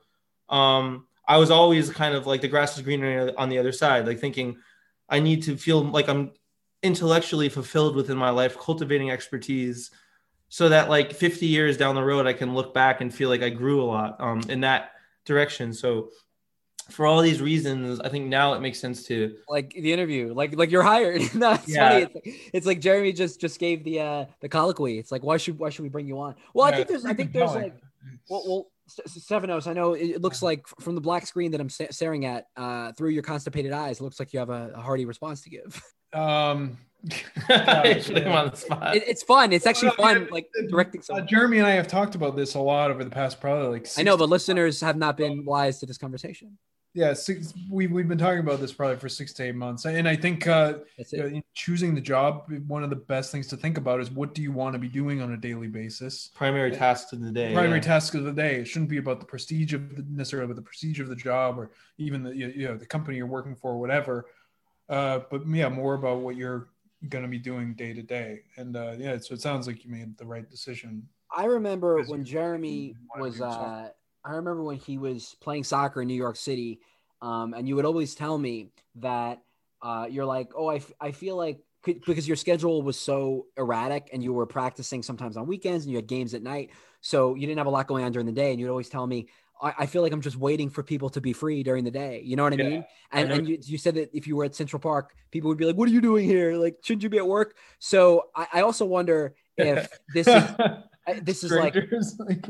D: um, I was always kind of like the grass is greener on the other side, like thinking I need to feel like I'm intellectually fulfilled within my life, cultivating expertise, so that like 50 years down the road, I can look back and feel like I grew a lot. Um, in that direction. So for all these reasons, I think now it makes sense to
B: Like the interview. Like like you're hired. no, it's
D: Yeah.
B: funny. It's like, it's like Jeremy just just gave the uh the colloquy. It's like why should why should we bring you on? Well, I think there's I think there's like Well, well, S- S- Sevenos, I know it it looks like f- from the black screen that I'm sta- staring at uh, through your constipated eyes, it looks like you have a, a hearty response to give.
C: um,
D: I put him on the spot.
B: It, it's fun. It's actually
C: Uh, Well, I mean,
B: fun, like
C: uh,
B: directing
C: uh,
B: someone.
C: Jeremy and I have talked about this a lot over the past probably like six
B: I know, but listeners have not been wise to this conversation.
C: yeah six we, we've been talking about this probably for six to eight months and i think uh
B: That's
C: you know,
B: it.
C: in choosing the job one of the best things to think about is what do you want to be doing on a daily basis
D: primary tasks of the day.
C: primary
D: yeah.
C: task of the day it shouldn't be about the prestige of the, necessarily about the prestige of the job or even the you you know the company you're working for whatever uh but yeah more about what you're going to be doing day to day and uh yeah so it sounds like you made the right decision
B: I remember
C: Because
B: when
C: you-
B: Jeremy
C: wanna
B: was.
C: do
B: Uh,
C: something.
B: I remember when he was playing soccer in New York City, um, and you would always tell me that uh, you're like, oh, I, f- I feel like c- because your schedule was so erratic, and you were practicing sometimes on weekends, and you had games at night, so you didn't have a lot going on during the day, and you'd always tell me, I, I feel like I'm just waiting for people to be free during the day. You know what I
F: Yeah,
B: mean? And,
F: know
B: and you, you said that if you were at Central Park, people would be like, "What are you doing here? Like, shouldn't you be at work?" So I, I also wonder if this is I- this is like
C: Strangers, like,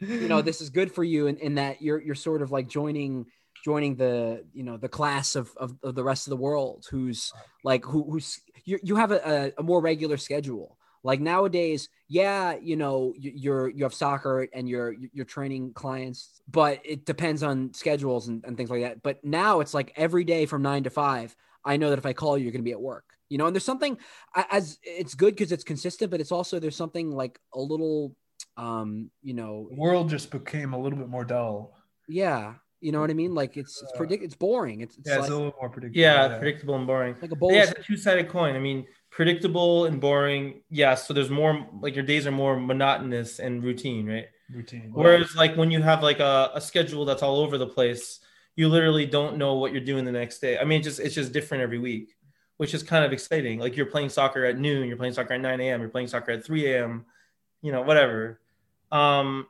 B: you know this is good for you in, in that you're you're sort of like joining joining the you know the class of of, of the rest of the world who's like who who's you you have a, a, a more regular schedule like nowadays yeah you know you- you're you have soccer and you're you're training clients but it depends on schedules and, and things like that but now it's like every day from nine to five i know that if i call you you're going to be at work you know and there's something I- as it's good because it's consistent but it's also there's something like a little um you know
C: the world just became a little bit more dull.
B: yeah, you know what I mean. Like it's it's
C: Uh,
B: predict it's boring. It's, it's
C: Yeah, it's,
B: like,
C: a little more predictable.
D: yeah, predictable and boring.
B: like a bowl.
D: Yeah,
B: of-
D: it's a two-sided coin. I mean, predictable and boring. Yeah, so there's more like your days are more monotonous and routine, right?
C: routine.
D: Whereas like when you have like a, a schedule that's all over the place, you literally don't know what you're doing the next day. I mean, it's just it's just different every week, which is kind of exciting. Like you're playing soccer at noon, you're playing soccer at 9 a.m., you're playing soccer at 3 a.m., you know, whatever. Um,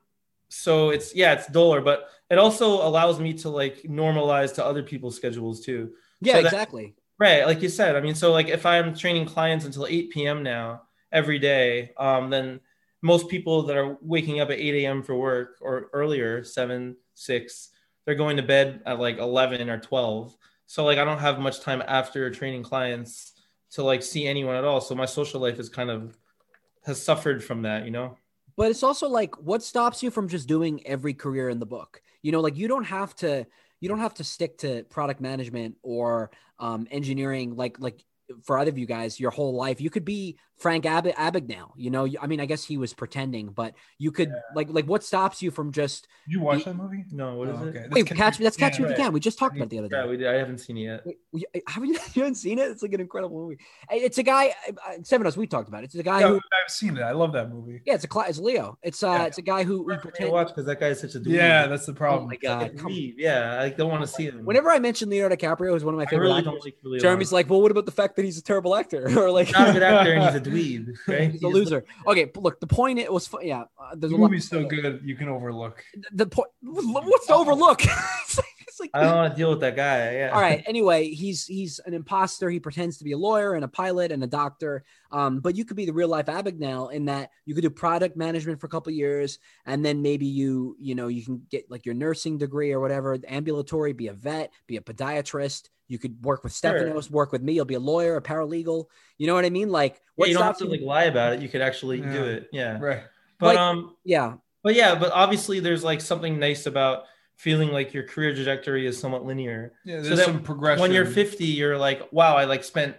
D: so it's yeah, it's duller, but it also allows me to like normalize to other people's schedules too.
B: yeah,
D: so that-
B: exactly.
D: Right, like you said. I mean, so like if I'm training clients until 8 p.m. now every day, um, then most people that are waking up at 8 a.m. for work or earlier, seven, six, they're going to bed at like 11 or 12. So like I don't have much time after training clients to like see anyone at all. So my social life is kind of has suffered from that, you know.
B: But it's also like what stops you from just doing every career in the book? You know, like you don't have to you don't have to stick to product management or um, engineering. Like like for either of you guys, your whole life you could be Frank Ab- Abagnale. You know, You- I mean, I guess he was pretending, but you could like like what stops you from just
C: Did you watch that movie?
D: No, what is
C: Oh,
D: it?
C: okay.
B: wait
C: That's
B: catch me? Let's
C: yeah,
B: catch me if you
D: right.
B: can. We just talked about it the other day.
D: Yeah, we did. I haven't seen it yet.
B: Wait, we- I- haven't you, you haven't seen it? It's like an incredible movie. I- It's a guy. I- I- Seven of us. We talked about it. It's a guy
C: Yeah,
B: who.
C: I've seen it. I love that movie.
B: Yeah, it's a cla- it's Leo. It's uh,
C: Yeah.
B: it's a guy who. who
D: I can't
B: pretend-
D: watch because that guy is such a dweeb.
C: Yeah, that's the
B: oh
C: problem.
B: my god!
D: Like,
B: come-
D: dweeb. Yeah, I don't want to see him.
B: Whenever I mention Leonardo DiCaprio, who's one of my
D: I
B: favorite
D: really
B: actors,
D: don't like Julio.
B: Jeremy's like, "Well, what about the fact that he's a terrible actor or like
D: not a good actor and he's a dweeb, right?
B: he's a loser?" Okay, but look, the point it was, fu- yeah, uh, there's
C: the
B: a lot.
C: movie's so good you can overlook.
B: The point, what's to overlook? it's like, it's like
D: I don't want to deal with that guy. Yeah.
B: all right anyway he's he's an imposter he pretends to be a lawyer and a pilot and a doctor um, but you could be the real life abagnale in that you could do product management for a couple years and then maybe you you know you can get like your nursing degree or whatever ambulatory be a vet be a podiatrist you could work with
D: Sure.
B: Stephanos, work with me you'll be a lawyer a paralegal you know what i mean like
D: Yeah,
B: what
D: you don't have
B: stops
D: to
B: you-
D: like lie about it. You could actually do
C: Yeah.
D: it. Yeah.
C: Right.
D: But
B: Like-
D: um,
B: yeah
D: but yeah, but obviously there's like something nice about feeling like your career trajectory is somewhat linear.
C: Yeah,
D: So
C: there's
D: that
C: some progression.
D: When you're 50, you're like, wow, I like spent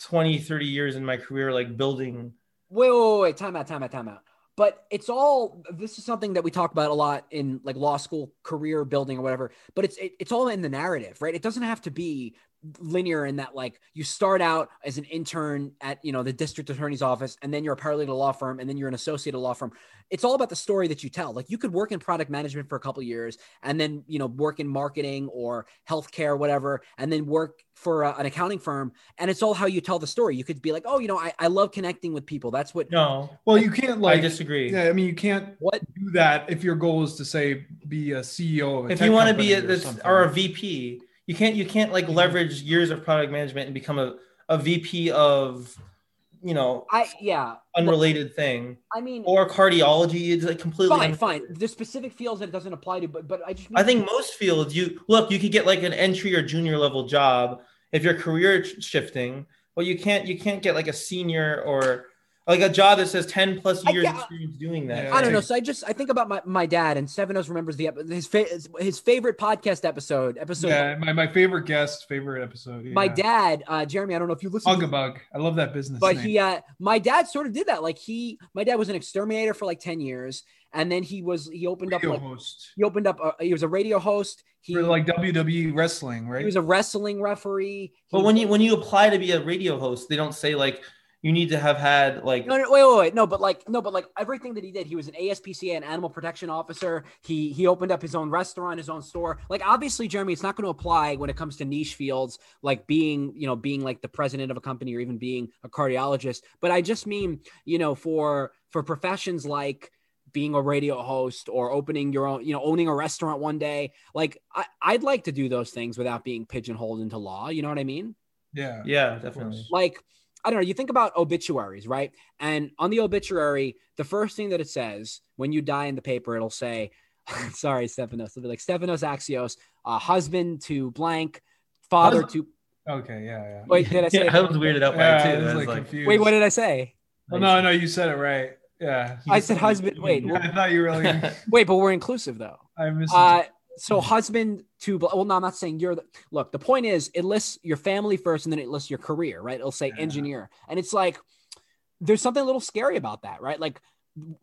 D: 20, 30 years in my career like building.
B: wait, wait, wait, wait, time out, time out, time out. But it's all this is something that we talk about a lot in like law school career building or whatever. But it's it, it's all in the narrative, right? It doesn't have to be linear in that like you start out as an intern at you know the district attorney's office and then you're a paralegal at a law firm and then you're an associate at a law firm it's all about the story that you tell like you could work in product management for a couple years and then you know work in marketing or healthcare whatever and then work for uh, an accounting firm and it's all how you tell the story you could be like oh you know i, I love connecting with people that's what
D: No,
C: well, you can't
D: I
C: like.
D: disagree.
C: yeah, I mean, you can't
B: what
C: do that if your goal is to say be a CEO. Of a
D: if
C: tech
D: you want to
C: company
D: be a,
C: or
D: this,
C: something.
D: or a VP, you can't you can't like leverage years of product management and become a, a VP of you know
B: i yeah
D: unrelated thing
B: i mean
D: or cardiology is like completely.
B: fine
D: un-
B: fine there's specific fields that it doesn't apply to but but i just
D: I think most fields you look you could get like an entry or junior level job if your career sh- shifting, but you can't you can't get like a senior or like a job that says ten plus
B: I
D: years
B: get-
D: experience doing that.
C: Yeah.
B: I don't know. So I just I think about my, my dad and Seven O's remembers the ep- his fa- his favorite podcast episode episode.
C: yeah, my, my favorite guest, favorite episode.
B: My
C: yeah.
B: dad, uh, Jeremy. I don't know if you listen. to
C: Bugabug. I love that business.
B: but
C: name.
B: he uh my dad sort of did that like he my dad was an exterminator for like 10 years and then he was he opened
C: radio
B: up like
C: host
B: he opened up a, he was a radio host he,
C: for like WWE wrestling,
B: he
C: right?
B: was a wrestling referee
D: But
B: He-
D: when you when you apply to be a radio host, they don't say like you need to have had like
B: no, no, wait, wait, wait, no, but like, no, but like everything that he did, he was an ASPCA, an animal protection officer. He he opened up his own restaurant, his own store. Like, obviously, Jeremy, it's not going to apply when it comes to niche fields, like being, you know, being like the president of a company or even being a cardiologist. But I just mean, you know, for for professions like being a radio host or opening your own, you know, owning a restaurant one day. Like I, I'd like to do those things without being pigeonholed into law. You know what I mean?
C: Yeah.
D: Yeah,
C: of
D: definitely.
C: course.
B: like I don't know, you think about obituaries, right? And on the obituary, the first thing that it says when you die in the paper, it'll say, sorry, Stephanos, it'll be like Stephanos Axios, uh, husband to blank, father to
C: Okay. Yeah. Yeah.
B: wait, did I say
D: Yeah, I was weirded out by
C: yeah,
D: it too.
C: I was, like,
D: like,
C: confused.
B: wait, what did I say?
C: Well, no, no, you said it right. Yeah.
B: I said husband. Wait, well,
C: I thought you were like.
B: wait, but we're inclusive though.
C: I missed.
B: Uh, so husband to bl- well, no, I'm not saying you're. The, look, the point is, it lists your family first, and then it lists your career, right? It'll say
C: Yeah.
B: engineer, and it's like there's something a little scary about that, right? Like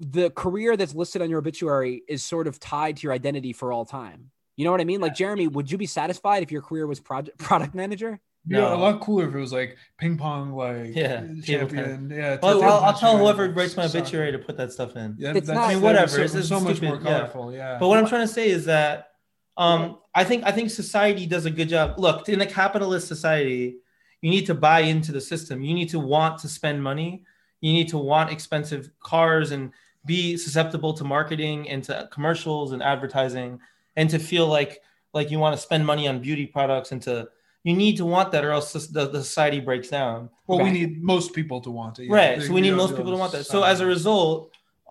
B: the career that's listed on your obituary is sort of tied to your identity for all time. You know what I mean? Like Jeremy, would you be satisfied if your career was project product manager?
C: Yeah,
D: No.
C: a lot cooler if it was like ping pong, like uh,
D: Yeah, table
C: champion. Yeah,
D: Well,
C: table
D: I'll, I'll
C: tennis
D: tell
C: champion,
D: whoever
C: like,
D: writes my
C: soccer.
D: obituary to put that stuff in.
C: Yeah,
B: It's
C: that's
B: not- I
C: I
B: mean,
D: whatever,
C: So,
D: it's- it's
C: so much more
D: stupid, yeah.
C: colorful. Yeah.
D: But what I'm trying to say is that um, I think I think society does a good job. Look, in a capitalist society, you need to buy into the system. You need to want to spend money. You need to want expensive cars and be susceptible to marketing and to commercials and advertising and to feel like like you want to spend money on beauty products and to you need to want that or else the, the society breaks down.
C: well, we
B: Right.
C: need most people to want it. yeah.
D: Right.
C: They-
D: So we need
C: don't
D: most
C: do
D: people
C: it
D: to
C: on
D: want that. So
C: society.
D: as a result,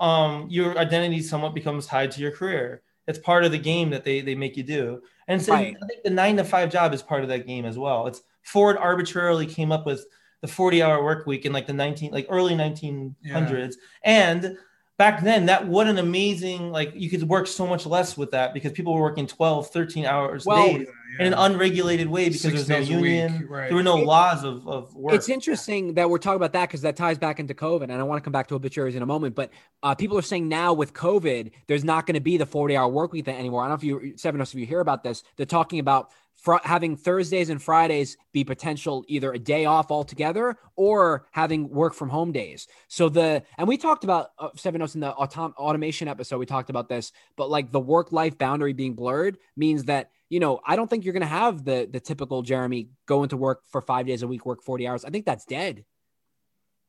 D: um, your identity somewhat becomes tied to your career. It's part of the game that they they make you do. And so
B: Right.
D: I think the nine to five job is part of that game as well. It's Ford arbitrarily came up with the 40 hour work week in like the 19 like early 1900s. And back then that what an amazing like you could work so much less with that because people were working 12, 13 hours
B: Well,
D: days
C: Yeah.
D: in an unregulated way because
C: Six
D: there's no
C: days a week,
D: union.
C: right.
D: There were no
B: It-
D: laws of, of work.
B: It's interesting that we're talking about that because that ties back into COVID, and I want to come back to obituaries in a moment. But uh, people are saying now with COVID, there's not going to be the 40-hour work week thing anymore. I don't know if you, seven of us, if you hear about this, they're talking about fr- having Thursdays and Fridays be potential either a day off altogether or having work from home days. So the and we talked about uh, seven of us in the autom- automation episode. We talked about this, but like the work-life boundary being blurred means that you know, I don't think you're going to have the the typical Jeremy go into work for five days a week, work forty hours. I think that's dead.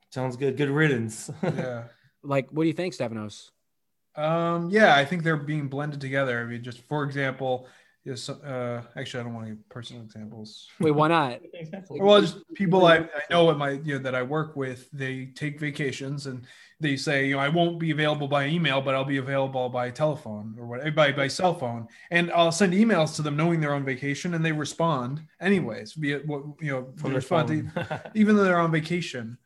D: Sounds good. Good riddance.
C: yeah.
B: Like, what do you think, Stephanos?
C: Um, yeah, I think they're being blended together. I mean, just for example, yes, uh, actually, I don't want to give personal examples.
B: Wait, why not?
C: Well, just people I, I know at my you know that I work with, they take vacations and they say, you know, I won't be available by email, but I'll be available by telephone or whatever by, by cell phone. And I'll send emails to them knowing they're on vacation and they respond anyways, be it what you know, they
D: From your
C: respond to,
D: phone.
C: even though they're on vacation.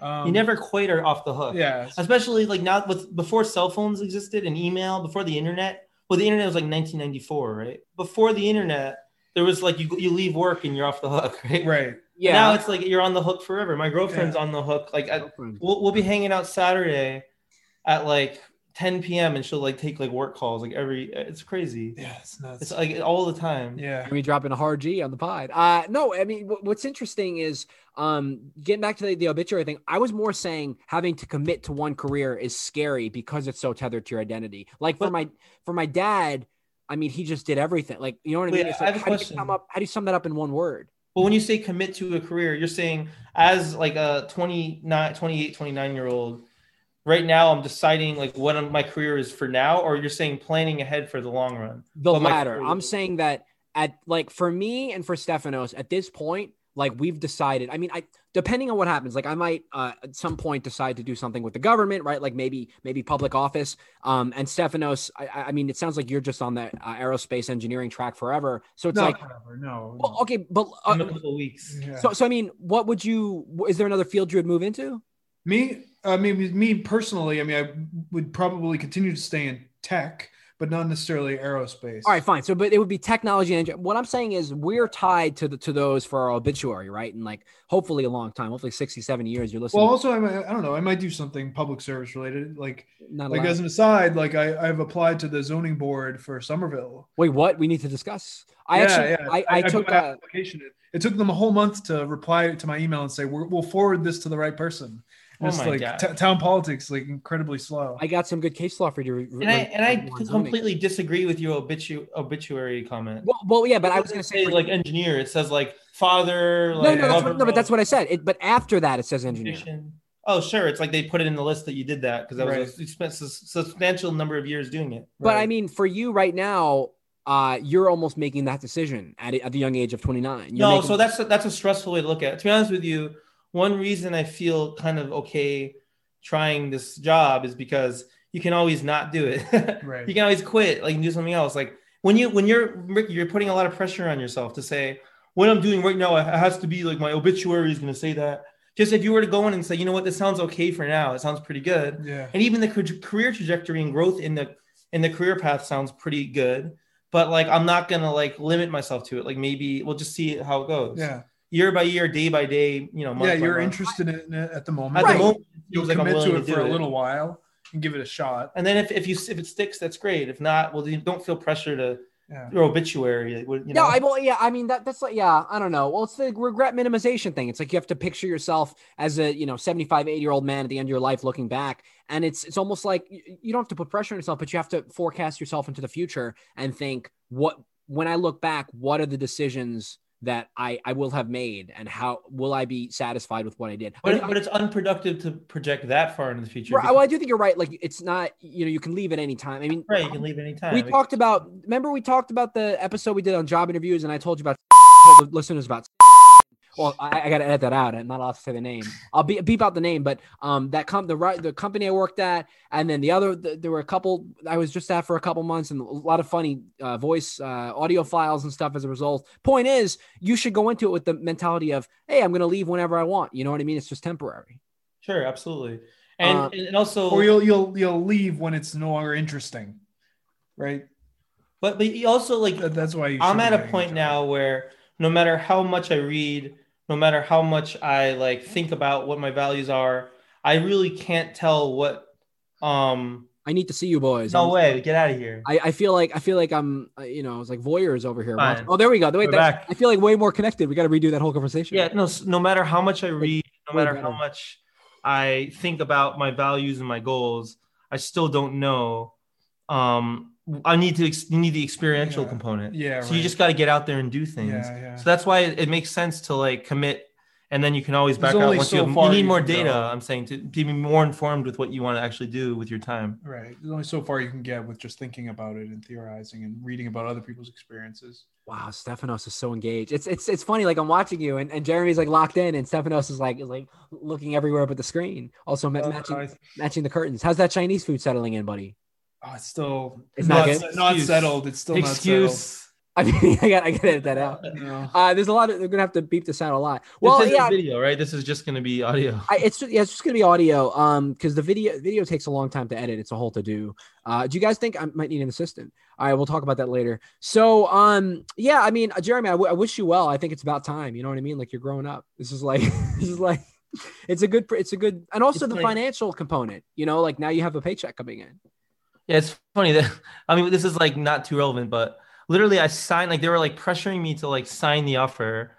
C: Um,
D: you never quite are off the hook.
C: yeah,
D: Especially like now with before cell phones existed and email, before the internet. Well, the internet was like 1994, right? Before the internet, there was like you you leave work and you're off the hook, right?
C: right.
B: yeah.
D: Now it's like you're on the hook forever. My girlfriend's on the hook. Like at, we'll we'll be hanging out Saturday at like 10 p.m. and she'll like take like work calls like every. It's crazy.
C: Yeah, it's
D: It's
C: nuts.
D: like all the time.
C: Yeah.
B: me dropping a hard G on the pod. Uh, no, I mean, wh- what's interesting is um, getting back to the, the obituary thing. I was more saying having to commit to one career is scary because it's so tethered to your identity. Like for
D: But-
B: my for my dad, I mean, he just did everything. Like you know what I
D: Wait,
B: mean? It's
D: I
B: like,
D: have
B: how
D: a
B: do you
D: question.
B: sum up? How do you sum that up in one word?
D: But when you say commit to a career, you're saying as like a 29, 28, 29 year old, right now I'm deciding like what my career is for now, or you're saying planning ahead for the long run.
B: The
D: But my
B: latter.
D: career-
B: I'm saying that at like for me and for Stefanos at this point, like we've decided. I mean, I depending on what happens, like I might uh, at some point decide to do something with the government, right? Like maybe maybe public office. Um, and Stefanos, I, I I mean, it sounds like you're just on the uh, aerospace engineering track forever. So it's
C: Not
B: like,
C: forever, no.
B: well, okay, but
D: in a
B: uh,
D: couple weeks.
C: Yeah.
B: so so I mean, what would you? Is there another field you would move into?
C: Me, I mean, me personally, I mean, I would probably continue to stay in tech, but not necessarily aerospace.
B: All right, fine. So, but it would be technology and what I'm saying is we're tied to the to those for our obituary, right? And like hopefully a long time, hopefully 60, 70 years. You're listening.
C: Well, also, I, might, I don't know. I might do something public service related. Like,
B: Not
C: like
B: allowed.
C: as an aside, like I, I've applied to the zoning board for Somerville.
B: Wait, what? We need to discuss. I
C: Yeah,
B: actually,
C: yeah.
B: I, I, took uh,
C: put an
B: a,
C: application. in. It took them a whole month to reply to my email and say We're, we'll forward this to the right person.
D: Oh
C: It's
D: my
C: like
D: God.
C: t- town politics, like incredibly slow.
B: I got some good case law for you. to re-
D: And I
B: re-
D: and I
B: review on zoning.
D: completely disagree with your obitu- obituary comment.
B: Well, well, yeah, but I
D: It
B: was going to
D: doesn't
B: say, for-
D: like engineer. It says like father.
B: no,
D: like,
B: no, that's what,
D: lover,
B: no, but that's what I said. It, but after that, it says engineer.
D: musician. oh sure, it's like they put it in the list that you did that because that was
C: Right.
D: a, you spent a substantial number of years doing it.
B: But I mean, for you right now, uh, you're almost making that decision at, at the young age of 29. You're
D: no,
B: making-
D: so that's a, that's a stressful way to look at it. To be honest with you, one reason I feel kind of okay trying this job is because you can always not do it.
C: Right.
D: You can always quit, like and do something else. Like when you when you're you're putting a lot of pressure on yourself to say what I'm doing right now it has to be like my obituary is going to say that. Just if you were to go in and say, you know what, this sounds okay for now. It sounds pretty good
C: Yeah.
D: and even the ca- career trajectory and growth in the in the career path sounds pretty good but like i'm not gonna like limit myself to it like maybe we'll just see how it goes
C: Yeah.
D: year by year day by day you know month
C: Yeah.
D: by
C: You're
D: month.
C: interested in it at the
D: at
C: moment.
B: Right.
D: the moment it
C: You'll
D: feels like i'm
C: commit
D: willing
C: to
D: to,
C: it
D: do
C: for
D: it
C: a little while and give it a shot.
D: and then if, if you if it sticks that's great if not well then don't feel pressure to
C: Yeah.
D: your obituary like, what- you know
B: Yeah, I well, yeah, I mean that that's like yeah, I don't know. Well, it's the regret minimization thing. It's like you have to picture yourself as a, you know, 75, 80 year old man at the end of your life looking back. And it's it's almost like y- you don't have to put pressure on yourself, but you have to forecast yourself into the future and think what when I look back, what are the decisions that I, I will have made and how will I be satisfied with what I did?
D: but,
B: I-
D: it- but it's unproductive to project that far into the future
B: Right,
D: because-
B: well, I do think you're right. Like it's not, you know, you can leave at any time. I mean,
D: right you can leave anytime
B: we
D: It-
B: talked about. Remember, we talked about the episode we did on job interviews, and I told you about told the listeners about. Well, I, I got to edit that out. I'm not allowed to say the name. I'll be, beep out the name, but um, that com- the ri- the company I worked at, and then the other, the, there were a couple I was just at for a couple months, and a lot of funny uh, voice, uh, audio files and stuff as a result. Point is, you should go into it with the mentality of, hey, I'm going to leave whenever I want. You know what I mean? It's just temporary.
D: sure absolutely and
B: Uh,
D: and also
C: Or you'll you'll you'll leave when it's no longer interesting. Right.
D: but but you also like
C: That, that's why you
D: I'm
C: should
D: at
C: be
D: a
C: getting
D: point
C: job.
D: now where no matter how much I read, no matter how much I like think about what my values are, I really can't tell what um
B: I need to see you boys.
D: no
B: I'm-
D: way, get out of here.
B: I, I feel like I feel like I'm uh, you know it's like voyeurs over here.
D: Fine.
B: Oh, there we go. Wait,
D: We're
B: that's-
D: back.
B: I feel like way more connected. We got to redo that whole conversation.
D: Yeah, no s- no matter how much I read, no
B: way
D: matter how
B: better.
D: much I think about my values and my goals, I still don't know um I need to ex- you need the experiential
C: Yeah.
D: component.
C: Yeah.
D: So you
C: right.
D: just got to get out there and do things.
C: Yeah. Yeah.
D: So that's why it, it makes sense to like commit, and then you can always
C: There's
D: back out
C: only
D: once
C: so
D: you, have, you
C: far
D: need
C: you
D: more
C: can go.
D: data. I'm saying to be more informed with what you want to actually do with your time.
C: Right. There's only so far you can get with just thinking about it and theorizing and reading about other people's experiences.
B: Wow, Stephanos is so engaged. It's it's it's funny. Like I'm watching you, and, and Jeremy's like locked in, and Stephanos is like is like looking everywhere but the screen. Also ma-
C: Oh,
B: matching
C: nice.
B: matching the curtains. How's that Chinese food settling in, buddy?
C: Oh, it's still
B: It's not
C: not,
D: good?
C: not
D: Excuse.
C: settled. It's still
D: Excuse.
B: I mean, I got I got to edit that out.
C: not settled. No.
B: Uh, there's a lot. Of, they're gonna have to beep this out a lot.
D: Well,
B: Well,
D: this is
B: yeah,
D: video, right? This is just going to be audio.
B: I, it's yeah, it's just gonna be audio. Um, because the video video takes a long time to edit. It's a whole to do. Uh, do you guys think I might need an assistant? All right, we'll talk about that later. So, um, yeah, I mean, uh, Jeremy, I, w- I wish you well. I think it's about time. You know what I mean? Like you're growing up. This is like this is like it's a good pr- it's a good and also
D: It's
B: the
D: like-
B: financial component. You know, like now you have a paycheck coming in.
D: Yeah, it's funny that I mean this is like not too relevant, but literally I signed like they were like pressuring me to like sign the offer,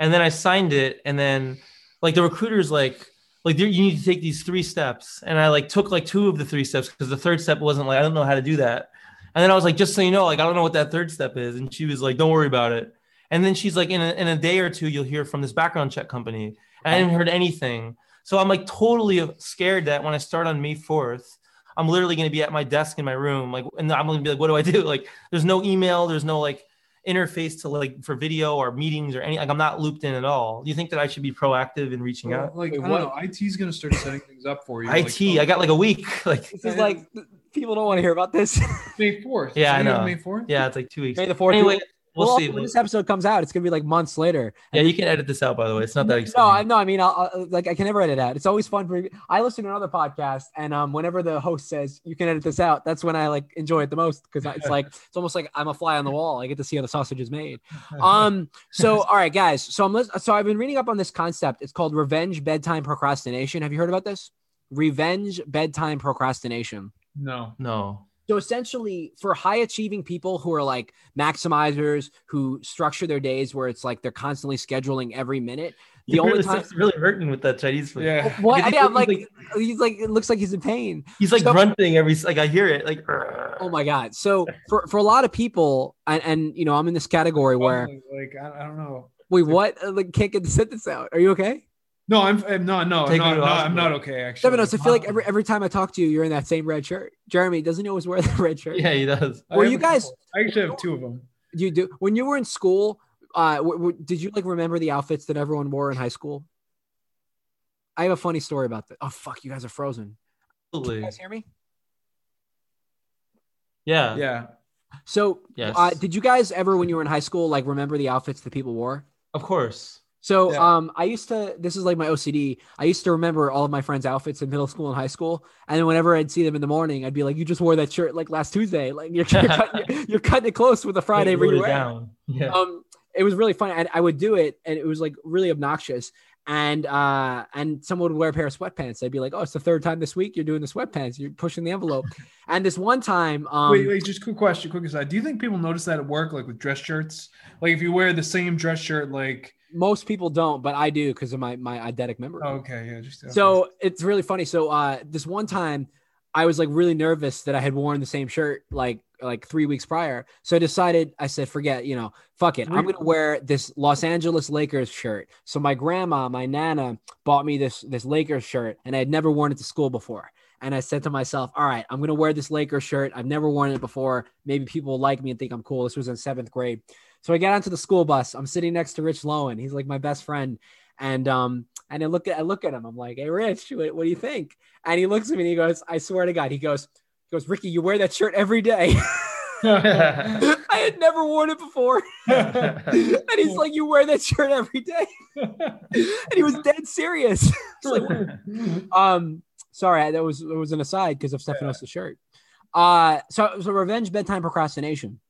D: and then I signed it, and then like the recruiters like like there- you need to take these three steps, and I like took like two of the three steps because the third step wasn't like I don't know how to do that, and then I was like just so you know like I don't know what that third step is, and she was like don't worry about it, and then she's like in a, in a day or two you'll hear from this background check company, and I didn't heard anything, so I'm like totally scared that when I start on May fourth. I'm literally going to be at my desk in my room, like, and I'm going to be like, what do I do? Like, there's no email, there's no like interface to like for video or meetings or any. Like, I'm not looped in at all. Do you think that I should be proactive in reaching
C: Well,
D: out?
C: like
B: Wait,
C: I
B: what?
C: don't know. IT's gonna start setting things up for you. like,
D: IT, I got like a week. Like,
B: This is like people don't want to hear about this.
C: May fourth.
D: Yeah, I
C: Isn't it
D: know.
C: May fourth.
D: yeah, it's like two weeks.
B: May the fourth.
D: Anyway, we'll
B: Well,
D: see.
B: When this episode comes out, it's gonna be like months later.
D: Yeah, you can edit this out, by the way. It's not that exciting.
B: No, I, no, I mean, I'll, I'll, like I can never edit out. It's always fun for me. I listen to another podcast, and um, whenever the host says you can edit this out, that's when I like enjoy it the most because it's like it's almost like I'm a fly on the wall. I get to see how the sausage is made. Um, so all right, guys. So I'm lis- so I've been reading up on this concept. It's called revenge bedtime procrastination. Have you heard about this? Revenge bedtime procrastination.
C: No.
D: no.
B: So essentially, for high achieving people who are like maximizers who structure their days where it's like they're constantly scheduling every minute, the
D: You're
B: only
D: really,
B: time.
D: really hurting with that Chinese food.
C: Yeah.
B: What?
D: He's
B: Yeah, I'm
D: like-
B: like, he's like, it looks like he's in pain.
D: He's like
B: So-
D: grunting every like I hear it like. Oh
B: Oh my god. So for for a lot of people, and and you know,
D: Oh,
B: I'm in this category where
C: Probably, like Oh, I, I don't know.
B: wait, what? Uh, Like, can't get the sentence out. Are you okay?
C: No, I'm, I'm not. No, I'm
D: Take
C: not,
D: her to
C: no,
D: the
C: I'm
D: hospital.
C: not okay. Actually,
B: Seven I feel like every every time I talk to you, you're in that same red shirt. Jeremy doesn't he always wear that red shirt.
D: Yeah, he does.
C: I
B: were
C: have
B: you
C: a couple.
B: guys-
C: I actually have two of them.
B: You do when you were in school. Uh, w- w- did you like remember the outfits that everyone wore in high school? I have a funny story about that. Oh fuck, you guys are frozen. You
D: Absolutely.
B: guys hear me?
D: Yeah.
C: Yeah,
B: So,
D: Yes.
B: uh, did you guys ever, when you were in high school, like remember the outfits that people wore?
D: Of course.
B: So
C: Yeah.
B: um, I used to. This is like my OCD. I used to remember all of my friends' outfits in middle school and high school, and then whenever I'd see them in the morning, I'd be like, "You just wore that shirt like last Tuesday. Like you're you're, cutting, you're, you're cutting it close with a Friday
D: Wrote it
B: rewear."
D: down. Yeah.
B: Um, it was really funny, and I would do it, and it was like really obnoxious. And uh, and someone would wear a pair of sweatpants. I'd be like, "Oh, it's the third time this week you're doing the sweatpants. You're pushing the envelope." and this one time, um,
C: wait, wait, just quick question, quick aside. Do you think people notice that at work, like with dress shirts? Like if you wear the same dress shirt, like
B: most people don't, but I do because of my my eidetic memory.
C: oh, okay, yeah, just okay.
B: So it's really funny. So uh, this one time, I was like really nervous that I had worn the same shirt like like three weeks prior. So I decided, I said, forget, you know, fuck it. I'm gonna wear this Los Angeles Lakers shirt. So my grandma, my nana, bought me this this Lakers shirt, and I had never worn it to school before. And I said to myself, all right, I'm gonna wear this Lakers shirt. I've never worn it before. Maybe people will like me and think I'm cool. This was in seventh grade. So I get onto the school bus. I'm sitting next to Rich Lowen. He's like my best friend. And um, and I look at I look at him. I'm like, hey, Rich, what, what do you think? And he looks at me and he goes, I swear to God, he goes, he goes, Ricky, you wear that shirt every day. I had never worn it before. and he's like, you wear that shirt every day. and he was dead serious. It's like, um, sorry, that was that was an aside because of Stefanos the shirt. Uh, so so revenge bedtime procrastination.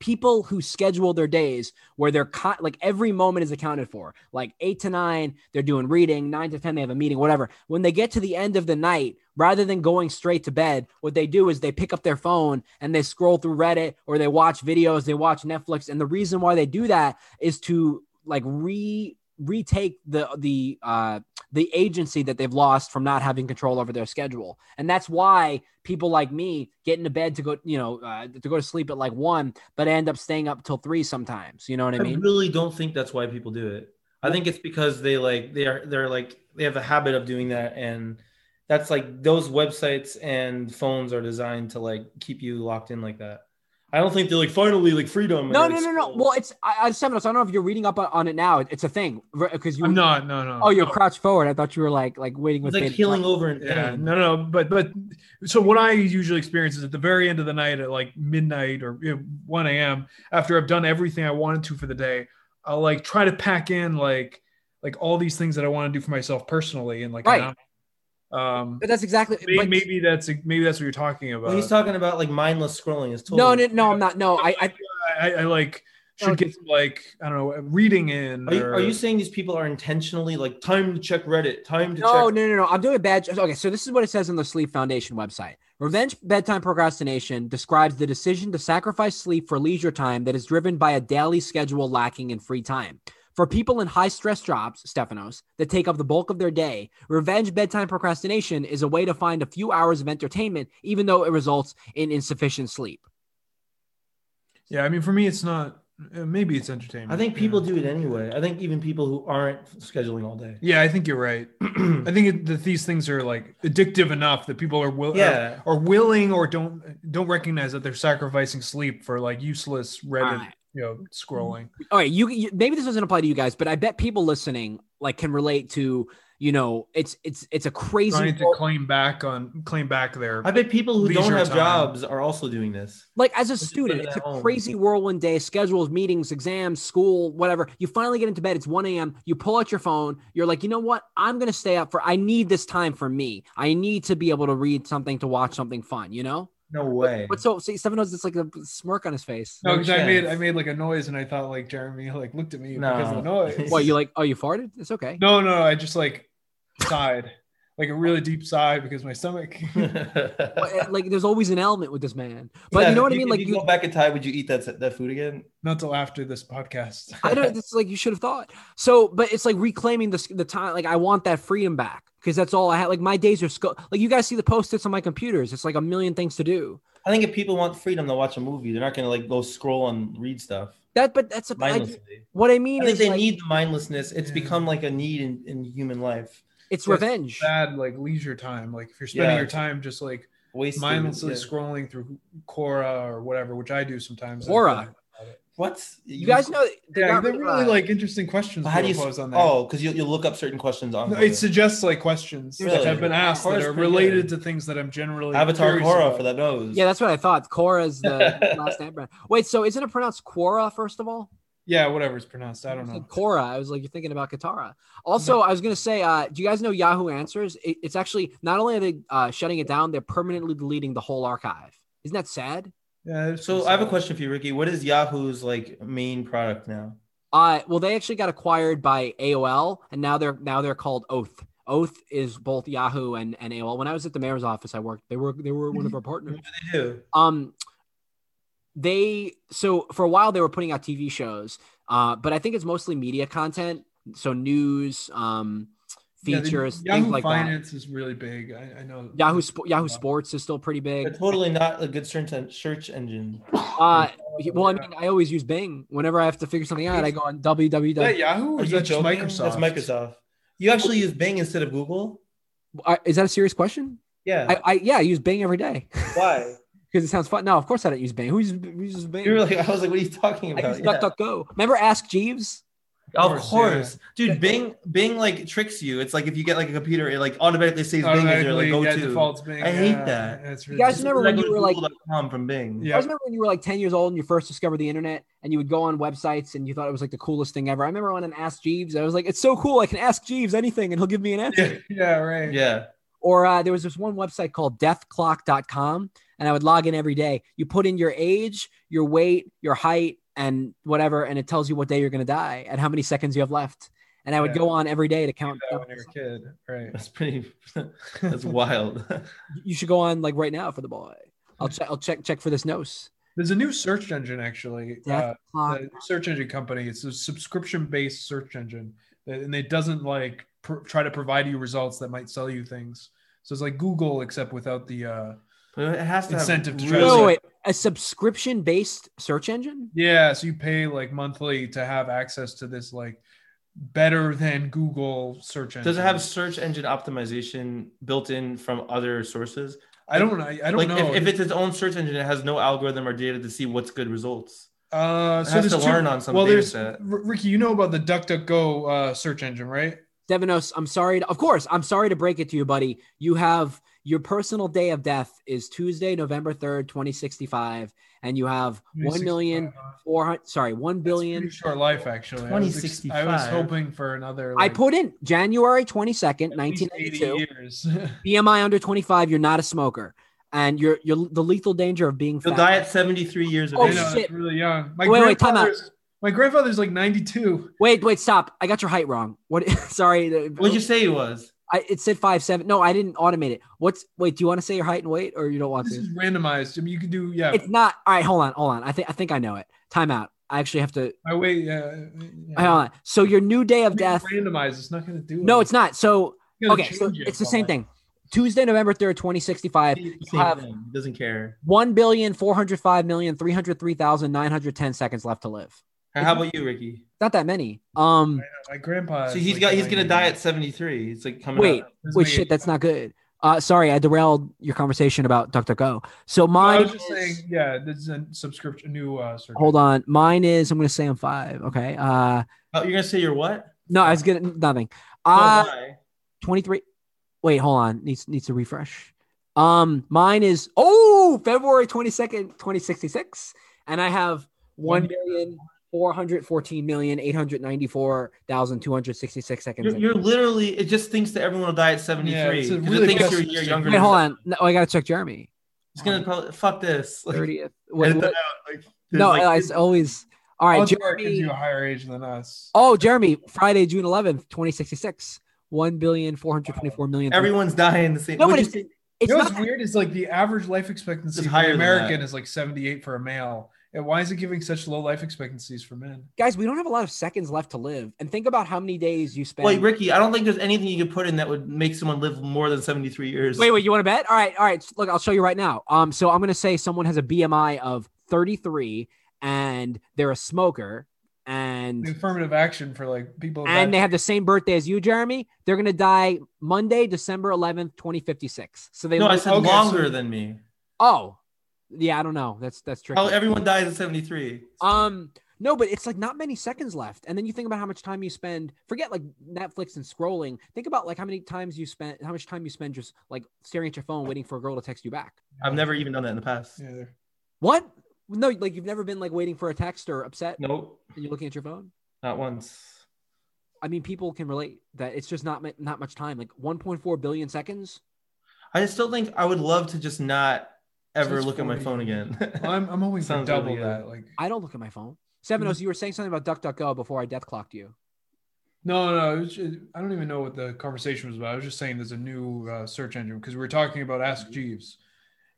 B: People who schedule their days where they're co- like every moment is accounted for, like eight to nine, they're doing reading, nine to ten, they have a meeting, whatever. When they get to the end of the night, rather than going straight to bed, what they do is they pick up their phone and they scroll through Reddit or they watch videos, they watch Netflix. And the reason why they do that is to like re retake the the uh the agency that they've lost from not having control over their schedule. And that's why people like me get into bed to go, you know, uh, to go to sleep at like one, but end up staying up till three sometimes. You know what I
D: I
B: mean?
D: really don't think that's why people do it. I think it's because they like they are they're like they have a habit of doing that, and that's like those websites and phones are designed to like keep you locked in like that. I don't think they're like finally like freedom. and
B: No, no,
D: they're, like,
B: no, no.
D: scroll.
B: Well, it's I, I, Sevenos, I don't know if you're reading up on, on it now. It's a thing because you.
C: I'm not. No, no.
B: Oh, you're crouched forward. I thought you were like like waiting
D: it's
B: with
D: like
B: bated
D: healing
B: breath.
D: over and
C: Yeah, no, no, but but so what I usually experience is at the very end of the night at like midnight or you know, one a.m. after I've done everything I wanted to for the day, I'll like try to pack in like like all these things that I want to do for myself personally and like an
B: Right.
C: hour. um
B: But that's exactly.
C: may-
B: but-
C: maybe that's maybe that's what you're talking
D: When
C: about.
D: he's talking about like mindless scrolling, it's totally
B: no, no, no. I'm not. No, I. I
C: I, I like should
B: Okay.
C: get some like I don't know reading in.
D: Are you,
C: or-
D: are you saying these people are intentionally like time to check Reddit, time to
B: No,
D: check?
B: no, no, no. I'm doing a bad. Okay, so this is what it says on the Sleep Foundation website. Revenge bedtime procrastination describes the decision to sacrifice sleep for leisure time that is driven by a daily schedule lacking in free time. For people in high stress jobs, Stephanos, that take up the bulk of their day, revenge bedtime procrastination is a way to find a few hours of entertainment, even though it results in insufficient sleep.
C: yeah, I mean for me it's not. uh, Maybe it's entertainment.
D: I think people
C: yeah.
D: do it anyway. I think even people who aren't scheduling all day.
C: Yeah, I think you're right. I think it, that these things are like addictive enough that people are willing.
D: yeah.
C: are willing or don't don't recognize that they're sacrificing sleep for like useless Reddit,
B: Alright.
C: you know, scrolling.
B: all right you, you maybe this doesn't apply to you guys but i bet people listening like can relate to you know it's it's it's a crazy
C: Trying to claim back on claim back their
D: I bet people who don't
C: Leisure
D: have
C: time.
D: jobs are also doing this.
B: like as a
D: just
B: student
D: put it
B: it's a
D: at home.
B: crazy whirlwind day schedules meetings exams school whatever you finally get into bed it's 1 a.m you pull out your phone you're like you know what i'm gonna stay up for i need this time for me i need to be able to read something to watch something fun you know
D: No way.
B: but so see seven knows it's like a smirk on his face
C: No,
D: no
C: 'cause I made
D: chance.
C: I made like a noise and I thought like Jeremy like looked at me
D: No.
C: because of the noise.
B: what you like oh you farted it's okay
C: No, no, I just like sighed. Like a really deep sigh because my stomach.
B: Well, like there's always an element with this man but you know what i mean like
D: you, go back in time, would you eat that that food again?
C: Not till after this podcast.
B: I don't. It's like you should have thought. So, but it's like reclaiming the the time. Like I want that freedom back because that's all I had. Like my days are sco- like you guys see the post-its on my computers. It's like a million things to do.
D: I think if people want freedom to watch a movie, they're not going to like go scroll and read stuff
B: That, but that's a, I,
D: mindlessly.
B: what I
D: I,
B: mean
D: think
B: is
D: they
B: like,
D: need the mindlessness. It's
C: Yeah.
D: become like a need in, in human life.
B: it's
C: Yeah, it's
B: revenge.
C: bad like leisure time. Like if you're spending
D: Yeah.
C: your time just like
D: Wasted.
C: mindlessly
D: yeah.
C: scrolling through Quora or whatever, which I do sometimes. uh,
B: Quora?
D: What
B: You guys know they
C: Yeah,
B: got
C: they're
B: rid of,
C: really
B: uh,
C: like interesting questions.
D: But How do you?
C: people pose on that?
D: Oh, because you you look up certain questions on
C: No,
D: Quora.
C: it suggests like questions that
D: Really?
C: have been asked that
D: Quora's
C: are
D: pretty
C: related
D: good.
C: to things that I'm generally
D: Avatar
C: curious
D: Quora
C: about.
D: for that nose.
B: yeah, that's what I thought. Cora's the last name brand. Wait, so isn't it pronounced Quora first of all?
C: Yeah, whatever it's pronounced. I don't
B: You said
C: know.
B: Quora. I was like, you're thinking about Katara. Also, I was gonna say, uh, do you guys know Yahoo Answers? It, it's actually not only are they uh, shutting it down, they're permanently deleting the whole archive. Isn't that sad?
C: Yeah, it's
D: So
C: pretty
D: I have a
C: sad.
D: question for you, Ricky. What is Yahoo's like main product now?
B: Uh, well, they actually got acquired by AOL, and now they're now they're called Oath. Oath is both Yahoo and, and AOL. When I was at the mayor's office, I worked. They were they were one of our partners.
D: They do.
B: Um, they so for a while they were putting out TV shows, uh, but I think it's mostly media content, so news, um,
C: Yeah, the
B: features,
C: Yahoo
B: things like that.
C: Finance is really big. I, I know
B: Yahoo Sp- Yahoo Sports is still pretty
D: They're
B: big.
D: totally not a good search en- search engine.
B: Uh, well, I mean, I always use Bing whenever I have to figure something out. I go on
C: Is that
B: www.
C: Yahoo or
D: Are
C: is
D: you
C: that just
D: joking?
C: Microsoft?
D: That's Microsoft. You actually use Bing instead of Google?
B: Uh, Is that a serious question?
D: Yeah.
B: I, I yeah, I use Bing every day.
D: Why?
B: Because it sounds fun. No, of course I don't use Bing. Who uses, who uses Bing?
D: You were like, I was like, what are you talking
B: I
D: about?
B: use
D: Yeah.
B: DuckDuckGo. Remember Ask Jeeves?
D: Of
C: Of
D: course,
C: course,
D: dude. Bing, Bing, like tricks you. It's like if you get like a computer, it like automatically saves Bing as
C: Automatically,
D: your like
C: yeah,
D: go
C: it
D: to.
C: defaults uh, Bing.
D: I hate
C: Yeah,
D: that.
C: That's
B: You guys
C: ridiculous.
B: remember when you were, like-
D: com from Bing.
C: Yeah.
B: I always remember when you were like 10 years old and you first discovered the internet and you would go on websites and you thought it was like the coolest thing ever. I remember on an Ask Jeeves, I was like, it's so cool. I can ask Jeeves anything and he'll give me an answer.
C: Yeah, yeah, right.
D: yeah.
B: Or uh, there was this one website called deathclock.com and I would log in every day. You put in your age, your weight, your height, and whatever, and it tells you what day you're going to die and how many seconds you have left. And I would
C: Yeah.
B: go on every day to count.
C: That when you're a kid, right?
D: That's pretty. That's wild.
B: you should go on like right now for the boy. I'll check. I'll check check for this nose.
C: There's a new search engine actually.
B: Death
C: Uh,
B: clock.
C: the search engine company. It's a subscription-based search engine, that- and it doesn't like pr- try to provide you results that might sell you things. So it's like Google, except without the. Uh,
D: But it has to
C: Incentive to
D: have
C: try
D: really-
C: to-
B: Wait, wait, wait. a subscription based search engine?
C: yeah, so you pay like monthly to have access to this like better than Google search engine.
D: Does it have search engine optimization built in from other sources?
C: I don't. I, I don't
D: Like
C: know.
D: if, if it's its own search engine, it has no algorithm or data to see what's good results.
C: uh,
D: It
C: so
D: has
C: there's
D: to
C: two-
D: learn on some
C: well,
D: data
C: there's
D: set.
C: R- Ricky. You know about the DuckDuckGo uh, search engine, right?
B: Devinos, I'm sorry. To, of course, I'm sorry to break it to you, buddy. You have your personal day of death is Tuesday, November 3rd, 2065, and you have 1 million
C: Uh,
B: four hundred. Sorry, 1 billion.
C: Short life, actually. I was ex- I was
D: 2065.
C: hoping for another.
B: I
C: like,
B: put in January 22nd,
C: at least
B: 1992.
C: 80 years.
B: BMI under 25. You're not a smoker, and you're you're the lethal danger of being
D: You'll
B: fat.
D: die at 73 years of
B: Oh,
C: I
D: age.
C: know,
B: shit.
C: it's really young. My
B: Wait, wait, time out.
C: grandfather's my grandfather's like 92.
B: Wait, wait, stop! I got your height wrong. What? Sorry, the-
D: What'd you say he was?
B: I, it said five seven. No, I didn't automate it. What's wait? Do you want to say your height and weight, or you don't want
C: This
B: to?
C: is randomized. I mean, you could do yeah.
B: It's not. All right, hold on, hold on. I think I think I know it. Timeout. I actually have to.
C: my way. Yeah. yeah.
B: Hold on. So your new day of
C: It's
B: death.
C: Randomized. It's not going to do.
B: No, it's not. So
C: not.
B: okay, so it's the same thing. Tuesday, November third, twenty sixty five.
D: Same
B: have-
D: thing. He doesn't care.
B: One billion four hundred five million three hundred three thousand nine hundred ten seconds left to live.
D: How about you, Ricky?
B: Not that many. Um.
C: My grandpa.
D: So
C: is,
D: he's
C: Uh, like,
D: got he's gonna
C: 90.
D: die at 73. It's like coming
B: Wait.
D: up.
C: Doesn't
B: Wait,
C: make
B: shit.
C: it-
B: That's not good. Uh, sorry, I derailed your conversation about DuckDuckGo. So
C: No,
B: mine.
C: I was just
B: is-
C: saying. Yeah, this is a subscription. New. Uh, service.
B: Hold on. Mine is. I'm gonna say I'm five. Okay. Uh.
D: Oh, you're gonna say you're what?
B: No, I was gonna nothing.
D: No,
B: Uh
D: why?
B: 23. Wait, hold on. Needs needs to refresh. Um, mine is oh February 22nd, 2066. And I have one
C: One
B: million four hundred fourteen million eight hundred ninety four thousand two hundred sixty six seconds.
D: You're, you're literally it just thinks that everyone will die at 73.
C: Yeah, it's a
D: 'cause
C: really
D: it thinks you're a
C: pessimistic-
D: year younger.
B: Wait,
D: than
B: hold
D: that.
B: on. No, I gotta check Jeremy.
D: It's gonna probably fuck this. Like,
B: 30th. What-
D: edit
B: what-
D: that out. Like, there's
B: no,
D: like-
B: I it's always all right,
C: Odds are it gives
B: Jeremy.
C: Oh, you a higher age than us.
B: Oh, Jeremy, Friday, June 11th, 2066. 1 billion 424 million.
D: everyone's dying the same.
B: No,
D: Would
B: but
D: you
B: it's,
D: say-
B: it's
C: you know
B: not
C: what's weird is like the average life expectancy
D: It's
C: for
D: higher
C: an
D: than
C: American
D: that.
C: is like 78 for a male And why is it giving such low life expectancies for men?
B: Guys, we don't have a lot of seconds left to live. And think about how many days you spend.
D: Wait, Ricky, I don't think there's anything you could put in that would make someone live more than 73 years.
B: Wait, wait, you want to bet? All right, all right. Look, I'll show you right now. Um, so I'm gonna say someone has a BMI of 33 and they're a smoker
C: The
B: and
C: affirmative action for like people. of
B: and
C: that-
B: they have the same birthday as you, Jeremy. They're gonna die Monday, December 11th, 2056. So they
D: no, I
B: live-
D: said
C: Okay,
D: longer
C: so-
D: than me.
B: oh, yeah, I don't know. That's that's tricky.
D: How everyone dies at 73.
B: Um, no, but it's like not many seconds left. And then you think about how much time you spend. Forget like Netflix and scrolling. Think about like how many times you spent, how much time you spend just like staring at your phone, waiting for a girl to text you back.
D: I've never even done that in the past.
C: Yeah, they're-
B: What? No, like you've never been like waiting for a text or upset
D: Nope,
B: and you're looking at your phone.
D: not once.
B: I mean, people can relate that it's just not mu- not much time. Like 1.4 billion seconds.
D: I just still think I would love to just not ever
C: Since
D: look at my
C: 40.
D: phone again.
C: Well, I'm, I'm hoping for
D: Sounds
C: double
D: really good.
C: that. Like,
B: I don't look at my phone. Seven O's, you were saying something about DuckDuckGo before I death clocked you.
C: no, no, it was ju- I don't even know what the conversation was about. I was just saying there's a new uh, search engine because we were talking about Ask
D: Mm-hmm.
C: Jeeves,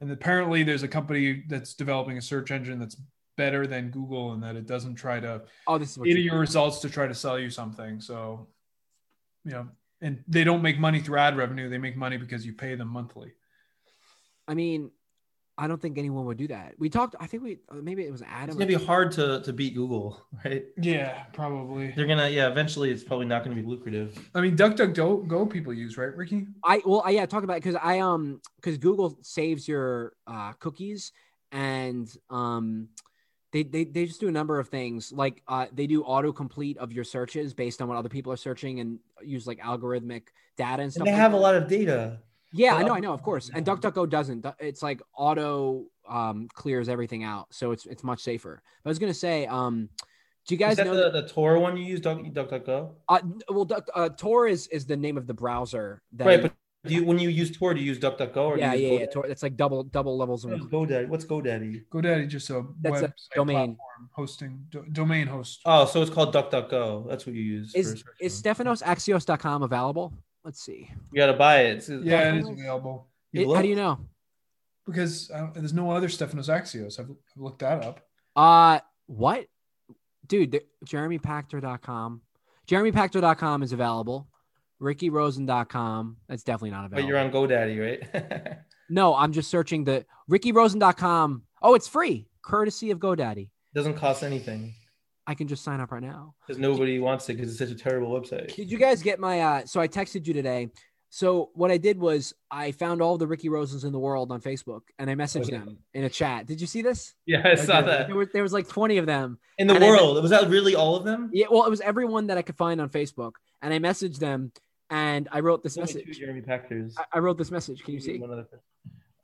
C: and apparently there's a company that's developing a search engine that's better than Google and that it doesn't try to
B: Oh, this is what
C: into
B: you
C: your results to try to sell you something. So, you know, and they don't make money through ad revenue. They make money because you pay them monthly.
B: I mean, I don't think anyone would do that. We talked, I think we, uh, maybe it was
D: it's
B: Adam.
D: gonna be hard to, to beat Google, right?
C: Yeah, probably.
D: They're gonna, yeah, eventually it's probably not gonna be lucrative.
C: I mean, DuckDuckGo Go people use, right, Ricky?
B: I well, I, yeah, talk about because I um because Google saves your uh, cookies and um they, they they just do a number of things like uh, they do autocomplete of your searches based on what other people are searching and use like algorithmic data and stuff.
D: And they
B: like
D: have
B: that.
D: a lot of data.
B: Yeah, I
D: Well,
B: know, I know, of course. And
D: yeah.
B: DuckDuckGo doesn't. Du- It's like auto um, clears everything out, so it's it's much safer. But I was gonna say, um, do you
D: Is
B: guys
D: that
B: know?
D: the, the Tor one you use, Duck- DuckDuckGo?
B: uh, well, Duck, uh, Tor is is the name of the browser. That
D: Right, but do you, when you use Tor, do you use DuckDuckGo or do
B: yeah,
D: you
B: yeah,
D: use
B: yeah. Tor, it's like double double levels of
D: GoDaddy? GoDaddy? What's GoDaddy?
C: GoDaddy just a
B: That's a
C: website
B: domain.
C: platform hosting do- domain host.
D: Oh, so it's called DuckDuckGo. That's what you use. for
B: Is
D: search
B: is
D: term.
B: Stephanos Axios.com available? Let's see.
D: you gotta buy it? It's-
C: yeah, it is
B: Stephanos?
C: available
D: You
B: It- how do
D: look.
B: you know?
C: because I don't, there's no other Stephanos Axios. I've, I've looked that up.
B: Uh what? Dude, the, JeremyPactor.com. JeremyPactor.com is available. RickyRosen.com. That's definitely not
D: But
B: available.
D: you're on GoDaddy, right?
B: no, I'm just searching the RickyRosen.com. Oh, it's free, courtesy of GoDaddy.
D: Doesn't cost anything
B: I can just sign up right now.
D: because nobody wants it because it's such a terrible website.
B: Did you guys get my uh so I texted you today. So what I did was I found all the Ricky Rosens in the world on Facebook and I messaged them in a chat. Did you see this?
D: Yeah, I saw
C: did.
D: that.
B: There were there was like 20 of them.
D: In the
B: And I-
D: world, was that really all of them?
B: Yeah, well, it was everyone that I could find on Facebook, and I messaged them, and I wrote this
D: There's only two
B: message.
D: Jeremy Packers.
B: I- I wrote this message. Can you see?
D: One other person.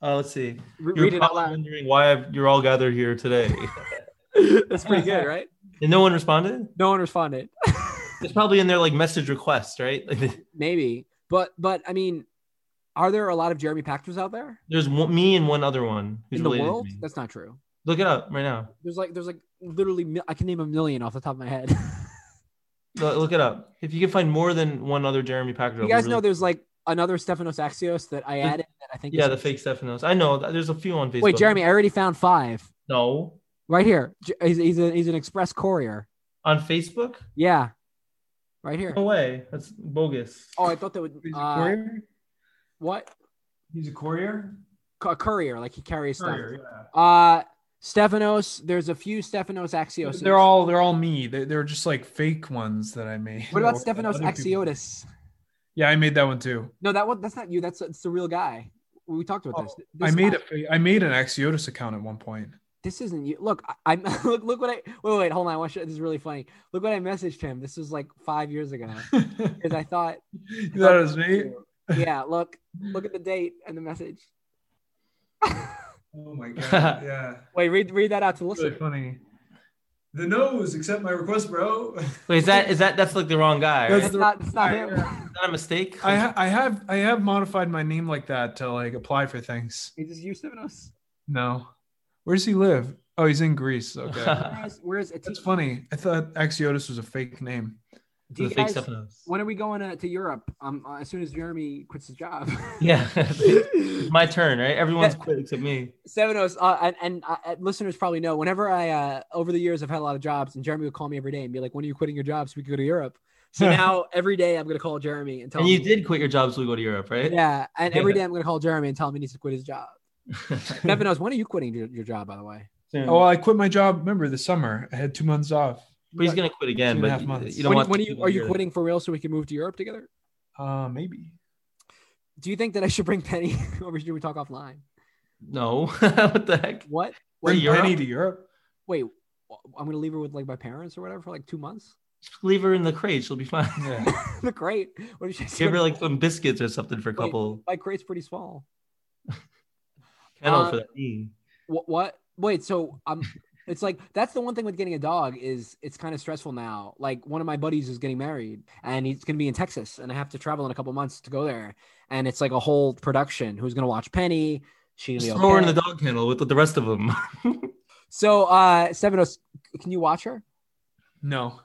D: Oh, let's see.
B: Re-
D: You're
B: read it out
D: probably
B: loud.
D: wondering why I've, you're all gathered here today,
B: That's pretty good, right?
D: and no one responded.
B: No one responded.
D: It's probably in their like message request, right?
B: Maybe, but but I mean, are there a lot of Jeremy Pactors out there
D: There's one, me and one other one who's
B: in the
D: related
B: world?
D: to me.
B: That's not true.
D: Look it up right now.
B: There's like there's like literally mil- I can name a million off the top of my head.
D: Lo- Look it up. If you can find more than one other Jeremy Packer,
B: you guys know there's like another Stephanos Axios that I added that I think.
D: yeah
B: is-
D: the fake Stephanos. I know there's a few on Facebook.
B: Wait, Jeremy, I already found five
D: No,
B: right here. J- He's he's, a, he's an express courier.
D: on Facebook?
B: Yeah, right here.
D: No way. That's bogus.
B: Oh, I thought that would.
C: He's a
B: Uh,
C: Oh. courier?
B: what?
E: He's a courier.
B: C- a courier, like he carries
E: Courier,
B: stuff. Uh Stephanos, there's a few Stephanos Axiotis.
C: They're all they're all me. They're, they're just like fake ones that I made.
B: What about
C: Or
B: Stephanos
C: other people-
B: Axiotis?
C: Yeah, I made that one too.
B: No, that one. That's not you. That's it's the real guy. We talked about
C: Oh,
B: this.
C: I
B: This
C: made
B: guy-
C: a fa- I made an Axiotis account at one point.
B: This isn't you. Look, I, I'm look. Look what I. Wait, wait, hold on. I want to show- this is really funny. Look what I messaged him. This was like five years ago
C: you
B: because I thought.
C: thought it was me?
B: yeah. Look. Look at the date and the message.
E: Oh my god. Yeah.
B: Wait. Read. Read that out to
C: Really
B: listen.
C: funny.
E: The nose, accept my request, bro.
D: Wait, is that is that that's like the wrong guy? Right?
B: It's
C: the-
B: not. It's not him.
D: Is that a mistake?
C: I ha- I have I have modified my name like that to like apply for things.
B: Is this you, Stephanos?
C: No. Where does he live? Oh, he's in Greece. Okay.
B: Where's, where's
C: That's funny. I thought Axiotis was a fake name.
B: Do
D: the
B: you
D: fake
B: guys,
D: stuff. in those.
B: when are we going uh, to Europe? Um, uh, as soon as Jeremy quits his job.
D: Yeah, my turn, right? Everyone's quit except me.
B: Seven O's, uh, and, and uh, listeners probably know. Whenever I, uh, over the years, I've had a lot of jobs, and Jeremy would call me every day and be like, "When are you quitting your job so we can go to Europe?" So now every day I'm gonna call Jeremy and tell
D: And
B: him.
D: you did quit your job so we go to Europe, right?
B: Yeah, and every
D: Yeah.
B: day I'm gonna call Jeremy and tell him he needs to quit his job. Seven O's, when are you quitting your, your job? By the way,
D: Soon.
C: Oh, well, I quit my job. Remember this summer? I had two months off.
D: but he's gonna quit again.
C: Two and a
D: But
C: half
D: you,
C: months.
D: you don't
B: when,
D: want.
B: when are
D: to
B: you are you
D: hear it.
B: quitting for real so we can move to Europe together?
C: Uh, maybe.
B: Do you think that I should bring Penny over? Should we talk offline?
D: No. what the heck?
B: What?
D: We're
C: Bring
D: Europe?
C: Penny to Europe.
B: Wait, wh- I'm gonna leave her with like my parents or whatever for like two months.
D: Just leave her in the crate. She'll be fine.
C: Yeah.
B: Look great. What did she say?
D: Give her like some biscuits or something for a
B: Wait.
D: couple.
B: my crate's pretty small.
D: Kennel
B: Uh,
D: for that knee.
B: What? What? Wait. So um, it's like that's the one thing with getting a dog is it's kind of stressful now. Like one of my buddies is getting married and he's gonna be in Texas and I have to travel in a couple months to go there and it's like a whole production. Who's gonna watch Penny? She's
D: Just
B: okay.
D: throw her in the dog kennel with the rest of them.
B: so uh, seven oh, can you watch her?
C: No,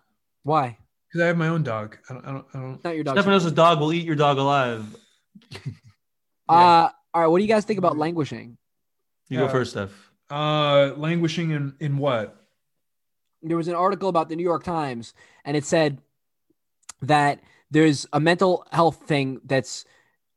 B: Why?
C: because I have my own dog. I don't. I don't. I don't
B: Not your dog.
D: Stefanos' dog will eat your dog alive.
B: Uh, all right. What do you guys think about languishing?
D: You
C: Yeah.
D: go first, Steph.
C: uh, languishing in in what?
B: there was an article about the New York Times, and it said that there's a mental health thing that's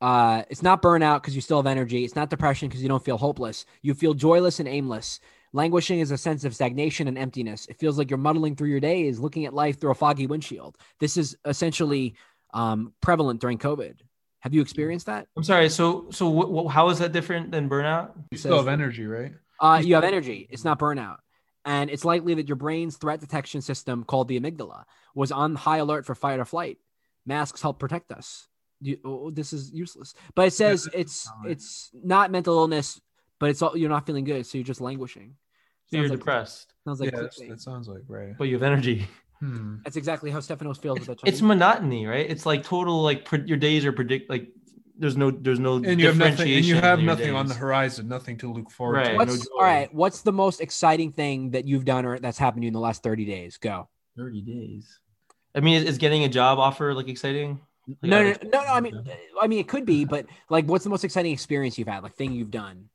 B: uh, it's not burnout because you still have energy. It's not depression because you don't feel hopeless. You feel joyless and aimless. Languishing is a sense of stagnation and emptiness. It feels like you're muddling through your days, looking at life through a foggy windshield. This is essentially um, prevalent during COVID. Have you experienced that?
D: I'm sorry. So, so wh- wh- how is that different than burnout?
C: You
B: It
C: still
B: says-
C: have energy, right?
B: uh, you have energy. It's not burnout. And it's likely that your brain's threat detection system, called the amygdala, was on high alert for fight or flight. Masks help protect us. You, oh, this is useless. But it says
C: this is
B: it's
C: valid.
B: it's not mental illness, but it's all you're not feeling good, so you're just languishing.
D: So you're
B: Sounds like-
D: depressed,
B: Sounds like
C: yeah, that's,
B: clickbait.
C: that sounds like right.
D: but you have energy.
C: Hmm.
B: that's exactly how Stefanos feels with that.
D: It's
B: term.
D: monotony, right? It's like total, like pre- your days are predict. Like there's no, there's no.
C: And you have nothing. And you
D: differentiation
C: have
D: in your
C: nothing on the
D: days.
C: horizon. Nothing to look forward
D: Right.
C: to.
D: no
B: What's,
D: joy.
B: all right. What's the most exciting thing that you've done or that's happened to you in the last thirty days? Go.
D: Thirty days. I mean, is, is getting a job offer like exciting? Like,
B: No,
D: I
B: no,
D: would-
B: no, no. I mean, I mean, it could be, but like, what's the most exciting experience you've had? Like, thing you've done.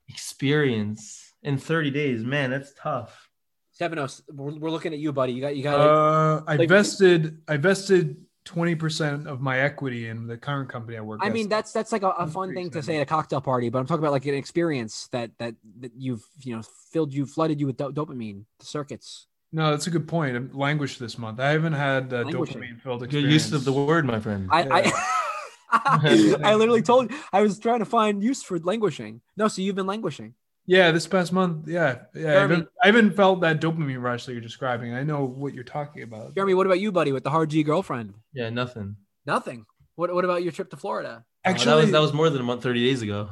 D: experience in thirty days, man, that's tough.
B: Seven oh, we're, we're looking at you, buddy. You got, you got.
C: Uh, I
B: Like-
C: vested. I vested twenty percent of my equity in the current company I work.
B: I
C: at.
B: mean, that's that's like a, a
C: that's
B: fun
C: pretty
B: thing to
C: exciting.
B: say at a cocktail party, but I'm talking about like an experience that that that you've you know filled you flooded you with do- dopamine the circuits.
C: no. That's a good point. I'm languished this month. I haven't had uh,
B: Languishing.
C: dopamine filled
D: Good
C: experience.
D: use of the word, my friend.
B: I I, I literally told I was trying to find use for languishing. No, so you've been languishing.
C: Yeah, this past month. Yeah, yeah. I
B: Jeremy-
C: haven't, I haven't felt that dopamine rush that you're describing. I know what you're talking about.
B: Jeremy, what about you, buddy, with the hard G girlfriend?
D: Yeah, nothing.
B: Nothing. What what about your trip to Florida?
D: Uh, that
C: Actually,
D: was that was more than a month, thirty days ago.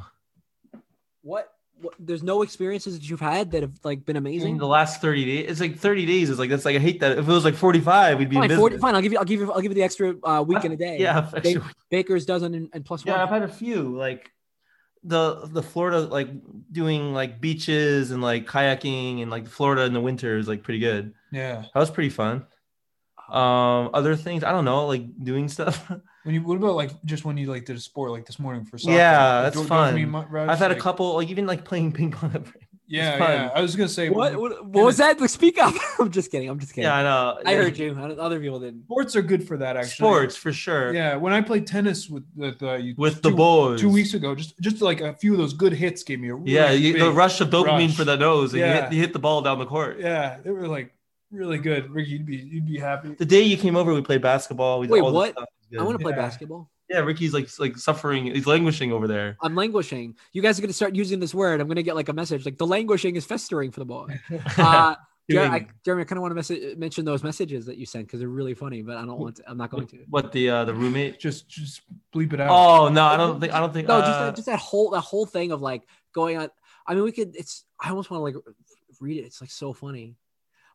B: What, what there's no experiences that you've had that have like been
D: In
B: amazing.
D: the last 30 days, it's like 30 days is like that's like I hate that. If it was like 45, we'd be in
B: Fine, 40,
D: business.
B: fine, I'll give you, I'll give you, I'll give you the extra uh, week and a day.
D: Yeah, I've actually-
B: Baker's dozen and, and plus
D: yeah,
B: one.
D: I've had a few like the the Florida like doing like beaches and like kayaking and like Florida in the winter is like pretty good.
C: yeah.
D: That was pretty fun. Um, other things I don't know, like doing stuff.
C: When you what about like just when you like did a sport like this morning for soccer?
D: Yeah,
C: Like,
D: that's
C: dopamine
D: fun.
C: mu- rush,
D: I've had a
C: like-
D: couple, like even like playing ping pong.
C: Yeah,
D: it's fun.
C: yeah. I was gonna say
B: What, what, what was that? Like, Speak up. I'm just kidding. I'm just kidding.
D: yeah, I know.
B: I heard you. I don't- Other people didn't.
C: sports are good for that. Actually,
D: Sports for sure.
C: Yeah, when I played tennis with with uh, you
D: With the
C: two,
D: boys.
C: two weeks ago, just just like a few of those good hits gave me a really
D: Yeah, you, the
C: big-
D: rush of dopamine
C: rush.
D: for the nose, and you,
C: Yeah.
D: hit, you hit the ball down the court.
C: Yeah, they were like really good. Ricky, you'd be you'd be happy.
D: The day you came over, we played basketball. We did
B: Wait,
D: all this
B: what?
D: stuff. It was
B: I want
D: good.
B: to play
C: Yeah.
B: basketball.
D: Yeah, Ricky's like like suffering. He's languishing over there.
B: I'm languishing. You guys are going to start using this word. I'm going to get like a message like the languishing is festering for the boy. Uh, Jer-
D: Doing-
B: I, Jeremy, I kind of want to message, mention those messages that you sent because they're really funny, but I don't want to. I'm not going to.
D: what the uh, the roommate?
C: Just just bleep it out.
D: Oh no, I don't think I don't think.
B: No,
D: uh,
B: just, that, just that whole that whole thing of like going on. I mean, we could. It's. I almost want to like read it. It's like so funny,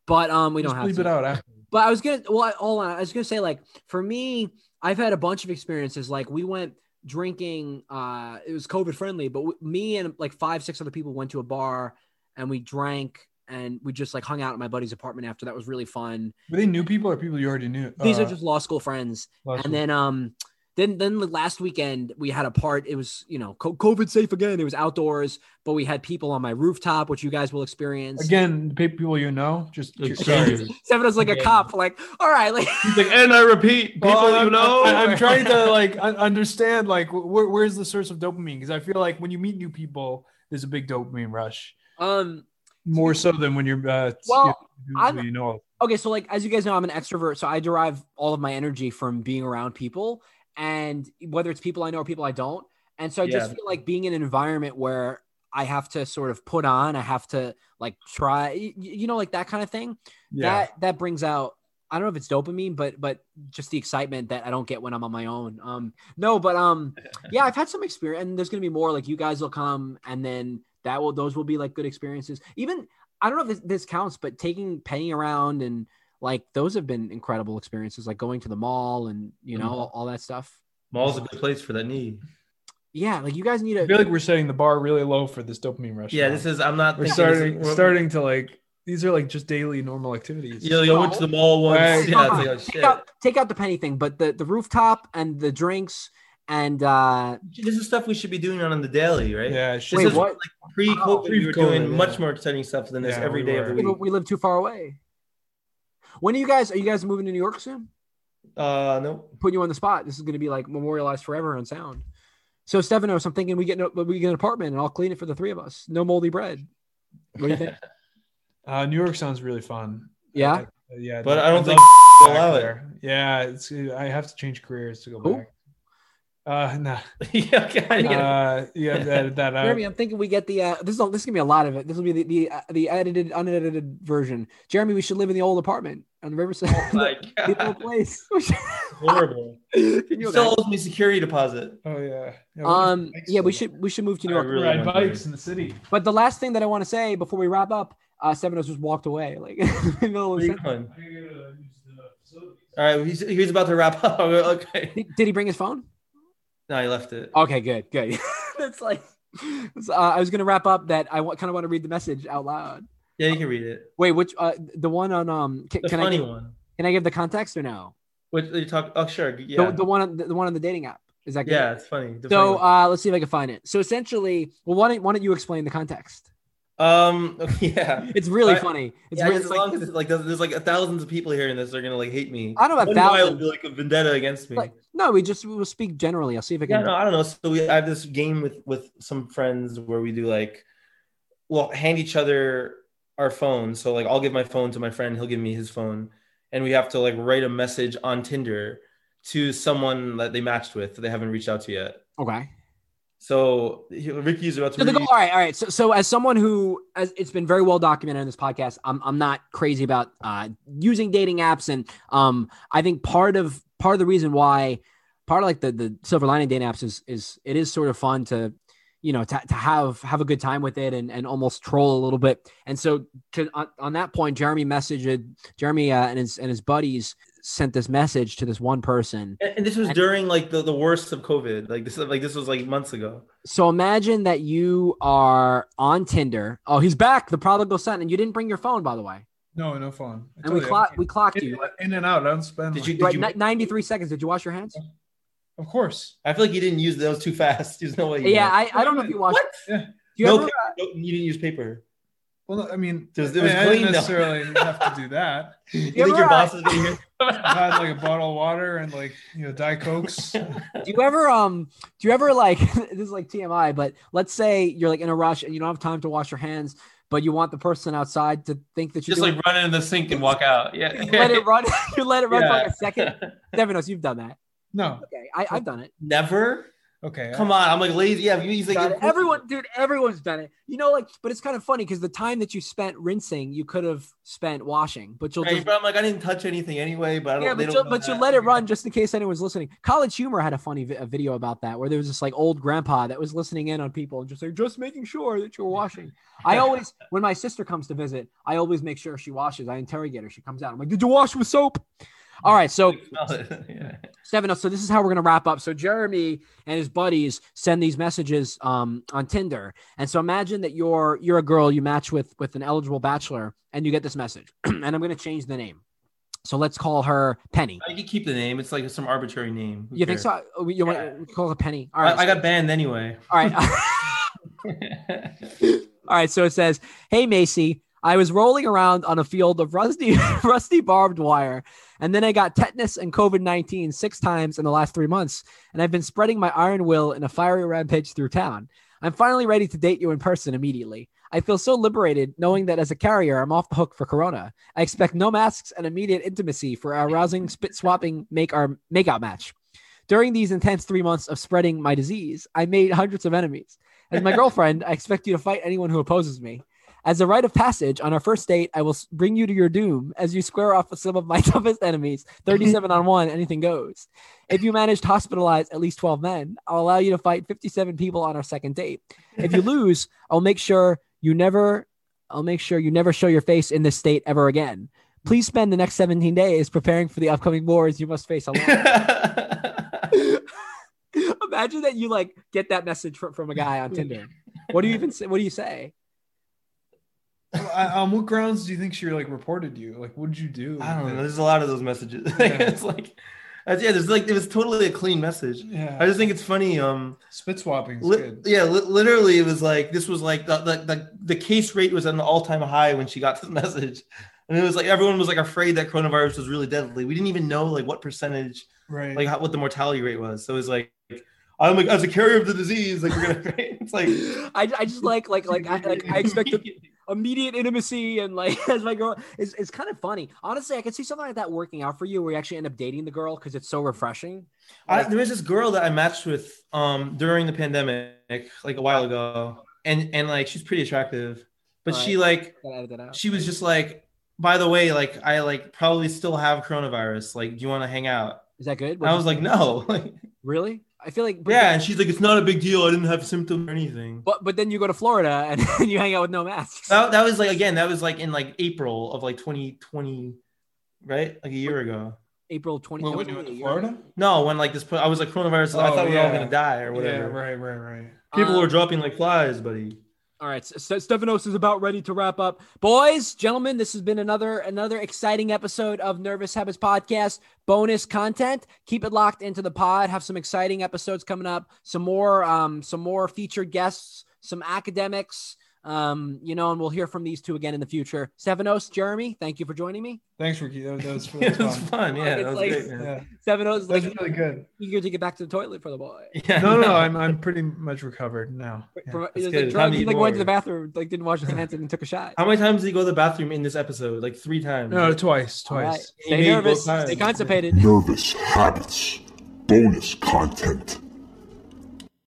B: but um, we
C: just
B: don't have
C: bleep
B: to.
C: it out. After.
B: But I was gonna well, I- hold on. I was gonna say like for me, I've had a bunch of experiences. Like we went drinking. uh It was COVID friendly, but w- me and like five, six other people went to a bar and we drank and we just like hung out at my buddy's apartment after. That was really fun.
C: Were they new people or people you already knew?
B: These
C: Uh,
B: are just law school friends.
C: last
B: And
C: week.
B: then um then then the last weekend we had a part. It was you know co- COVID safe again. It was outdoors, but we had people on my rooftop, which you guys will experience.
C: again, the pe- people you know, just
D: Like,
C: sorry.
D: strangers.
B: Seven was like a
D: Yeah.
B: cop. Like all right, like
F: He's like, and I repeat, people
C: Well, I'm,
F: you know.
C: I, am trying to like un- understand like wh- where, where's the source of dopamine because I feel like when you meet new people, there's a big dopamine rush
B: um
C: more so than when you're uh,
B: Well,
C: you,
B: I'm-
C: you know.
B: okay so like as you guys know i'm an extrovert so i derive all of my energy from being around people and whether it's people i know or people i don't and so i just
D: Yeah.
B: feel like being in an environment where i have to sort of put on i have to like try y- y- you know like that kind of thing
C: Yeah,
B: that that brings out i don't know if it's dopamine but but just the excitement that i don't get when i'm on my own um no but um yeah i've had some experience and there's gonna be more like you guys will come and then that will those will be like good experiences even i don't know if this, this counts but taking penny around and like those have been incredible experiences like going to the mall and you know all, all that stuff
D: Mall's a good place for that need.
B: yeah like you guys need
C: I feel
B: a
C: like we're setting the bar really low for this dopamine rush.
D: Yeah,
C: now.
D: this is. I'm not.
C: we're
D: thinking
C: starting
D: this is-
C: starting to like these are like just daily normal activities.
D: Yeah, like, I went to the mall once.
C: Right.
D: Yeah, it's like, oh,
B: take,
D: shit.
B: out, take out the penny thing but the the rooftop and the drinks and uh
D: This is stuff we should be doing on the daily, right?
C: yeah.
D: This
C: Shit.
B: Wait,
D: is
B: what?
D: like pre-COVID. we were
C: Pre-COVID,
D: doing
C: yeah.
D: much more exciting stuff than this
C: Yeah,
D: every
C: we
D: day of the
C: were.
B: Yeah,
D: week.
B: but we live too far away. When are you guys? Are you guys moving to New York soon?
D: Uh, no.
B: Putting you on the spot. This is going to be like memorialized forever on sound. So Stefanos, I'm thinking we get no, we get an apartment and I'll clean it for the three of us. No moldy bread. What do you think?
C: Uh, New York sounds really fun.
B: Yeah?
C: Uh, yeah.
D: But I don't
C: I'd
D: think
C: love to go back
D: allow it.
C: there. Yeah, it's, I have to change careers to go
B: Who?
C: back. Uh, nah.
D: yeah, okay, I get it.
C: Uh, yeah, that, that out.
B: Jeremy, I'm thinking we get the uh, this is a- this is gonna be a lot of it. This will be the the, uh, the edited unedited version. Jeremy, we should live in the old apartment on the Riverside.
D: Like,
B: the old place. We should-
D: horrible.
B: Can
D: He
B: you
D: still
B: imagine?
D: owes me security deposit.
C: Oh yeah. yeah
B: um yeah, we should we should move to New
D: I
B: York.
D: really
C: ride
D: want
C: bikes
D: to.
C: in the city.
B: But the last thing that I want to say before we wrap up, uh, Stefanos just walked away. Like, in the middle of the
D: Where are you
B: sentence.
D: going?
E: I gotta use the facilities.
D: All right, he's, he's about to wrap up. Okay.
B: did, did he bring his phone?
D: No, he left it.
B: Okay, good, good. That's like, so, uh, I was gonna wrap up that I kind of want to read the message out loud.
D: Yeah, you can read it.
B: Wait, which uh, the one on um? Can,
D: The
B: can I
D: funny
B: give,
D: one.
B: can I give the context or no?
D: What you talk? Oh, sure. Yeah.
B: The, the one on the, the one on the dating app is that good?
D: yeah, it's funny. The funny
B: So
D: one.
B: uh, let's see if I can find it. So essentially, well, why don't why don't you explain the context?
D: Um. Yeah.
B: It's really
D: I-
B: funny. uh, It's
D: yeah,
B: really
D: as
B: it's like-
D: long as it's like there's, there's like thousands of people hearing this, they're gonna like hate me.
B: I don't know about
D: One guy
B: thousands.
D: will be like a vendetta against me.
B: like, no, we just we'll speak generally. I'll see if I
D: yeah,
B: can.
D: no, I don't know. So we I have this game with with some friends where we do like, well, hand each other our phones. So like, I'll give my phone to my friend, he'll give me his phone, and we have to like write a message on Tinder to someone that they matched with that they haven't reached out to yet.
B: Okay.
D: So he- Ricky's about to.
B: So the
D: read-
B: goal, all right, all right. So, so as someone who, as it's been very well documented in this podcast, I'm, I'm not crazy about uh, using dating apps, and um, I think part of part of the reason why, part of like the the silver lining dating apps is is it is sort of fun to, you know, to, to have have a good time with it and and almost troll a little bit. And so to on, on that point, Jeremy messaged Jeremy uh, and his and his buddies sent this message to this one person,
D: and, and this was during like the, the worst of COVID. Like this, like this was like months ago.
B: So imagine that you are on Tinder. Oh, he's back, the prodigal son, and you didn't bring your phone, by the way.
C: No, no phone. I
B: And we
C: told you,
B: clock we clocked
C: in,
B: you.
C: in and out. I don't spend.
D: Did
C: Did
D: you?
B: You're
D: Did
B: at ni-
D: you?
B: 93 seconds. Did you wash your hands?
C: Of course.
D: I feel like you didn't use those too fast. There's no way. You
B: Yeah, I, I don't know if you washed.
D: What?
C: Yeah.
B: Do you
D: no,
B: ever,
D: paper. No, you didn't use paper.
C: Well, no, I mean,
D: It was- it
C: I,
D: was
C: mean, I didn't
D: clean, though.
C: necessarily have to do that.
D: You
B: Yeah,
D: think your
B: right.
D: boss is gonna hear?
B: uh,
C: I had like a bottle of water and like you know Diet Cokes.
B: do you ever um do you ever like this is like TMI, but let's say you're like in a rush and you don't have time to wash your hands, but you want the person outside to think that you
D: Just like run in the sink and walk out. Yeah.
B: let it run. you let it run for like a second.
D: run.
B: Devinos, you've done that.
C: No.
B: Okay, I, I've done it.
D: Never.
C: Okay.
D: Come on. I'm like lazy. Yeah. You, he's like
B: Done it. Everyone, dude, everyone's done it. You know, like, but it's kind of funny because the time that you spent rinsing, you could have spent washing, but you'll
D: Right,
B: just
D: but I'm like I didn't touch anything anyway. But I don't.
B: yeah,
D: they
B: but you,
D: don't know
B: but you
D: that.
B: let it run just in case anyone's listening. College Humor had a funny vi- a video about that where there was this like old grandpa that was listening in on people and just like just making sure that you're washing. I always when my sister comes to visit, I always make sure she washes. I interrogate her. She comes out. I'm like, did you wash with soap? All right, so
D: Smell it. yeah.
B: Seven. oh, So this is how we're gonna wrap up. So Jeremy and his buddies send these messages um, on Tinder, and so imagine that you're you're a girl you match with with an eligible bachelor, and you get this message, and I'm gonna change the name. So let's call her Penny.
D: I could keep the name. It's like some arbitrary name. Who
B: You think
D: cares?
B: so? Oh, You want to call her Penny? All right.
D: I, I got banned anyway.
B: All right. All right, so it says, "Hey Macy, I was rolling around on a field of rusty, rusty barbed wire, and then I got tetanus and COVID nineteen six times in the last three months, and I've been spreading my iron will in a fiery rampage through town. I'm finally ready to date you in person immediately. I feel so liberated knowing that as a carrier, I'm off the hook for corona. I expect no masks and immediate intimacy for our rousing, spit swapping make our makeout match." During these intense three months of spreading my disease, I made hundreds of enemies. As my girlfriend, I expect you to fight anyone who opposes me. As a rite of passage, on our first date, I will s- bring you to your doom as you square off with some of my toughest enemies. 37 on one, anything goes. If you manage to hospitalize at least 12 men, I'll allow you to fight 57 people on our second date. If you lose, I'll make sure you never I'll make sure you never show your face in this state ever again. Please spend the next 17 days preparing for the upcoming wars you must face alone. Imagine that you like get that message from, from a guy on Tinder. What do you even say? What do you say?
C: I- on what grounds do you think she like reported you? Like, what did you do?
D: I don't know. There's a lot of those messages. it's like, yeah, there's like it was totally a clean message.
C: Yeah,
D: I just think it's funny. Um,
C: spit swapping's
D: Li-
C: good.
D: yeah, li- literally, it was like this was like the the, the, the case rate was at an all time high when she got this message, and it was like everyone was like afraid that coronavirus was really deadly. We didn't even know like what percentage,
C: Right.
D: like how, what the mortality rate was. So it was like, I'm like as a carrier of the disease, like we're gonna. It's like
B: I, I just like like like I, like I expect the immediate intimacy and like as my girl is it's kind of funny. Honestly, I could see something like that working out for you where you actually end up dating the girl because it's so refreshing.
D: I, there was this girl that I matched with um during the pandemic, like a while ago, and and like she's pretty attractive, but she like
B: Gotta edit that out.
D: she was just like, by the way, like I like probably still have coronavirus. Like, do you want to hang out?
B: Is that good?
D: And I was like, no, like
B: really? I feel like but,
D: yeah. And she's like, it's not a big deal. I didn't have symptoms or anything.
B: But but then you go to Florida and, you hang out with no masks.
D: That, that was like again, that was like in like April of like 2020, right? Like a year ago.
B: April twenty.
C: Well,
B: no,
C: when
B: it
C: you went
B: wasn't
C: to
B: a year.
C: Florida?
D: No, when like this, I was like coronavirus. I
C: Oh,
D: thought we were all
C: yeah.
D: gonna die or
C: Yeah,
D: whatever.
C: right, right, right.
D: People
B: Um,
D: were dropping like flies, buddy.
B: All right, St- Stephanos is about ready to wrap up. Boys, gentlemen, this has been another another exciting episode of Nervous Habits podcast. Bonus content. Keep it locked into the pod. Have some exciting episodes coming up. Some more um some more featured guests, some academics. Um, you know, and we'll hear from these two again in the future. Stephanos, Jeremy, thank you for joining me.
C: Thanks, Ricky. That, that was really
D: it was
C: fun.
D: fun. Yeah,
B: It's
D: that was
B: like-
D: great. Man.
C: Yeah,
B: Stephanos is
C: that was
B: like
C: really good.
B: eager to get back to the toilet for the boy.
D: Yeah.
C: No, no, no, I'm I'm pretty much recovered now. Yeah.
B: From-
D: that's
B: he was,
D: good.
B: like, drunk.
D: Tommy,
B: He like
D: you
B: went to the
D: are-
B: bathroom, like didn't wash his hands and then took a shot.
D: How many times did you go to the bathroom in this episode? Like three times.
C: No, twice,
B: All right.
C: twice.
B: Stay
D: Amy,
B: nervous.
D: both times.
B: Stay constipated.
A: Nervous Habits. Bonus content.